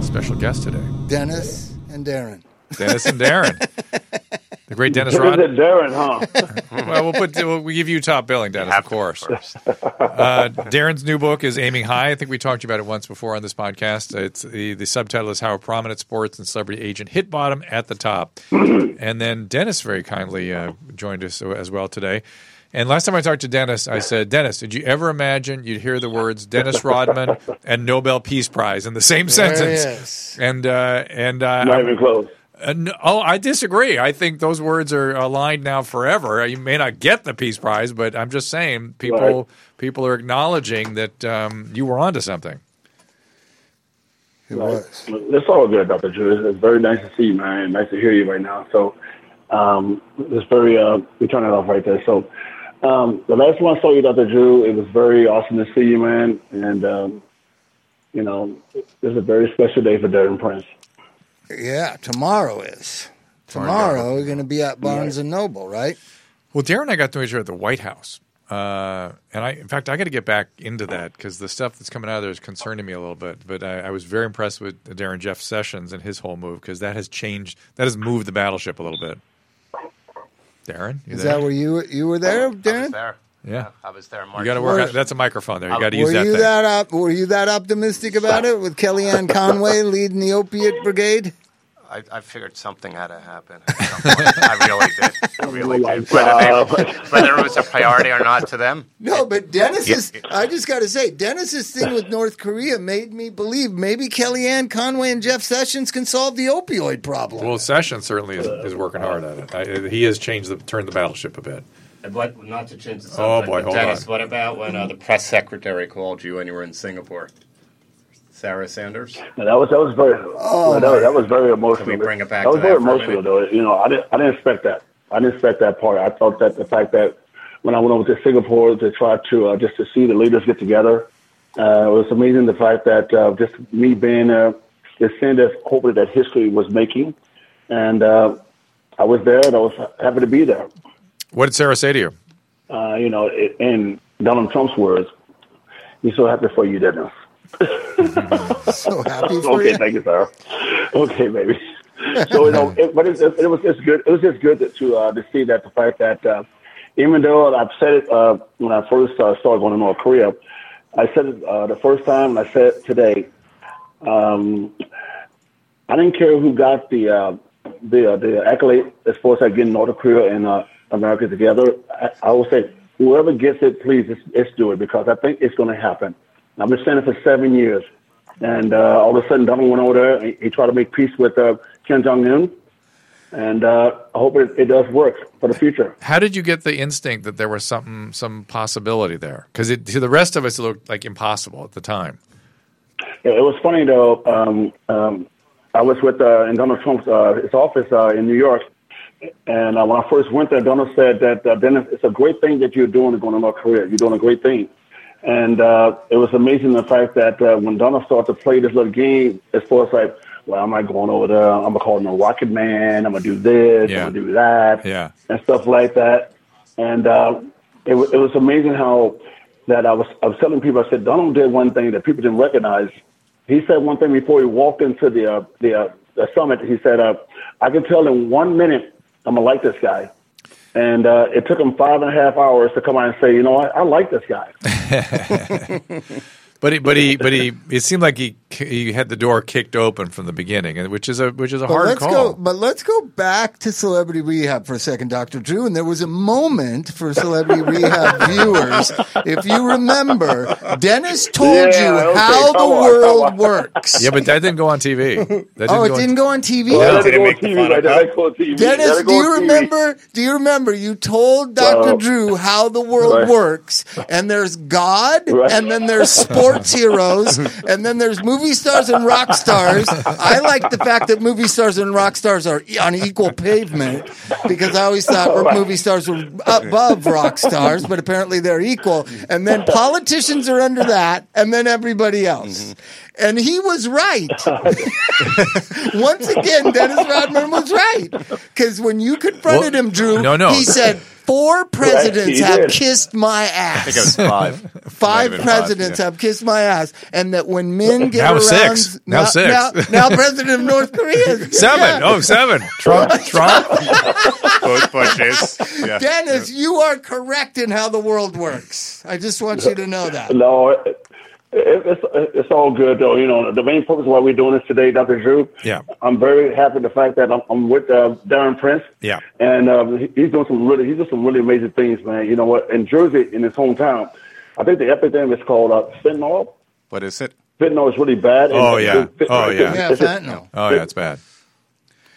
Special guest today,
Dennis and Darren.
Dennis and Darren. The great Dennis
Dennis
Rod.
and Darren, huh?
well, we'll put we'll, we give you top billing, Dennis, of course. Uh, Darren's new book is Aiming High. I think we talked to you about it once before on this podcast. It's the, the subtitle is How a Prominent Sports and Celebrity Agent Hit Bottom at the Top. and then Dennis very kindly uh, joined us as well today. And last time I talked to Dennis, I said, Dennis, did you ever imagine you'd hear the words Dennis Rodman and Nobel Peace Prize in the same
There he
sentence? And uh, and uh,
Not even close.
uh, no, oh, I disagree. I think those words are aligned now forever. Uh, You may not get the Peace Prize, but I'm just saying people
Right.
people are acknowledging that um, you were onto something.
It was. It's all good, Dr. Drew. It's- It's very nice to see you, man. Nice to hear you right now. So, um, it's very, uh, we turn it off right there. So, um, the last one I saw you, Dr. Drew, it was very awesome to see you, man. And, um, you know, it's a very special day for Darren Prince.
Yeah, tomorrow is. Tomorrow we're going to be at Barnes and Noble, right?
Well, Darren and I got to meet each other at the White House, uh, and I, in fact, I got to get back into that because the stuff that's coming out of there is concerning me a little bit. But I, I was very impressed with Darren Jeff Sessions and his whole move because that has changed, that has moved the battleship a little bit. Darren, you
Is
there?
that where you were- you were there, Darren?
Yeah,
I was there.
you got to work. out, that's a microphone there. You got to use
Were
that
you
thing.
that op- were you that optimistic about it with Kellyanne Conway leading the opiate brigade?
I, I figured something had to happen. at some point. I really did. I really did. Whether, they, whether it was a priority or not to them.
No, but Dennis
Yeah.
is. I just got to say, Dennis's thing with North Korea made me believe maybe Kellyanne Conway and Jeff Sessions can solve the opioid problem.
Well, Sessions certainly is, is working hard at it. I, he has changed the turned the battleship a bit.
And what, not to change the subject,
Oh, boy,
but
hold
Dennis,
on.
what about when uh, the press secretary called you when you were in Singapore? Sarah Sanders?
No, that was that was very
Oh,
that, was,
my.
that was very emotional.
Can we bring it back
That was
to that
very
for a
emotional,
minute?
though. You know, I didn't I didn't expect that. I didn't expect that part. I thought that the fact that when I went over to Singapore to try to uh, just to see the leaders get together, uh, it was amazing. The fact that uh, just me being there, just seeing that hopefully that history was making, and uh, I was there and I was happy to be there.
What did Sarah say to you?
Uh, you know, it, in Donald Trump's words, "He's so happy for you, Dennis."
so happy for
okay,
you.
thank you, Sarah. Okay, baby. So you know, it, but it, it, it was just good. It was just good to to, uh, to see that the fact that uh, even though I've said it uh, when I first uh, started going to North Korea, I said it uh, the first time, and I said it today. Um, I didn't care who got the uh, the uh, the accolade as far as like getting North Korea and uh, America together. I, I will say, whoever gets it, please, let's, let's do it because I think it's going to happen. I've been saying it for seven years. And uh, all of a sudden, Donald went over there. and He, he tried to make peace with uh, Kim Jong Un, and uh, I hope it, it does work for the future.
How did you get the instinct that there was something, some possibility there? Because to the rest of us, it looked like impossible at the time.
It, it was funny though. Um, um, I was with uh, in Donald Trump's uh, his office uh, in New York, and uh, when I first went there, Donald said that uh, Dennis, it's a great thing that you're doing going to North Korea. You're doing a great thing. And uh, it was amazing the fact that uh, when Donald started to play this little game, as far as like, well, am I going over there? I'm gonna call him a Rocket Man. I'm gonna do this.
Yeah.
I'm gonna do that.
Yeah.
and stuff like that. And uh, it, wa- it was amazing how that I was I was telling people I said Donald did one thing that people didn't recognize. He said one thing before he walked into the uh, the, uh, the summit. He said, uh, "I can tell in one minute I'm gonna like this guy." And uh, it took him five and a half hours to come out and say, "You know what? I like this guy."
But he, but he, but he. It seemed like he he had the door kicked open from the beginning, and which is a which is a
But
hard
let's
call.
go. But let's go back to Celebrity Rehab for a second, Doctor Drew. And there was a moment for Celebrity Rehab viewers, if you remember, Dennis told
Yeah,
you
okay,
how the
come on,
world
come
works.
Yeah, but that didn't go on TV. That
oh, it
go on-
didn't go on TV.
No, it didn't make the final cut.
Dennis, do you remember? Do you remember? You told Doctor
Well,
Drew how the world
right.
works, and there's God,
Right.
and then there's sports heroes, and then there's movie stars and rock stars. I like the fact that movie stars and rock stars are e- on equal pavement because I always thought
Right.
movie stars were above rock stars, but apparently they're equal. And then politicians are under that, and then everybody else.
Mm-hmm.
And he was right. Once again, Dennis Rodman was right. Because when you confronted
Well,
him, Drew,
no, no.
he said, Four presidents
he
have
did.
kissed my ass.
think it was five. Might have
Five
been five,
presidents
yeah.
have kissed my ass. And that when men get
Now
around.
six. Now six.
Now, now president of North Korea.
Seven.
Yeah.
Oh, seven. Trump. Trump. Both Bushes.
Dennis, you are correct in how the world works. I just want you to know that.
No, it, it, it's it's all good though. You know, the main purpose why we're doing this today, Doctor Drew.
Yeah.
I'm very happy the fact that I'm, I'm with uh, Darren Prince.
Yeah.
and um, he- he's doing some really he's doing some really amazing things, man. You know what? In Jersey, in his hometown, I think the epidemic is called uh, fentanyl.
What is it?
Fentanyl is really bad.
Oh,
And-
yeah.
it's- it's-
Oh, yeah.
it's-
Yeah,
it's-
fentanyl. Oh yeah, it's bad.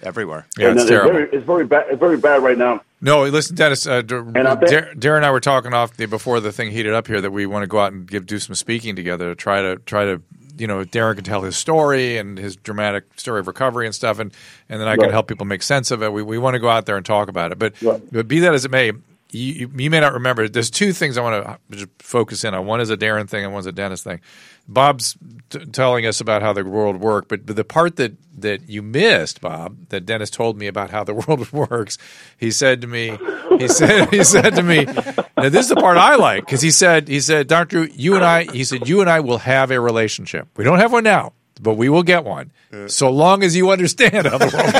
Everywhere.
Yeah,
and
it's
it's
terrible.
Very, it's very bad. It's very bad right now.
No, listen, Dennis. Uh, Dar-
I bet-
Dar- Darren and I were talking off the before the thing heated up here that we want to go out and give do some speaking together. Try to try to you know Darren can tell his story and his dramatic story of recovery and stuff, and and then I can
Right.
help people make sense of it. We we want to go out there and talk about it, but but be that as it may. You, you, you may not remember. There's two things I want to just focus in on. One is a Darren thing, and one's a Dennis thing. Bob's t- telling us about how the world worked, but, but the part that, that you missed, Bob, that Dennis told me about how the world works, he said to me, he said, he said to me, now this is the part I like because he said, he said, Doctor, you and I, he said, you and I will have a relationship. We don't have one now, but we will get one. So long as you understand how the world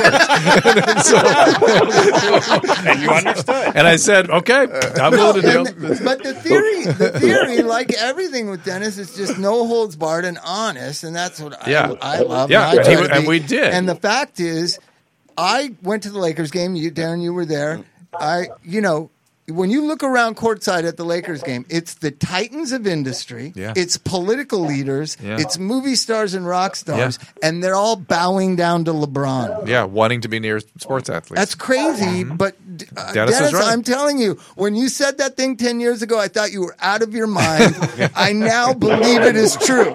works, and, so,
and you understood.
And I said, "Okay, I'm willing to do." it."
But the theory, the theory, like everything with Dennis, is just no holds barred and honest, and that's what
Yeah.
I, I love.
Yeah,
and, I
he
try
wa-
to
and
be.
we did.
And the fact is, I went to the Lakers game. You, Darren, you were there. I, you know, when you look around courtside at the Lakers game, it's the titans of industry,
Yeah.
it's political leaders,
Yeah.
it's movie stars and rock stars, and they're all bowing down to LeBron.
Yeah, wanting to be near sports athletes.
That's crazy, but uh,
Dennis
Dennis,
is right.
I'm telling you, when you said that thing 10 years ago, I thought you were out of your mind. I now believe it is true.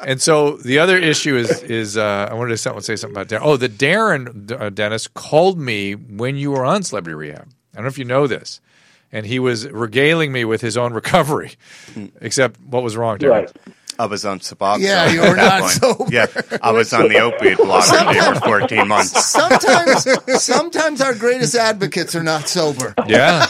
And so the other issue is is uh, I wanted to someone say something about Darren. Oh, the Darren uh, Dennis called me when you were on Celebrity Rehab. I don't know if you know this, and he was regaling me with his own recovery. Except what was wrong, Darren?
Right. I was on Suboxone.
Yeah, you
at
were
that
not
point.
sober.
Yeah, I was on the opiate blocker for 14 months.
Sometimes, sometimes our greatest advocates are not sober.
Yeah,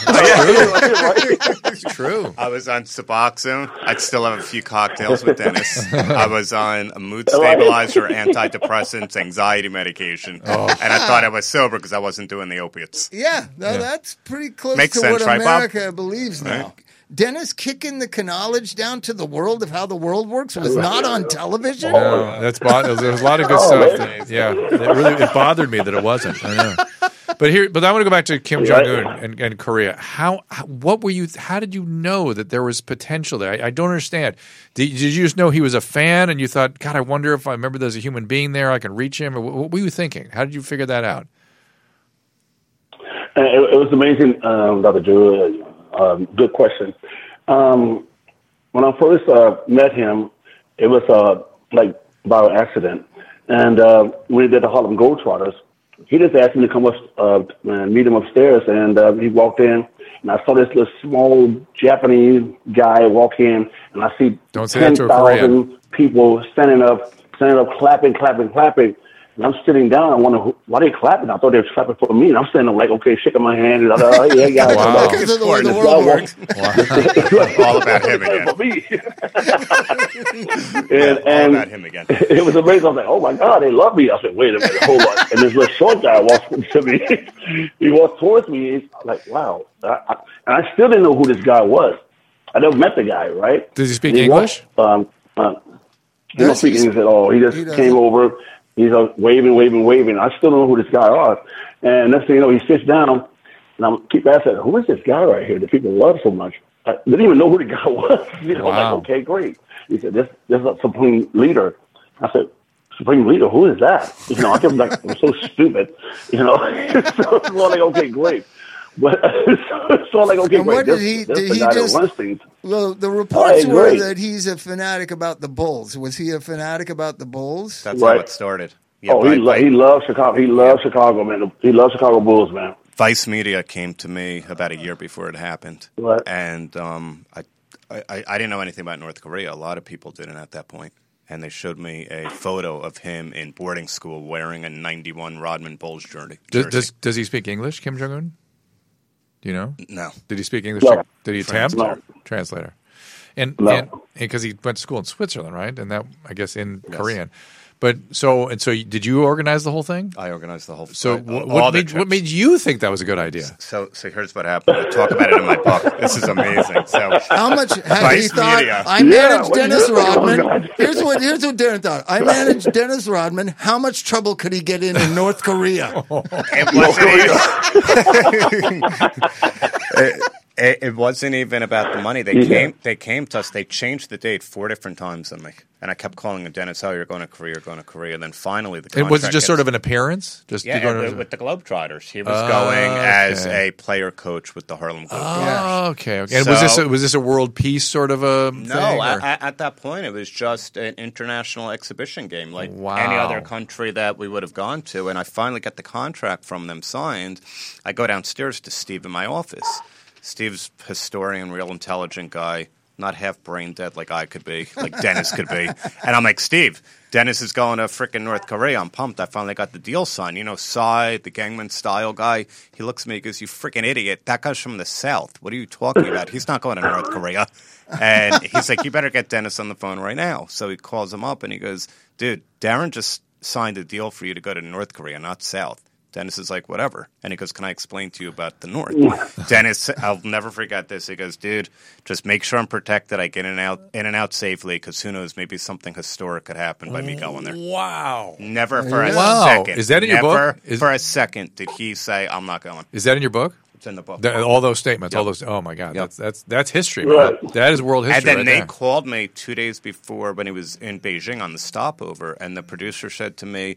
it's
true. I was on Suboxone. I'd still have a few cocktails with Dennis. I was on a mood stabilizer, antidepressants, anxiety medication, and I thought I was sober because I wasn't doing the opiates.
Yeah, no,
Yeah.
that's pretty close
Makes
to
sense,
what
right, Bob?
America believes now.
Right.
Dennis kicking the knowledge down to the world of how the world works was not on television.
No, Oh, that's bo- there was- there was a lot of good
Oh,
stuff.
man.
that- yeah, it really it bothered me that it wasn't. I know. But here, but I want to go back to Kim
Yeah.
Jong Un and, and Korea. How, how, what were you? How did you know that there was potential there? I, I don't understand. Did, did you just know he was a fan and you thought, God, I wonder if I remember there's a human being there, I can reach him? Or what, what were you thinking? How did you figure that out?
Uh, it, it was amazing, um, Dr. Drew. Uh, um, good question. Um, when I first uh, met him, it was uh, like by accident. And uh, we did the Harlem Globetrotters. He just asked me to come up uh, and meet him upstairs. And uh, he walked in, and I saw this little small Japanese guy walk in, and I see
Don't say that to a Korean.
10,000 people standing up, standing up, clapping, clapping, clapping. And I'm sitting down. I wonder who, why they clapping. I thought they were clapping for me. And I'm standing up like, okay, shaking my hand. And I'm like, yeah, yeah,
Oh, Wow.
yeah.
Because of the way the world works. Wow. All about him again.
and, and
about him again.
It was amazing. I was like, oh my God, they love me. I said, wait a minute, hold on. And this little short guy walks to me. he walks towards me. He's like, wow. I, I, and I still didn't know who this guy was. I never met the guy, right?
Does he speak
And
English?
walked, um, uh, he
Yes,
don't speak
he's-
English at all. He just
he doesn't.
came over. He's uh, waving, waving, waving. I still don't know who this guy is. And next thing you know, he sits down, and I am keep asking, "Who is this guy right here that people love so much?" I didn't even know who the guy was. you know, I'm
Wow.
like, okay, great. He said, "This, this is a supreme leader." I said, "Supreme leader? Who is that?" You know, I kept like, "I'm so stupid," you know. so it's more like, "Okay, great." But so it's all like, "Okay,
And
great."
what
This,
did he-
this
did
the
he
guy
just-
that runs things.
Well, the reports
I
were
agree.
that he's a fanatic about the Bulls. Was he a fanatic about the Bulls?
That's
Right.
how it started.
oh, he, lo- he loves Chicago. He loves Chicago, man. He loves Chicago Bulls, man.
Vice Media came to me about a year before it happened, and um, I, I I didn't know anything about North Korea. A lot of people didn't at that point, and they showed me a photo of him in boarding school wearing a '91 Rodman Bulls jersey.
Does, does does he speak English, Kim Jong Un? Do you know?
No.
Did he speak English?
No.
Did he attempt?
Translator.
Translator. And
No.
because he went to school in Switzerland, right? And that I guess in Korean. But so and so, you- did you organize the whole thing?
I organized the whole.
So
I-
wh-
all
what
the
made, what made you think that was a good idea?
So, so here's what happened. I talk about it in my book. This is amazing. So,
How much had he
Vice
thought?
Media.
I managed Dennis Rodman. Here's what here's what Darren thought. I managed Dennis Rodman. How much trouble could he get in in North Korea?
Oh, It wasn't even. it, it wasn't even about the money. They
Yeah.
came. They came to us. They changed the date four different times on me, and I kept calling them, Dennis. Oh, you're going to Korea. You're going to Korea. And then finally, the
And was it
contract
just
gets-
sort of an appearance? Just
yeah,
you go
and
to-
with, with the Globetrotters, he was
Oh,
going as
okay.
a player coach with the Harlem Globetrotters.
Oh, okay, okay. And was this
So-
a, was this a world peace sort of a thing,
no,
or-
at, at at that point, it was just an international exhibition game like any
Wow.
other country that we would have gone to. And I finally got the contract from them signed. I go downstairs to Steve in my office. Steve's historian, real intelligent guy, not half brain dead like I could be, like Dennis could be. And I'm like, Steve, Dennis is going to frickin' North Korea. I'm pumped. I finally got the deal signed. You know, Psy, the Gangman style guy, he looks at me and goes, You frickin' idiot. That guy's from the South. What are you talking about? He's not going to North Korea. And he's like, You better get Dennis on the phone right now. So he calls him up and he goes, Dude, Darren just signed a deal for you to go to North Korea, not South. Dennis is like, whatever. And he goes, Can I explain to you about the North? Dennis, I'll never forget this. He goes, Dude, just make sure I'm protected. I get in and out, in and out safely because who knows, maybe something historic could happen by me going there.
Wow.
Never for a
Wow.
second.
Is that in your
never
book? Is-
for a second did he say, I'm not going.
Is that in your book?
It's in the book.
That- all those statements, all
Yeah.
those. Oh my God, that's that's that's history.
Right.
man. That is world history.
And then
right
they
there.
called me two days before when he was in Beijing on the stopover, and the producer said to me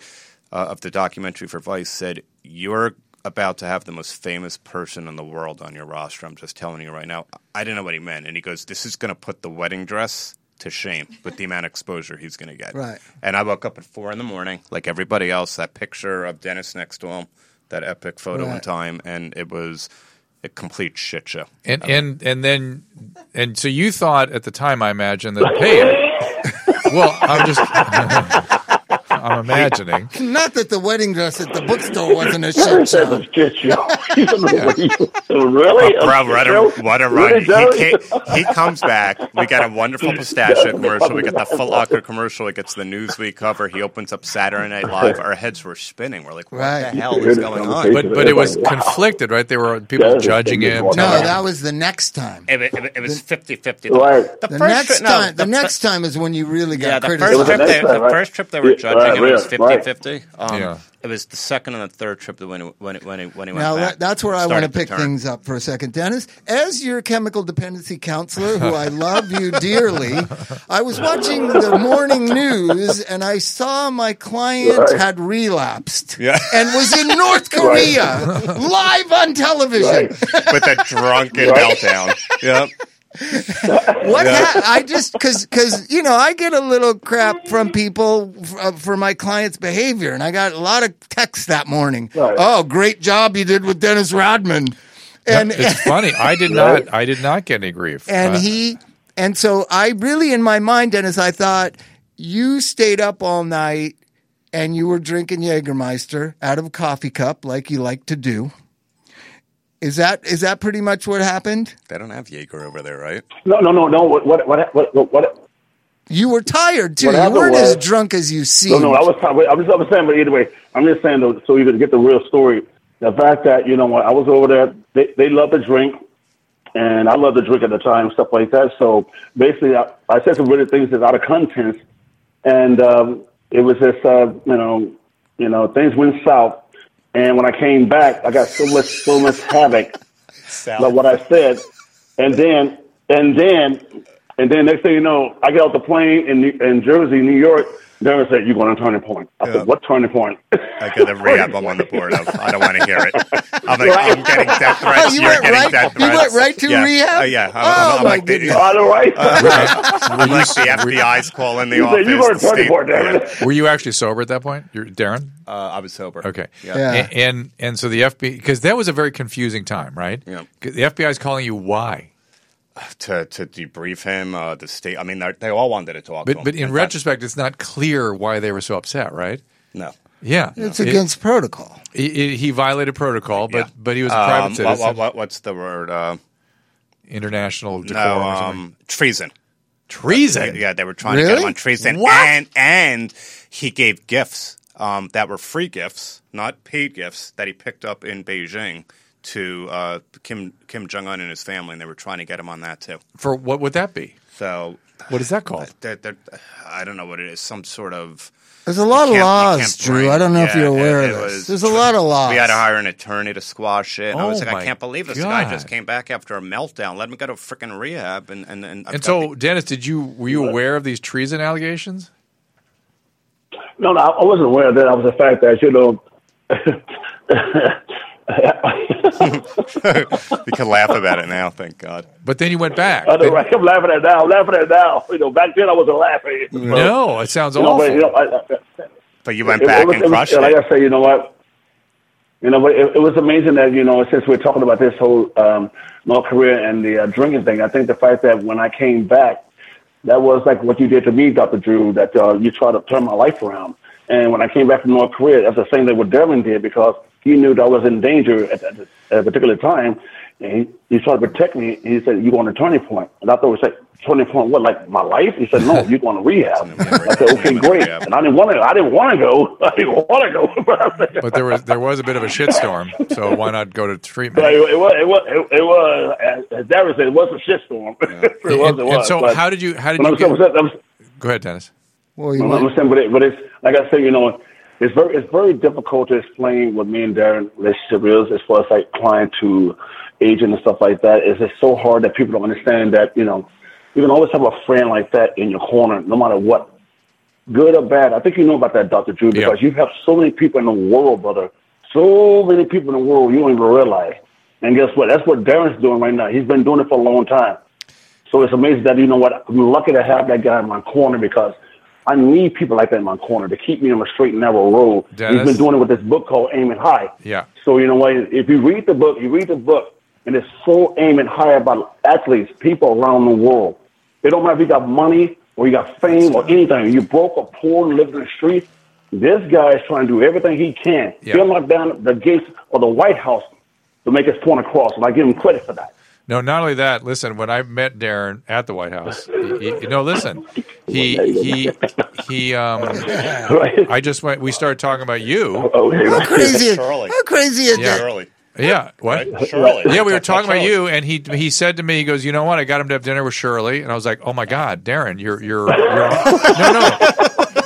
uh, of the documentary for Vice said, "You're about to have the most famous person in the world on your roster." I'm just telling you right now. I didn't know what he meant, and he goes, "This is going to put the wedding dress." To shame with the amount of exposure he's going to get.
Right.
And I woke up at four in the morning, like everybody else. That picture of Dennis next to him, that epic photo in
Right.
time, and it was a complete shit show. Uh,
And and and then and so you thought at the time, I imagine that hey, well, I'm just I'm imagining.
Not that the wedding dress at the bookstore wasn't a shit show.
really?
Oh, bro, what a, what a
What
run.
is
he,
that?
came, he comes back. We got a wonderful pistachio commercial. We got the Foot Locker commercial. He gets the Newsweek cover. He opens up Saturday Night Live. Our heads were spinning. We're like, what
Right.
the hell is going on?
But but it was conflicted, right? There were people judging him.
No,
telling him-
that was the next time.
It, wa- it, wa- it was 50 50.
The, next time, the, next time is when you really
Yeah,
got
the
criticized.
first, trip they, the first trip they were judging him, it was 50
right.
50. Um,
Yeah.
It was the second and the third trip that when, he- when, he- when, he- when he went
Now
back.
that- that's where I want to
started
pick
turn.
things up for a second, Dennis. As your chemical dependency counselor, who I love you dearly, I was watching the morning news and I saw my client
Right.
had relapsed
Yeah.
and was in North Korea live on television.
With a drunken meltdown. Yep.
What
Yeah.
ha- I just because because you know I get a little crap from people f- uh, for my clients' behavior, and I got a lot of texts that morning. Oh, great job you did with Dennis Rodman, and
it's funny. I did not. I did not get any grief.
and
Uh,
he and so I really in my mind, Dennis, I thought you stayed up all night and you were drinking Jägermeister out of a coffee cup like you like to do. Is that is that pretty much what happened?
They don't have Jaeger over there, right?
No, no, no, no. What, what, what, what, what,
You were tired too.
What
you
happened
weren't as
was-
drunk as you
No,
seemed.
no, I was talking. I'm just, I'm just saying, but either way, I'm just saying though, so you could get the real story. The fact that you know what, I was over there. They they love to drink, and I love to drink at the time, stuff like that. So basically, I, I said some really things that's out of context, and um, it was just uh, you know, you know, things went south. And when I came back, I got so much, so much havoc like what I said, and then and then and then next thing you know, I get off the plane in New, in Jersey, New York. Denver said, "You're going to turning point." I said, "What turning point?"
I got the rehab I'm on the board of. I don't want to hear it. I'm, like, I'm getting death
Oh,
threats.
you
are
went
getting
right-
death
you
threats.
went right to
yeah.
rehab?
Uh, yeah. I'm,
Oh,
I'm, I'm
my
like, the,
goodness. Oh,
the right.
I'm like the FBI's calling the
You said
office.
you
the
weren't turning
state-
point, Darren.
Were you actually sober at that point, You're, Darren?
Uh, I was sober.
Okay.
Yeah.
A- And, and so the FBI because that was a very confusing time, right?
Yeah.
The FBI is calling you why?
To to debrief him, uh, the state. I mean, they- they all wanted to talk. to
But
him.
but in
fact,
retrospect, it's not clear why they were so upset, right?
No.
Yeah.
It's
It-
against protocol.
he, he violated protocol, but but he was a
Um,
private
what-
citizen.
what- what- what's the word? Uh,
International decorum
no,
or
um, treason.
Treason?
Yeah, they were trying to get
Really?
him on treason,
What?
and and he gave gifts um, that were free gifts, not paid gifts, that he picked up in Beijing to uh, Kim Kim Jong Un and his family, and they were trying to get him on that too.
For what would that be?
So
What is that called?
they're, they're, I don't know what it is. Some sort of
There's a lot of
you can't- you
laws,
can't
Drew.
bring-
I don't know if
yeah,
you're aware
it-
of
it
this.
was
There's a lot of laws.
We had to hire an attorney to squash it. And I was
Oh
like,
my
I can't believe this. The guy
God.
just came back after a meltdown. Let him go to freaking rehab. And and and, I've
And
got
so, Dennis, did you were you aware of these treason allegations?
No, no, I wasn't aware of that. I was the fact that you know.
the- we can laugh about it now. Thank God.
But then you went back.
I know, right? I'm laughing at it now. I'm laughing at it now. You know, back then I wasn't laughing.
No, it sounds
You know, but,
awful.
you know, I- I-
But you went
It- it
back
was-
and
it was-
crushed it.
Like I say, you know what? You know, but it, it was amazing that you know since we're talking about this whole um, North Korea and the uh, drinking thing. I think the fact that when I came back, that was like what you did to me, Doctor Drew. That uh, you tried to turn my life around. And when I came back from North Korea, that's the same thing what Devin did because he knew that I was in danger at, at, at a particular time, and he, he tried to protect me. And he said, "You want a turning point?" And I thought it was like turning point, what like my life? He said, "No, you're going to rehab." I said, "Okay, great." And I didn't want to. I didn't want to go. I didn't want to go. But I was like,
But there was there was a bit of a shitstorm, so why not go to treatment?
but it, it was. It was. It, it was. As, as Darren said, it was a shitstorm. it
And-
was.
and
It was.
so
but-
how did you- how did
but
you
I'm saying-
get-
I'm saying-
Go ahead, Dennis.
I'm saying, but, it, but it's like I said, you know, it's very it's very difficult to explain what me and Darren relationship is as far as like client to agent and stuff like that. It's just so hard that people don't understand that you know you can always have a friend like that in your corner, no matter what, good or bad. I think you know about that, Doctor Drew, because you have so many people in the world, brother. So many people in the world you don't even realize. And guess what? That's what Darren's doing right now. He's been doing it for a long time. So it's amazing that you know what I'm lucky to have that guy in my corner because I need people like that in my corner to keep me on a straight and narrow road.
Dennis?
He's been doing it with this book called Aiming High.
Yeah.
So you know what? If you read the book, you read the book, and it's so aiming high about athletes, people around the world. It don't matter if you got money or you got fame or anything. You broke or poor and living in the street. This guy is trying to do everything he can.
Yeah.
He'll knock down the gates of the White House to make his point across, and I give him credit for that.
No, not only that. Listen, when I met Darren at the White House, he, he- no, listen, he he he. Um, I just went. We started talking about you.
How
crazy! How crazy is
Yeah.
that?
Yeah. What?
Shirley.
Yeah, we were
That's
talking
like
Oh.
about you, and he he said to me, he goes, "You know what? I got him to have dinner with Shirley," and I was like, "Oh my God, Darren, you're you're, you're no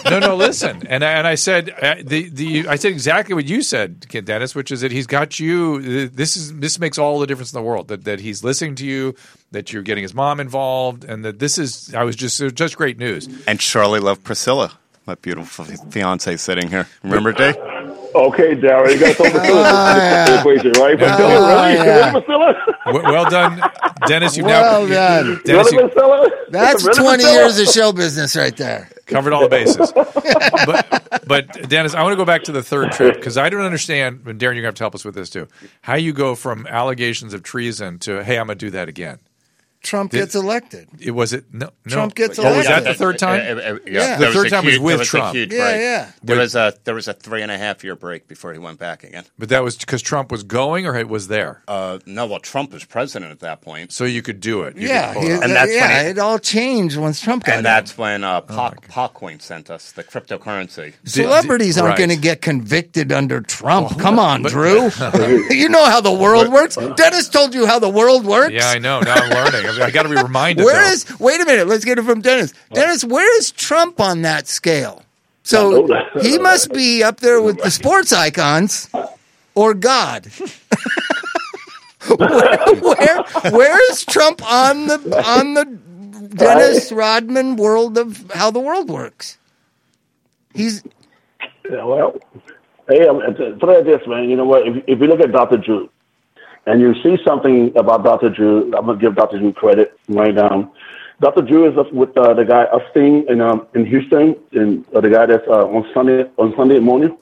no no no." Listen, and I, and I said uh, the the I said exactly what you said, Kid Dennis, which is that he's got you. This is this makes all the difference in the world that that he's listening to you, that you're getting his mom involved, and that this is I was just it was just great news.
And Charlie loved Priscilla, my beautiful fiance sitting here. Remember, Dave?
Okay, Darren, you got to throw Priscilla into the equation, right? Priscilla, really?
yeah.
Really, Priscilla?
W- well done, Dennis. You've
Well
now
done.
Dennis,
Really,
you
Priscilla?
That's
Really,
20
Priscilla?
years of show business right there.
covered all the bases. but, but Dennis, I want to go back to the third trip because I don't understand. And Darren, you're going to have to help us with this too. How you go from allegations of treason to hey, I'm going to do that again?
Trump
Did-
gets elected.
It was it no, no.
Trump gets
Or was that
elected.
the third time?
Uh, uh, uh,
Yeah.
There
The third
a
time was
huge-
with
there a
Trump.
huge
Yeah,
break.
yeah.
There was a there was a three and a half year break before he went back again.
But that was because Trump was going, or it was there.
Uh, no, well, Trump was president at that point,
so you could do it.
Yeah, he-
and that's
yeah.
when he,
It all changed once Trump got Oh
and that's when uh, pa- Pacoin sent us the cryptocurrency.
Celebrities aren't going to get convicted under Trump. Come on, Drew. you know how the world works. Dennis told you how the world works.
Yeah, I know. Now I'm learning. I, got to be reminded.
Where
though.
is? Wait a minute. Let's get it from Dennis. Dennis, where is Trump on that scale? So he must be up there with the sports icons or God. where, where, where is Trump on the on the Dennis Rodman world of how the world works? He's
Yeah, well, hey, I'm, it's- put it like this, man. You know what? If, if you look at Dr. Drew, and you see something about Dr. Drew, I'm gonna give Dr. Drew credit right now. Dr. Drew is up with uh, the guy Epstein in um, in Houston, and uh, the guy that's uh, on Sunday on Sunday morning.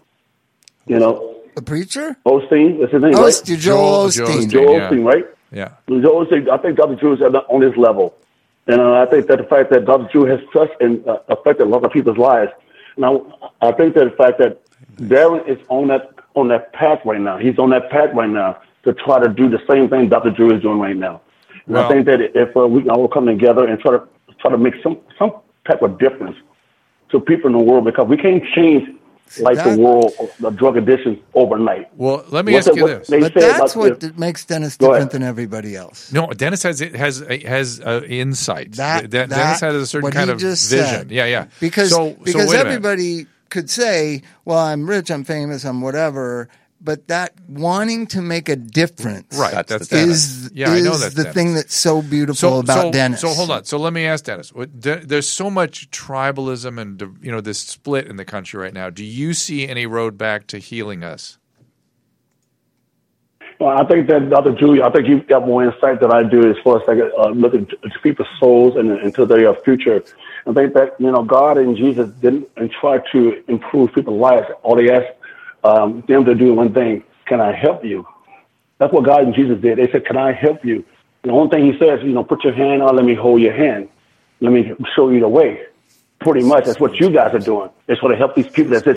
You know,
the preacher.
Osteen, is his name?
Osteen,
right?
Oh, Joel Joel- Joel Osteen. Osteen,
Joel
yeah.
Osteen, right?
Yeah.
Joel Osteen, I think Dr. Drew is at- on his level. And uh, I think that the fact that Dr. Drew has touched and uh, affected a lot of people's lives. And I, I think that the fact that Darren is on that on that path right now. He's on that path right now to try to do the same thing Dr. Drew is doing right now. And
Well-
I think that if uh, we can all come together and try to try to make some some type of difference to people in the world because we can't change like
that-
the world of the drug addiction overnight.
Well, let me
What
ask
the-
you
what
this.
they
But
say about
that's what
this-
that makes Dennis
Go
different than
ahead.
everybody else.
No, Dennis has it has has uh, insight.
That-
De-
that-
Dennis has a certain
what
kind
he
of
just
vision.
said.
Yeah, yeah.
Because
so,
because
so wait a minute.
everybody could say, "Well, I'm rich, I'm famous, I'm whatever," but that wanting to make a difference,
Right, That's that's the Dennis.
is
Yeah, I
is
know that's
the
Dennis.
thing that's so beautiful about
so,
Dennis.
So hold on. So let me ask Dennis. What- De- There's so much tribalism and you know this split in the country right now. Do you see any road back to healing us?
Well, I think that Dr. Julia, I think you've got more insight than I do as far as like uh, looking to to people's souls and into their uh, future. I think that you know God and Jesus didn't and try to improve people's lives. All they asked um, them to do one thing: Can I help you? That's what God and Jesus did. They said, "Can I help you?" And the only thing He says, you know, put your hand out. Let me hold your hand. Let me show you the way. Pretty much, that's what you guys are doing. It's going to help these people that's in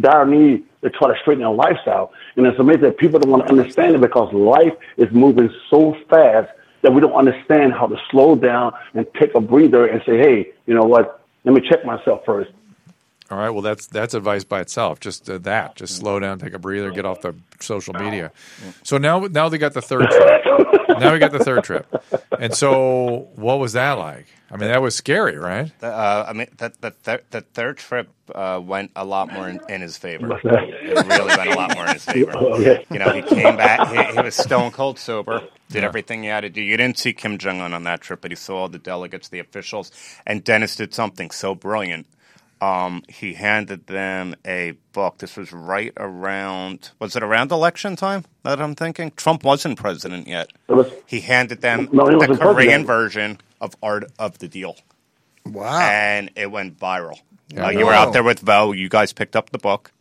dire need to try to straighten their lifestyle. And it's amazing that people don't want to understand it because life is moving so fast that we don't understand how to slow down and take a breather and say, hey, you know what? Let me check myself first.
All right. Well, that's that's advice by itself. Just uh, that. Just slow down, take a breather, get off the social media. So now now they got the third trip. now we got the third trip. And so what was that like? I mean, that was scary, right?
The, uh, I mean, the, the, thir- the third trip uh, went a lot more in, in his favor.
Must have.
it really went a lot more in his favor.
Okay.
You know, he came back. He, he was stone cold sober. Did
Yeah.
everything he had to do. You didn't see Kim Jong Un on that trip, but he saw all the delegates, the officials, and Dennis did something so brilliant. Um, he handed them a book. This was right around. Was it around election time? That I'm thinking. Trump wasn't president yet.
It was-
he handed them
No, he
the
wasn't
Korean
president.
version of Art of the Deal.
Wow.
And it went viral.
Yeah.
Uh, you were out
Wow.
there with Vo. You guys picked up the book.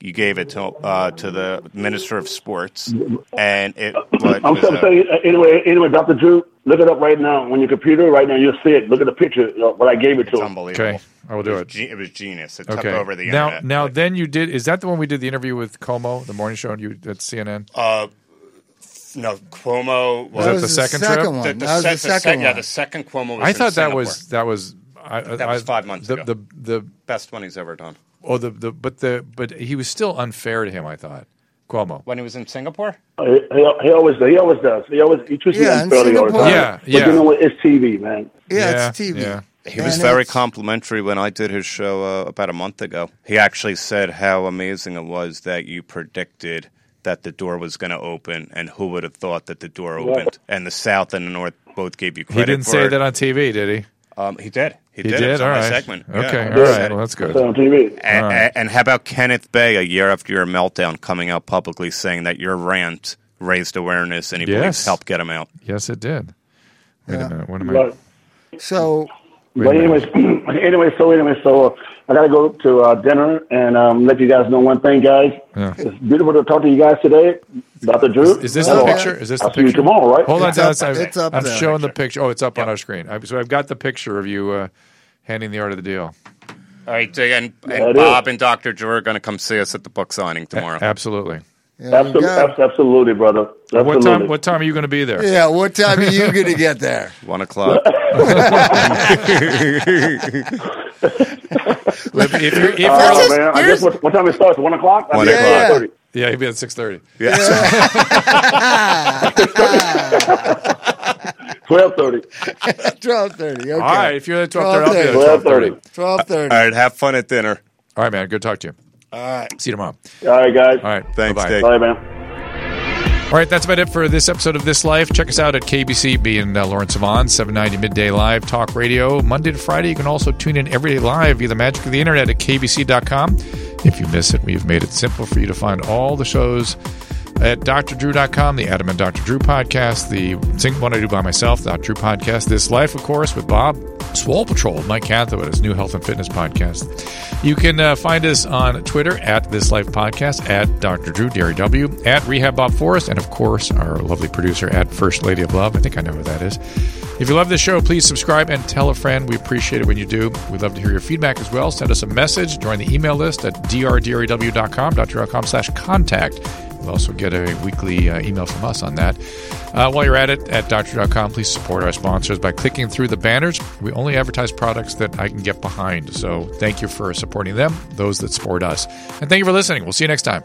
You gave it to uh, to the Minister of Sports, and it. But it
I'm
was
sorry,
a-
sorry, uh, anyway, anyway, Dr. Drew, look it up right now on your computer. Right now, you'll see it. Look at the picture. You know, what I gave it to him.
unbelievable.
Okay.
I will do it.
was ge- it was genius. It took
Okay.
over the
now,
internet.
now then you did. Is that the one we did the interview with Como, the morning show, and you at CNN?
Uh, no, Cuomo
Was That that was the the second second trip? one.
The, the
That was
se-
the second
sec- Yeah,
one.
the second Cuomo. Was
I
in
thought that
Singapore.
was that was. I, I-
that was
I-
five months
the,
ago.
The the
best one he's ever done.
oh the, the but the but he was still unfair to him. I thought Cuomo.
When he was in Singapore,
Uh, He, he- he always he always does. He always he treats
Yeah,
me
in
unfairly all the
Singapore.
time.
Yeah,
but
yeah.
you know what? It's TV, man.
He was very complimentary when I did his show uh, about a month ago. He actually said how amazing it was that you predicted that the door was going to open, and who would have thought that the door
Yeah.
opened? And the South and the North both gave you
He
credit.
didn't
for
say
it.
that on TV, did
Um, he did. He,
He
did. It was
did?
on
All
my
right.
segment.
Okay.
he
All right.
said it.
Well, that's good.
It's on TV.
And,
All
right.
and how about Kenneth Bay a year after your meltdown coming out publicly saying that your rant raised awareness and he
Yes.
believes helped get him out?
he? Yes, it did. Wait
Yeah.
a minute. What am I?
But,
So,
but anyways, anyway, so anyway, so uh, I gotta go to uh, dinner and um, let you guys know one thing, guys.
Yeah.
It's beautiful to talk to you guys today, Dr. Drew.
Is this the
Hello.
picture? Is this the
I'll see you
picture?
tomorrow, right?
Hold on, Dennis.
I've-
I'm, I'm
there.
showing the picture. Oh, it's up on our screen. I, so I've got the picture of you uh, handing the art of the deal.
All right, so- and,
There it
and
is.
Bob and Dr. Drew are going to come see us at the book signing tomorrow.
Absolutely.
Absolutely, absolutely, brother. Absolutely.
What time? What time are you going to be there?
Yeah, what time are you
gonna get there?
One o'clock.
if, if you're, if
Oh,
you're-
man, I guess what, what time it starts? One o'clock.
One
I think
o'clock.
it's 1:30.
yeah, he'll be at six thirty.
Yeah.
Twelve thirty.
twelve thirty. Okay.
All right, if you're at twelve thirty, I'll be at twelve
12:30.
thirty.
12:30.
All right, have fun at dinner.
All right, man. Good talk to you.
All right.
See you tomorrow.
All right, guys.
All right.
Thanks,
Bye-bye.
Dave.
Bye, man.
All right, that's about it for this episode of This Life. Check us out at KBCB and uh, Lawrence Savon, 790 Midday Live Talk Radio, Monday to Friday. You can also tune in every day live via the magic of the internet at kbc.com. If you miss it, we've made it simple for you to find all the shows at drdrew.com, the Adam and Dr. Drew podcast, the Think One I Do By Myself, Dr. Drew podcast, This Life, of course, with Bob, Swole Patrol, Mike Catherwood, his new health and fitness podcast. You can uh, find us on Twitter at This Life Podcast, at Dr. Drew, Derry W, at Rehab Bob Forrest, and of course, our lovely producer at First Lady of Love. I think I know who that is. If you love this show, please subscribe and tell a friend. We appreciate it when you do. We'd love to hear your feedback as well. Send us a message. Join the email list at drdrew.com, dr.com slash contact. You'll also get a weekly uh, email from us on that. Uh, while you're at it, at doctor.com, please support our sponsors by clicking through the banners. We only advertise products that I can get behind. So thank you for supporting them, those that support us. And thank you for listening. We'll see you next time.